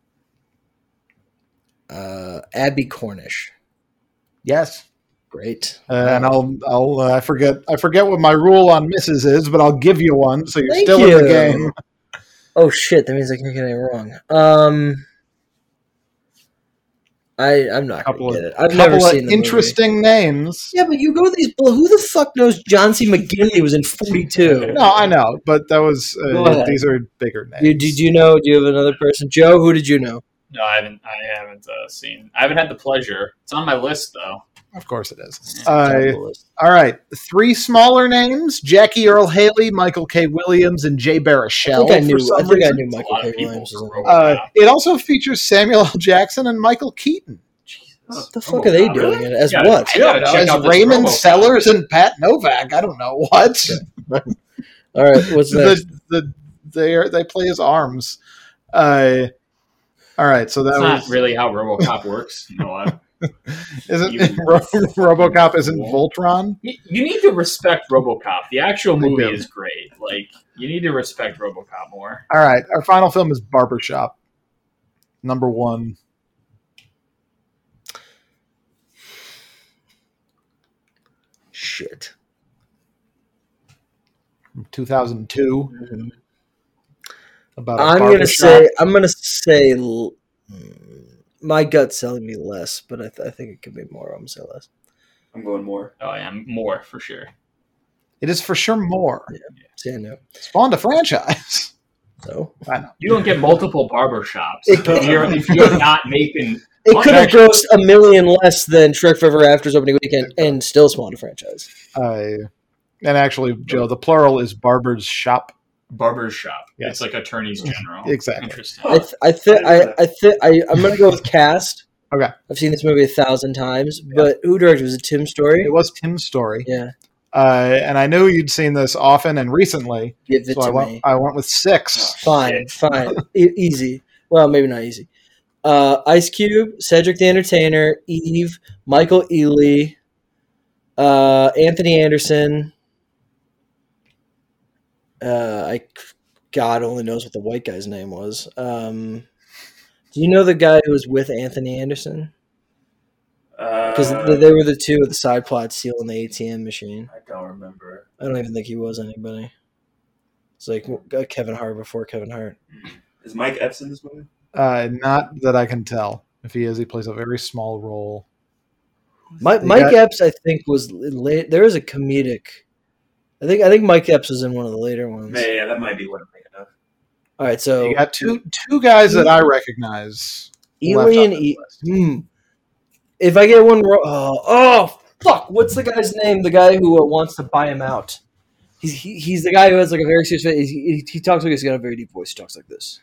Speaker 2: Uh, Abby Cornish.
Speaker 1: Yes.
Speaker 2: Great.
Speaker 1: Uh, and I'll I'll uh, I forget I forget what my rule on misses is, but I'll give you one so you're
Speaker 2: Thank
Speaker 1: still in
Speaker 2: you.
Speaker 1: the game.
Speaker 2: Oh shit, that means I can't get it wrong. Um I I'm not
Speaker 1: Couple
Speaker 2: gonna
Speaker 1: of-
Speaker 2: get it. I've never
Speaker 1: couple of
Speaker 2: seen the
Speaker 1: interesting names.
Speaker 2: Movie. Yeah, but you go to these well, who the fuck knows John C. McGinley was in
Speaker 1: (laughs)
Speaker 2: forty two?
Speaker 1: No, I know, but that was
Speaker 2: Go
Speaker 1: uh,
Speaker 2: ahead.
Speaker 1: these are bigger names.
Speaker 2: You, do, do you know? Do you have another person? Joe, who did you know?
Speaker 3: No, I haven't. I haven't uh, seen. I haven't had the pleasure. It's on my list though.
Speaker 1: of course it is.
Speaker 2: Top of
Speaker 1: Uh,
Speaker 2: the list.
Speaker 1: all right, three smaller names: Jackie Earl Haley, Michael K. Williams, and Jay
Speaker 2: I
Speaker 1: Baruchel.
Speaker 2: think I
Speaker 1: for
Speaker 2: knew.
Speaker 1: some
Speaker 2: I think I
Speaker 1: reason.
Speaker 2: knew
Speaker 3: It's a
Speaker 2: Michael
Speaker 3: lot of
Speaker 2: K.
Speaker 3: people
Speaker 2: Williams.
Speaker 3: for
Speaker 2: was in it.
Speaker 3: Robocop.
Speaker 1: Uh, it also features Samuel L. Jackson and Michael Keaton.
Speaker 2: the fuck are they doing it as
Speaker 3: Yeah,
Speaker 2: what?
Speaker 1: (laughs)
Speaker 3: I gotta check
Speaker 1: As
Speaker 3: out this
Speaker 1: Raymond
Speaker 3: RoboCop.
Speaker 1: Sellers and Pat Novak. I don't know what.
Speaker 2: All right,
Speaker 1: (laughs)
Speaker 2: what's next?
Speaker 1: the, the, they are, they play as arms. Uh, all right, so that
Speaker 3: That's
Speaker 1: was
Speaker 3: not really how RoboCop works. You know what?
Speaker 1: isn't
Speaker 3: even
Speaker 1: (laughs) Ro-
Speaker 3: worse.
Speaker 1: RoboCop isn't Voltron.
Speaker 3: (laughs) You, you need to respect RoboCop. The actual
Speaker 1: They
Speaker 3: movie
Speaker 1: do.
Speaker 3: is great. Like you need to respect RoboCop more.
Speaker 1: All right, our final film is Barbershop, number one.
Speaker 2: Shit.
Speaker 1: 2002 about a
Speaker 2: Mm-hmm. I'm gonna
Speaker 1: barbershop.
Speaker 2: say
Speaker 1: It's
Speaker 2: I'm gonna say l- mm, my gut's telling me less, but I, th- I think it could be more. I'm gonna say less.
Speaker 4: I'm going more.
Speaker 3: Oh, I am more for sure.
Speaker 1: it is for sure more
Speaker 2: Say no.
Speaker 1: spawned a franchise (laughs)
Speaker 2: So
Speaker 1: I know.
Speaker 3: You don't get multiple barbershops
Speaker 2: It-
Speaker 3: if you're if you're not making.
Speaker 2: it
Speaker 3: Well,
Speaker 2: could have
Speaker 3: actually-
Speaker 2: grossed a million less than Shrek Forever After's opening weekend and still spawned a franchise.
Speaker 1: Uh, and actually joe the plural is barber's shop
Speaker 3: barber's shop.
Speaker 1: Yes.
Speaker 3: It's like attorneys general.
Speaker 1: Exactly.
Speaker 3: Interesting.
Speaker 2: I th- I think I I think I I'm gonna go with Cast.
Speaker 1: Okay.
Speaker 2: I've seen this movie a thousand times, but who directed it? was it? Tim Story.
Speaker 1: it was tim's story
Speaker 2: Yeah,
Speaker 1: uh, and i knew you'd seen this often and recently
Speaker 2: give it
Speaker 1: so I
Speaker 2: to
Speaker 1: went,
Speaker 2: me.
Speaker 1: I went with six
Speaker 2: Fine, fine, E- easy. Well, maybe not easy. Uh, Ice Cube, Cedric the Entertainer, Eve, Michael Ealy, uh, Anthony Anderson. Uh, I God only knows what the white guy's name was. Um, do you know the guy who was with Anthony Anderson? because
Speaker 4: Uh,
Speaker 2: they were the two with the side plot stealing the ATM machine.
Speaker 4: I don't remember.
Speaker 2: I don't even think he was anybody. It's like uh, Kevin Hart before Kevin Hart.
Speaker 4: Is Mike Epps in this movie?
Speaker 1: uh, not that i can tell if he is he plays a very small role
Speaker 2: Mike,
Speaker 1: They
Speaker 2: Mike
Speaker 1: got-
Speaker 2: Epps, I think, was late. There is a comedic. I think I think Mike Epps was in one of the later ones.
Speaker 4: Yeah, yeah, that might be what I'm thinking of.
Speaker 2: All right, so
Speaker 1: you got two two guys that i recognize left
Speaker 2: Ely
Speaker 1: off
Speaker 2: and
Speaker 1: the
Speaker 2: E-
Speaker 1: list.
Speaker 2: hmm. If I get one wrong, oh, oh fuck! What's the guy's name? The guy who uh, wants to buy him out. He's he, he's the guy who has like a very serious face. He, he, he talks like he's got a very deep voice. He talks like this.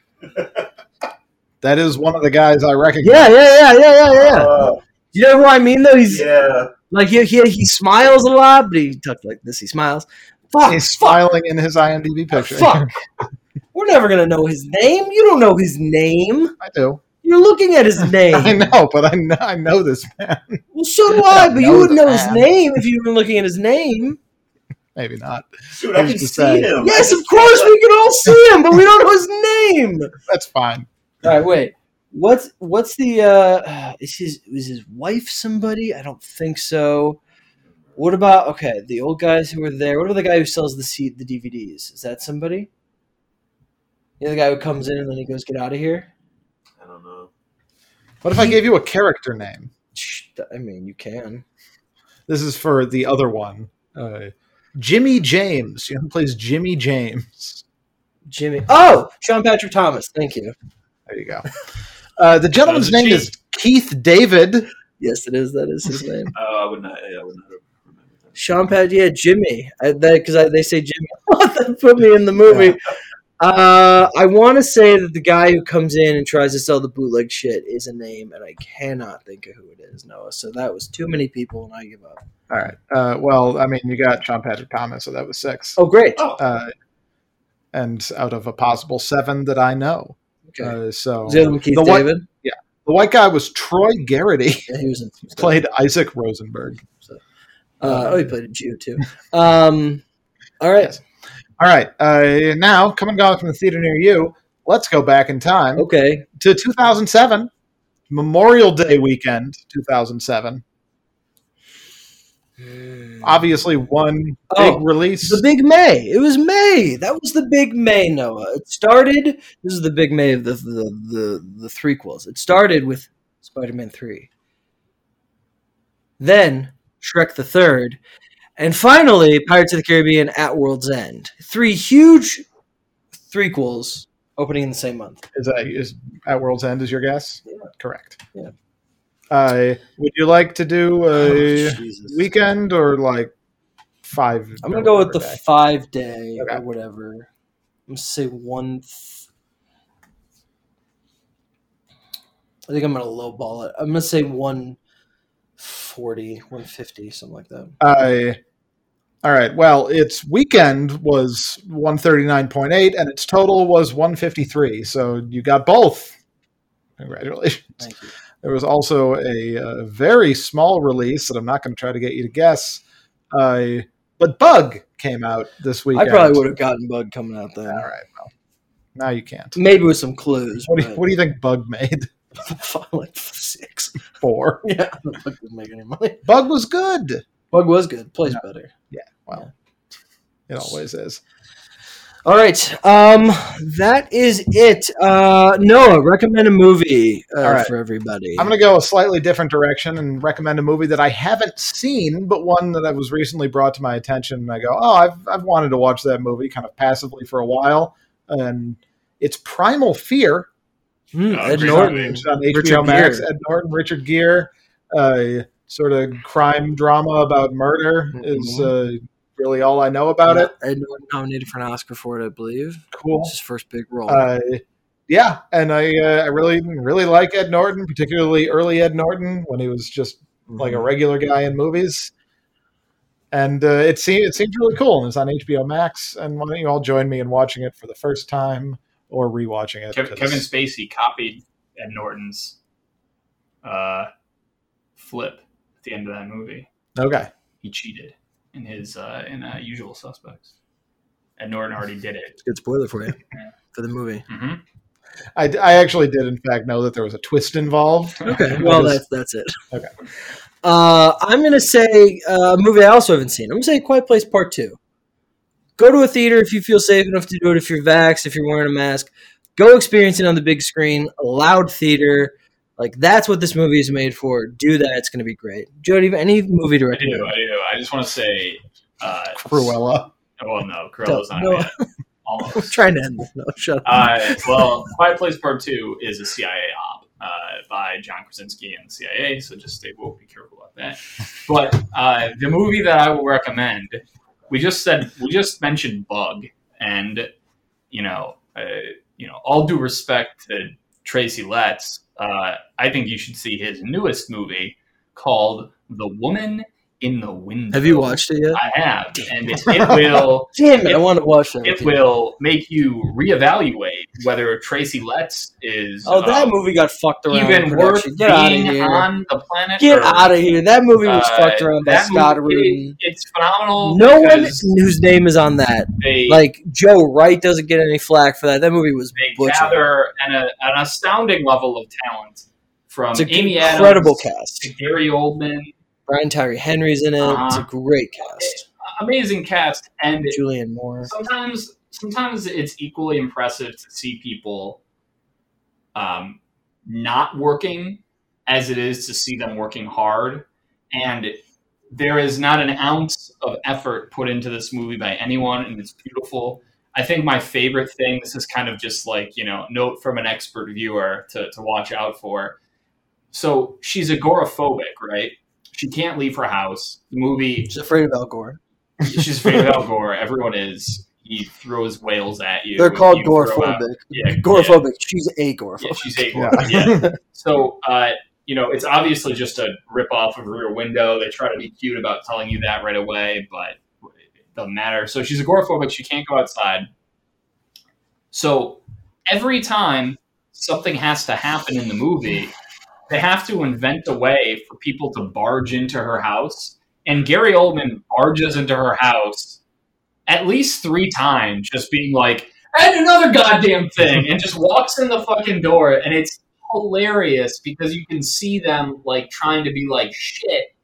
Speaker 1: that is one of the guys i recognize
Speaker 2: Yeah, yeah, yeah, yeah, yeah, yeah.
Speaker 4: Uh,
Speaker 2: You know who I mean though? He's
Speaker 4: yeah.
Speaker 2: like he, he he smiles a lot, but he talks like this. He smiles. Fuck,
Speaker 1: he's
Speaker 2: fuck, Uh,
Speaker 1: smiling in his imdb picture
Speaker 2: fuck. We're never gonna know his name. You don't know his name.
Speaker 1: (laughs) i do
Speaker 2: You're looking at (laughs) his
Speaker 1: i
Speaker 2: name.
Speaker 1: know but i know, I know this man (laughs)
Speaker 2: Well, so do
Speaker 1: I
Speaker 2: I,
Speaker 1: don't
Speaker 2: but you
Speaker 1: know
Speaker 2: would
Speaker 1: the
Speaker 2: know his
Speaker 1: man.
Speaker 2: name if you were looking at his name.
Speaker 1: maybe not
Speaker 4: Shoot, I
Speaker 1: Who's
Speaker 4: can
Speaker 1: to
Speaker 4: see
Speaker 1: say?
Speaker 4: him.
Speaker 2: Yes, of course we can all see him, but we don't know his name.
Speaker 1: that's fine
Speaker 2: All right, wait. What's what's the uh is his is his wife somebody? I don't think so. What about okay, the old guys who were there? What about the guy who sells the seat the DVDs? Is that somebody? You know, the guy who comes in and then he goes, "Get out of here."
Speaker 4: I don't know.
Speaker 1: what if i gave you a character name
Speaker 2: Shh, I mean, you can.
Speaker 1: This is for the other one. Uh, Jimmy James. You know who plays Jimmy James?
Speaker 2: Jimmy. Oh, Sean Patrick Thomas. Thank you.
Speaker 1: There you
Speaker 2: (laughs)
Speaker 1: go. Uh, the gentleman's
Speaker 3: That was a
Speaker 1: name is Keith David.
Speaker 2: Yes, it is. That is his name.
Speaker 4: Oh, I would not. Yeah, I would not have remembered that.
Speaker 2: Sean Pat, yeah, Jimmy. I, that because they say Jimmy. (laughs) that put me in the movie. Uh, I want to say that the guy who comes in and tries to sell the bootleg shit is a name, and I cannot think of who it is, Noah. So that was too many people, and I give up.
Speaker 1: All right. Uh, well, I mean, you got Sean Patrick Thomas, so that was six.
Speaker 2: Oh, great.
Speaker 1: Uh, and out of a possible seven that I know.
Speaker 2: Okay.
Speaker 1: Uh, so
Speaker 2: Was the other one Keith
Speaker 1: the white,
Speaker 2: David?
Speaker 1: the white guy was Troy Garrity, (laughs)
Speaker 2: Yeah, he was in. some stuff.
Speaker 1: played Isaac Rosenberg.
Speaker 2: Uh, oh, he played a Jew too. Um, all right.
Speaker 1: Yes. All right. Uh, now, coming gone from the theater near you, let's go back in time.
Speaker 2: Okay.
Speaker 1: to 2007, Memorial Day weekend, 2007. Obviously, one
Speaker 2: Hmm. Oh,
Speaker 1: big release.
Speaker 2: The Big May. It was May. That was the Big May, Noah. It started. This is the Big May of the the the, the threequels. It started with Spider Man Three, then Shrek the Third, and finally Pirates of the Caribbean at World's End. Three huge threequels opening in the same month.
Speaker 1: is, that, is at World's End is your guess?
Speaker 2: Yeah.
Speaker 1: Correct.
Speaker 2: Yeah.
Speaker 1: Uh, would you like to do a
Speaker 2: Jesus.
Speaker 1: weekend or like five?
Speaker 2: I'm
Speaker 1: or
Speaker 2: gonna go with the
Speaker 1: whatever day?
Speaker 2: five day
Speaker 1: Okay.
Speaker 2: or whatever. I'm gonna say one. Th- I think I'm gonna lowball it. I'm gonna say one 140, 150, something like that.
Speaker 1: I. All right. Well, its weekend was 139.8 and its total was 153. So you got both. Congratulations.
Speaker 2: Thank you.
Speaker 1: There was also a, uh very small release that I'm not going to try to get you to guess. Uh, but Bug came out this weekend.
Speaker 2: I probably would have gotten bug coming out there.
Speaker 1: All right. Well, now you can't.
Speaker 2: Maybe with some clues.
Speaker 1: What do you,
Speaker 2: but-
Speaker 1: what do you think Bug (laughs) made
Speaker 2: (laughs) like six. (laughs)
Speaker 1: for?
Speaker 2: Yeah, Bug didn't make any money.
Speaker 1: Bug was good.
Speaker 2: Bug was good. Plays better.
Speaker 1: Well, it always is.
Speaker 2: All right. Um, that is it. Uh, Noah, recommend a movie uh,
Speaker 1: All right.
Speaker 2: for everybody.
Speaker 1: I'm going to go a slightly different direction and recommend a movie that I haven't seen, but one that I was recently brought to my attention. And I go, oh, I've, I've wanted to watch that movie kind of passively for a while. And it's Primal Fear.
Speaker 2: Hmm,
Speaker 7: Uh,
Speaker 2: Ed
Speaker 7: Green
Speaker 2: Norton.
Speaker 7: Lantern.
Speaker 1: It's on HBO
Speaker 2: Richard
Speaker 1: Max.
Speaker 2: Gere.
Speaker 1: Ed Norton, Richard Gere, uh, sort of crime drama about murder
Speaker 2: Mm-hmm.
Speaker 1: is uh, really all I know about it.
Speaker 2: Ed Norton nominated for an Oscar for it, I believe.
Speaker 1: Cool.
Speaker 2: It's his first big role.
Speaker 1: Uh, yeah, and I uh, I really really like Ed Norton, particularly early Ed Norton when he was just
Speaker 2: Mm-hmm.
Speaker 1: like a regular guy in movies. And uh, it seems it seems really cool, and it's on HBO Max. And why don't you all join me in watching it for the first time or rewatching it?
Speaker 3: Kevin,
Speaker 1: 'cause-
Speaker 3: Kevin Spacey copied Ed Norton's uh, flip at the end of that movie.
Speaker 1: Okay.
Speaker 3: He cheated in his uh, in uh, Usual Suspects. Ed Norton already did it.
Speaker 2: It's a good spoiler for you (laughs) for the movie.
Speaker 3: hmm
Speaker 1: I, I actually did, in fact, know that there was a twist involved.
Speaker 2: Okay, well
Speaker 1: What
Speaker 2: that's
Speaker 1: is-
Speaker 2: that's it.
Speaker 1: Okay.
Speaker 2: Uh, I'm gonna say uh, a movie I also haven't seen. I'm gonna say Quiet Place Part Two. Go to a theater if you feel safe enough to do it. If you're vaxxed, if you're wearing a mask, go experience it on the big screen, a loud theater. Like that's what this movie is made for. Do that; it's gonna be great. Jody, any movie to
Speaker 3: (laughs) I do.
Speaker 2: recommend?
Speaker 3: I do. I just want to say. Uh,
Speaker 1: Cruella.
Speaker 3: Well, no, Cruella's not
Speaker 2: No.
Speaker 3: out yet.
Speaker 2: I'm (laughs)
Speaker 3: Almost.
Speaker 2: trying to end this. No, shut up.
Speaker 3: Uh, well, Quiet Place Part Two is a CIA op uh, by John Krasinski and the CIA, so just stay woke, be careful about that. But uh, the movie that I will recommend, we just said, we just mentioned Bug, and you know, uh, you know, all due respect to Tracy Letts, uh, I think you should see his newest movie called The Woman in the Window.
Speaker 2: Have you watched it yet?
Speaker 3: I have, and it, it will
Speaker 2: Damn it! I
Speaker 3: it-
Speaker 2: want to watch that. with
Speaker 3: it
Speaker 2: you.
Speaker 3: will make you reevaluate whether Tracy Letts is
Speaker 2: Oh, that
Speaker 3: um,
Speaker 2: movie got fucked around. in
Speaker 3: even worth
Speaker 2: production. Get out of
Speaker 3: being
Speaker 2: here.
Speaker 3: on the planet.
Speaker 2: Get
Speaker 3: Earth.
Speaker 2: out of here. That movie was
Speaker 3: Uh,
Speaker 2: fucked around by
Speaker 3: that
Speaker 2: Scott
Speaker 3: movie-
Speaker 2: Rudin.
Speaker 3: It's phenomenal.
Speaker 2: No one
Speaker 3: because
Speaker 2: whose name is on that.
Speaker 3: they,
Speaker 2: Like Joe Wright doesn't get any flack for that. That movie was
Speaker 3: they
Speaker 2: butchered.
Speaker 3: gather um, an, a, an astounding level of talent from
Speaker 2: It's an
Speaker 3: Amy
Speaker 2: incredible
Speaker 3: Adams
Speaker 2: cast.
Speaker 3: to Gary Oldman,
Speaker 2: Brian Tyree Henry's in it. It's a
Speaker 3: Uh-huh.
Speaker 2: great cast.
Speaker 3: amazing cast, and
Speaker 2: Julianne Moore.
Speaker 3: sometimes sometimes it's equally impressive to see people um, not working as it is to see them working hard and there is not an ounce of effort put into this movie by anyone and it's beautiful i think my favorite thing this is kind of just like you know note from an expert viewer to, to watch out for so she's agoraphobic right she can't leave her house the movie
Speaker 2: She's afraid of Al Gore.
Speaker 3: She's afraid of Al Gore. Everyone is. He throws whales at you.
Speaker 2: They're called
Speaker 3: You throw out-
Speaker 2: gorophobic.
Speaker 3: Yeah,
Speaker 2: Gorophobic. She's a
Speaker 3: Yeah,
Speaker 2: gorophobic.
Speaker 3: yeah, she's agoraphobic. Yeah. So, uh, you know, it's obviously just a ripoff of Rear Window. They try to be cute about telling you that right away, but it doesn't matter. So she's agoraphobic. She can't go outside. So every time something has to happen in the movie, they have to invent a way for people to barge into her house. And Gary Oldman barges into her house at least three times, just being like, and another goddamn thing, and just walks in the fucking door. And it's hilarious because you can see them like trying to be like, shit,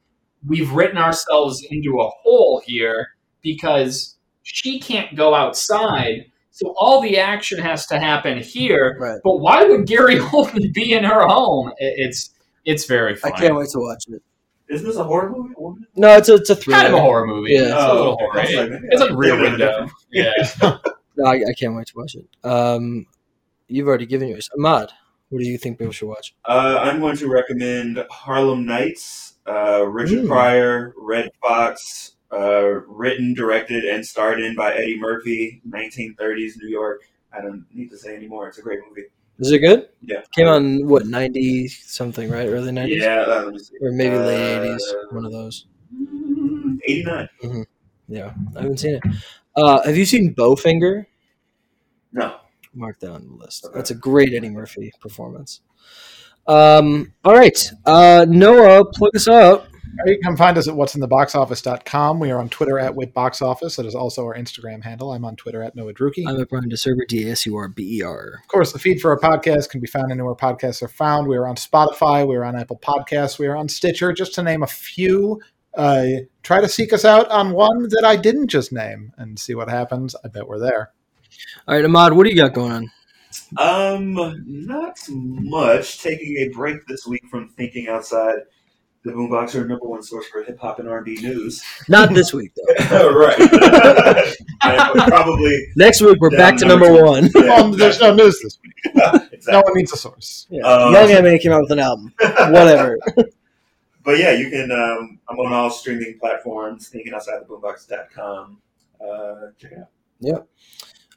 Speaker 3: we've written ourselves into a hole here because she can't go outside. So all the action has to happen here.
Speaker 2: Right.
Speaker 3: But why would Gary (laughs) Oldman be in her home? I- It's it's very
Speaker 2: I
Speaker 3: funny.
Speaker 2: can't wait to watch it.
Speaker 4: Isn't this a horror movie? Woman?
Speaker 2: No, it's a, it's a thriller.
Speaker 3: Kind of a horror movie.
Speaker 2: Yeah.
Speaker 3: It's a little
Speaker 4: Oh,
Speaker 3: horror.
Speaker 4: okay. I was like,
Speaker 3: It's
Speaker 4: yeah.
Speaker 3: a rear window. Yeah.
Speaker 2: No, I, I can't wait to watch it. Um, you've already given yours. Ahmad, what do you think people should watch?
Speaker 4: Uh, I'm going to recommend Harlem Nights, uh, Richard
Speaker 2: Mm.
Speaker 4: Pryor, Red Fox, uh, written, directed, and starred in by Eddie Murphy, 1930s New York. I don't need to say anymore. It's a great movie.
Speaker 2: Is it good?
Speaker 4: Yeah.
Speaker 2: Came out in what ninety something, right? Early nineties,
Speaker 4: Yeah, uh, let me see.
Speaker 2: or maybe late
Speaker 4: Uh,
Speaker 2: eighties. One of those.
Speaker 3: (laughs)
Speaker 4: Mm, 89.
Speaker 2: Yeah, I haven't seen it. Uh, have you seen Bowfinger?
Speaker 4: No.
Speaker 2: Mark that on the list.
Speaker 4: Okay.
Speaker 2: That's a great Eddie Murphy performance. Um, all right, uh, Noah, plug us out.
Speaker 1: Or you can come find us at what'sintheboxoffice.com. We are on Twitter at WitBoxOffice. That is also our Instagram handle. I'm on Twitter at Noah Druki.
Speaker 2: I'm at Brian DeSerber, D A S U R B E R.
Speaker 1: Of course, the feed for our podcast can be found anywhere podcasts are found. We are on Spotify. We are on Apple Podcasts. We are on Stitcher, just to name a few. Uh, try to seek us out on one that I didn't just name and see what happens. I bet we're there.
Speaker 2: All right, Ahmad, what do you got going on?
Speaker 4: Um, not much. Taking a break this week from thinking outside the boombox, our number one source for hip hop and R and B news. (laughs)
Speaker 2: Not this week though.
Speaker 4: right. And probably.
Speaker 2: Next week we're
Speaker 4: Down
Speaker 2: back to
Speaker 4: number
Speaker 2: number
Speaker 4: two.
Speaker 2: one.
Speaker 1: Um, there's no news this week. No
Speaker 4: Exactly.
Speaker 1: one needs a source.
Speaker 2: Yeah.
Speaker 4: Uh,
Speaker 2: Young MA came out with an album. Whatever.
Speaker 4: But yeah, you can. Um, I'm on all streaming platforms. Thinking outside the boombox.com. Uh, check it out. (laughs)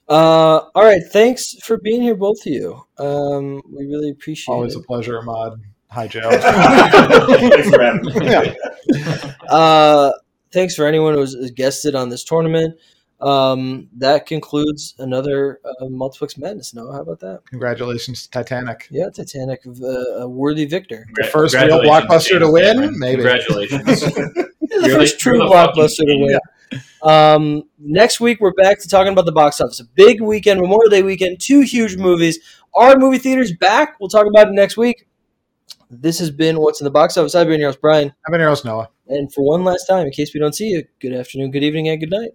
Speaker 2: Uh, all right. Thanks for being here, both of you. Um, we really appreciate
Speaker 1: Always a
Speaker 2: it.
Speaker 1: pleasure, Ahmad. Hi,
Speaker 3: (laughs)
Speaker 1: Joe.
Speaker 4: Thanks for having me.
Speaker 1: Yeah.
Speaker 2: Uh, thanks for anyone who's who's guested on this tournament. Um, that concludes another uh, Multiplex Madness. No, how about that?
Speaker 1: Congratulations to Titanic.
Speaker 2: Yeah, Titanic, uh, a worthy victor.
Speaker 1: The first real
Speaker 3: Congratulations,
Speaker 1: blockbuster to win?
Speaker 3: Cameron.
Speaker 1: Maybe.
Speaker 3: Congratulations.
Speaker 2: Yeah, the
Speaker 3: You're
Speaker 2: first
Speaker 3: the-
Speaker 2: true
Speaker 3: you're the fucking
Speaker 2: blockbuster to win. Um, next week we're back to talking about the box office. A big weekend, Memorial Day weekend, two huge movies. Our movie theaters back. We'll talk about it next week. This has been what's in the box office. I've been your host, Brian.
Speaker 1: I've been your host, Noah.
Speaker 2: And for one last time, in case we don't see you, good afternoon, good evening, and good night.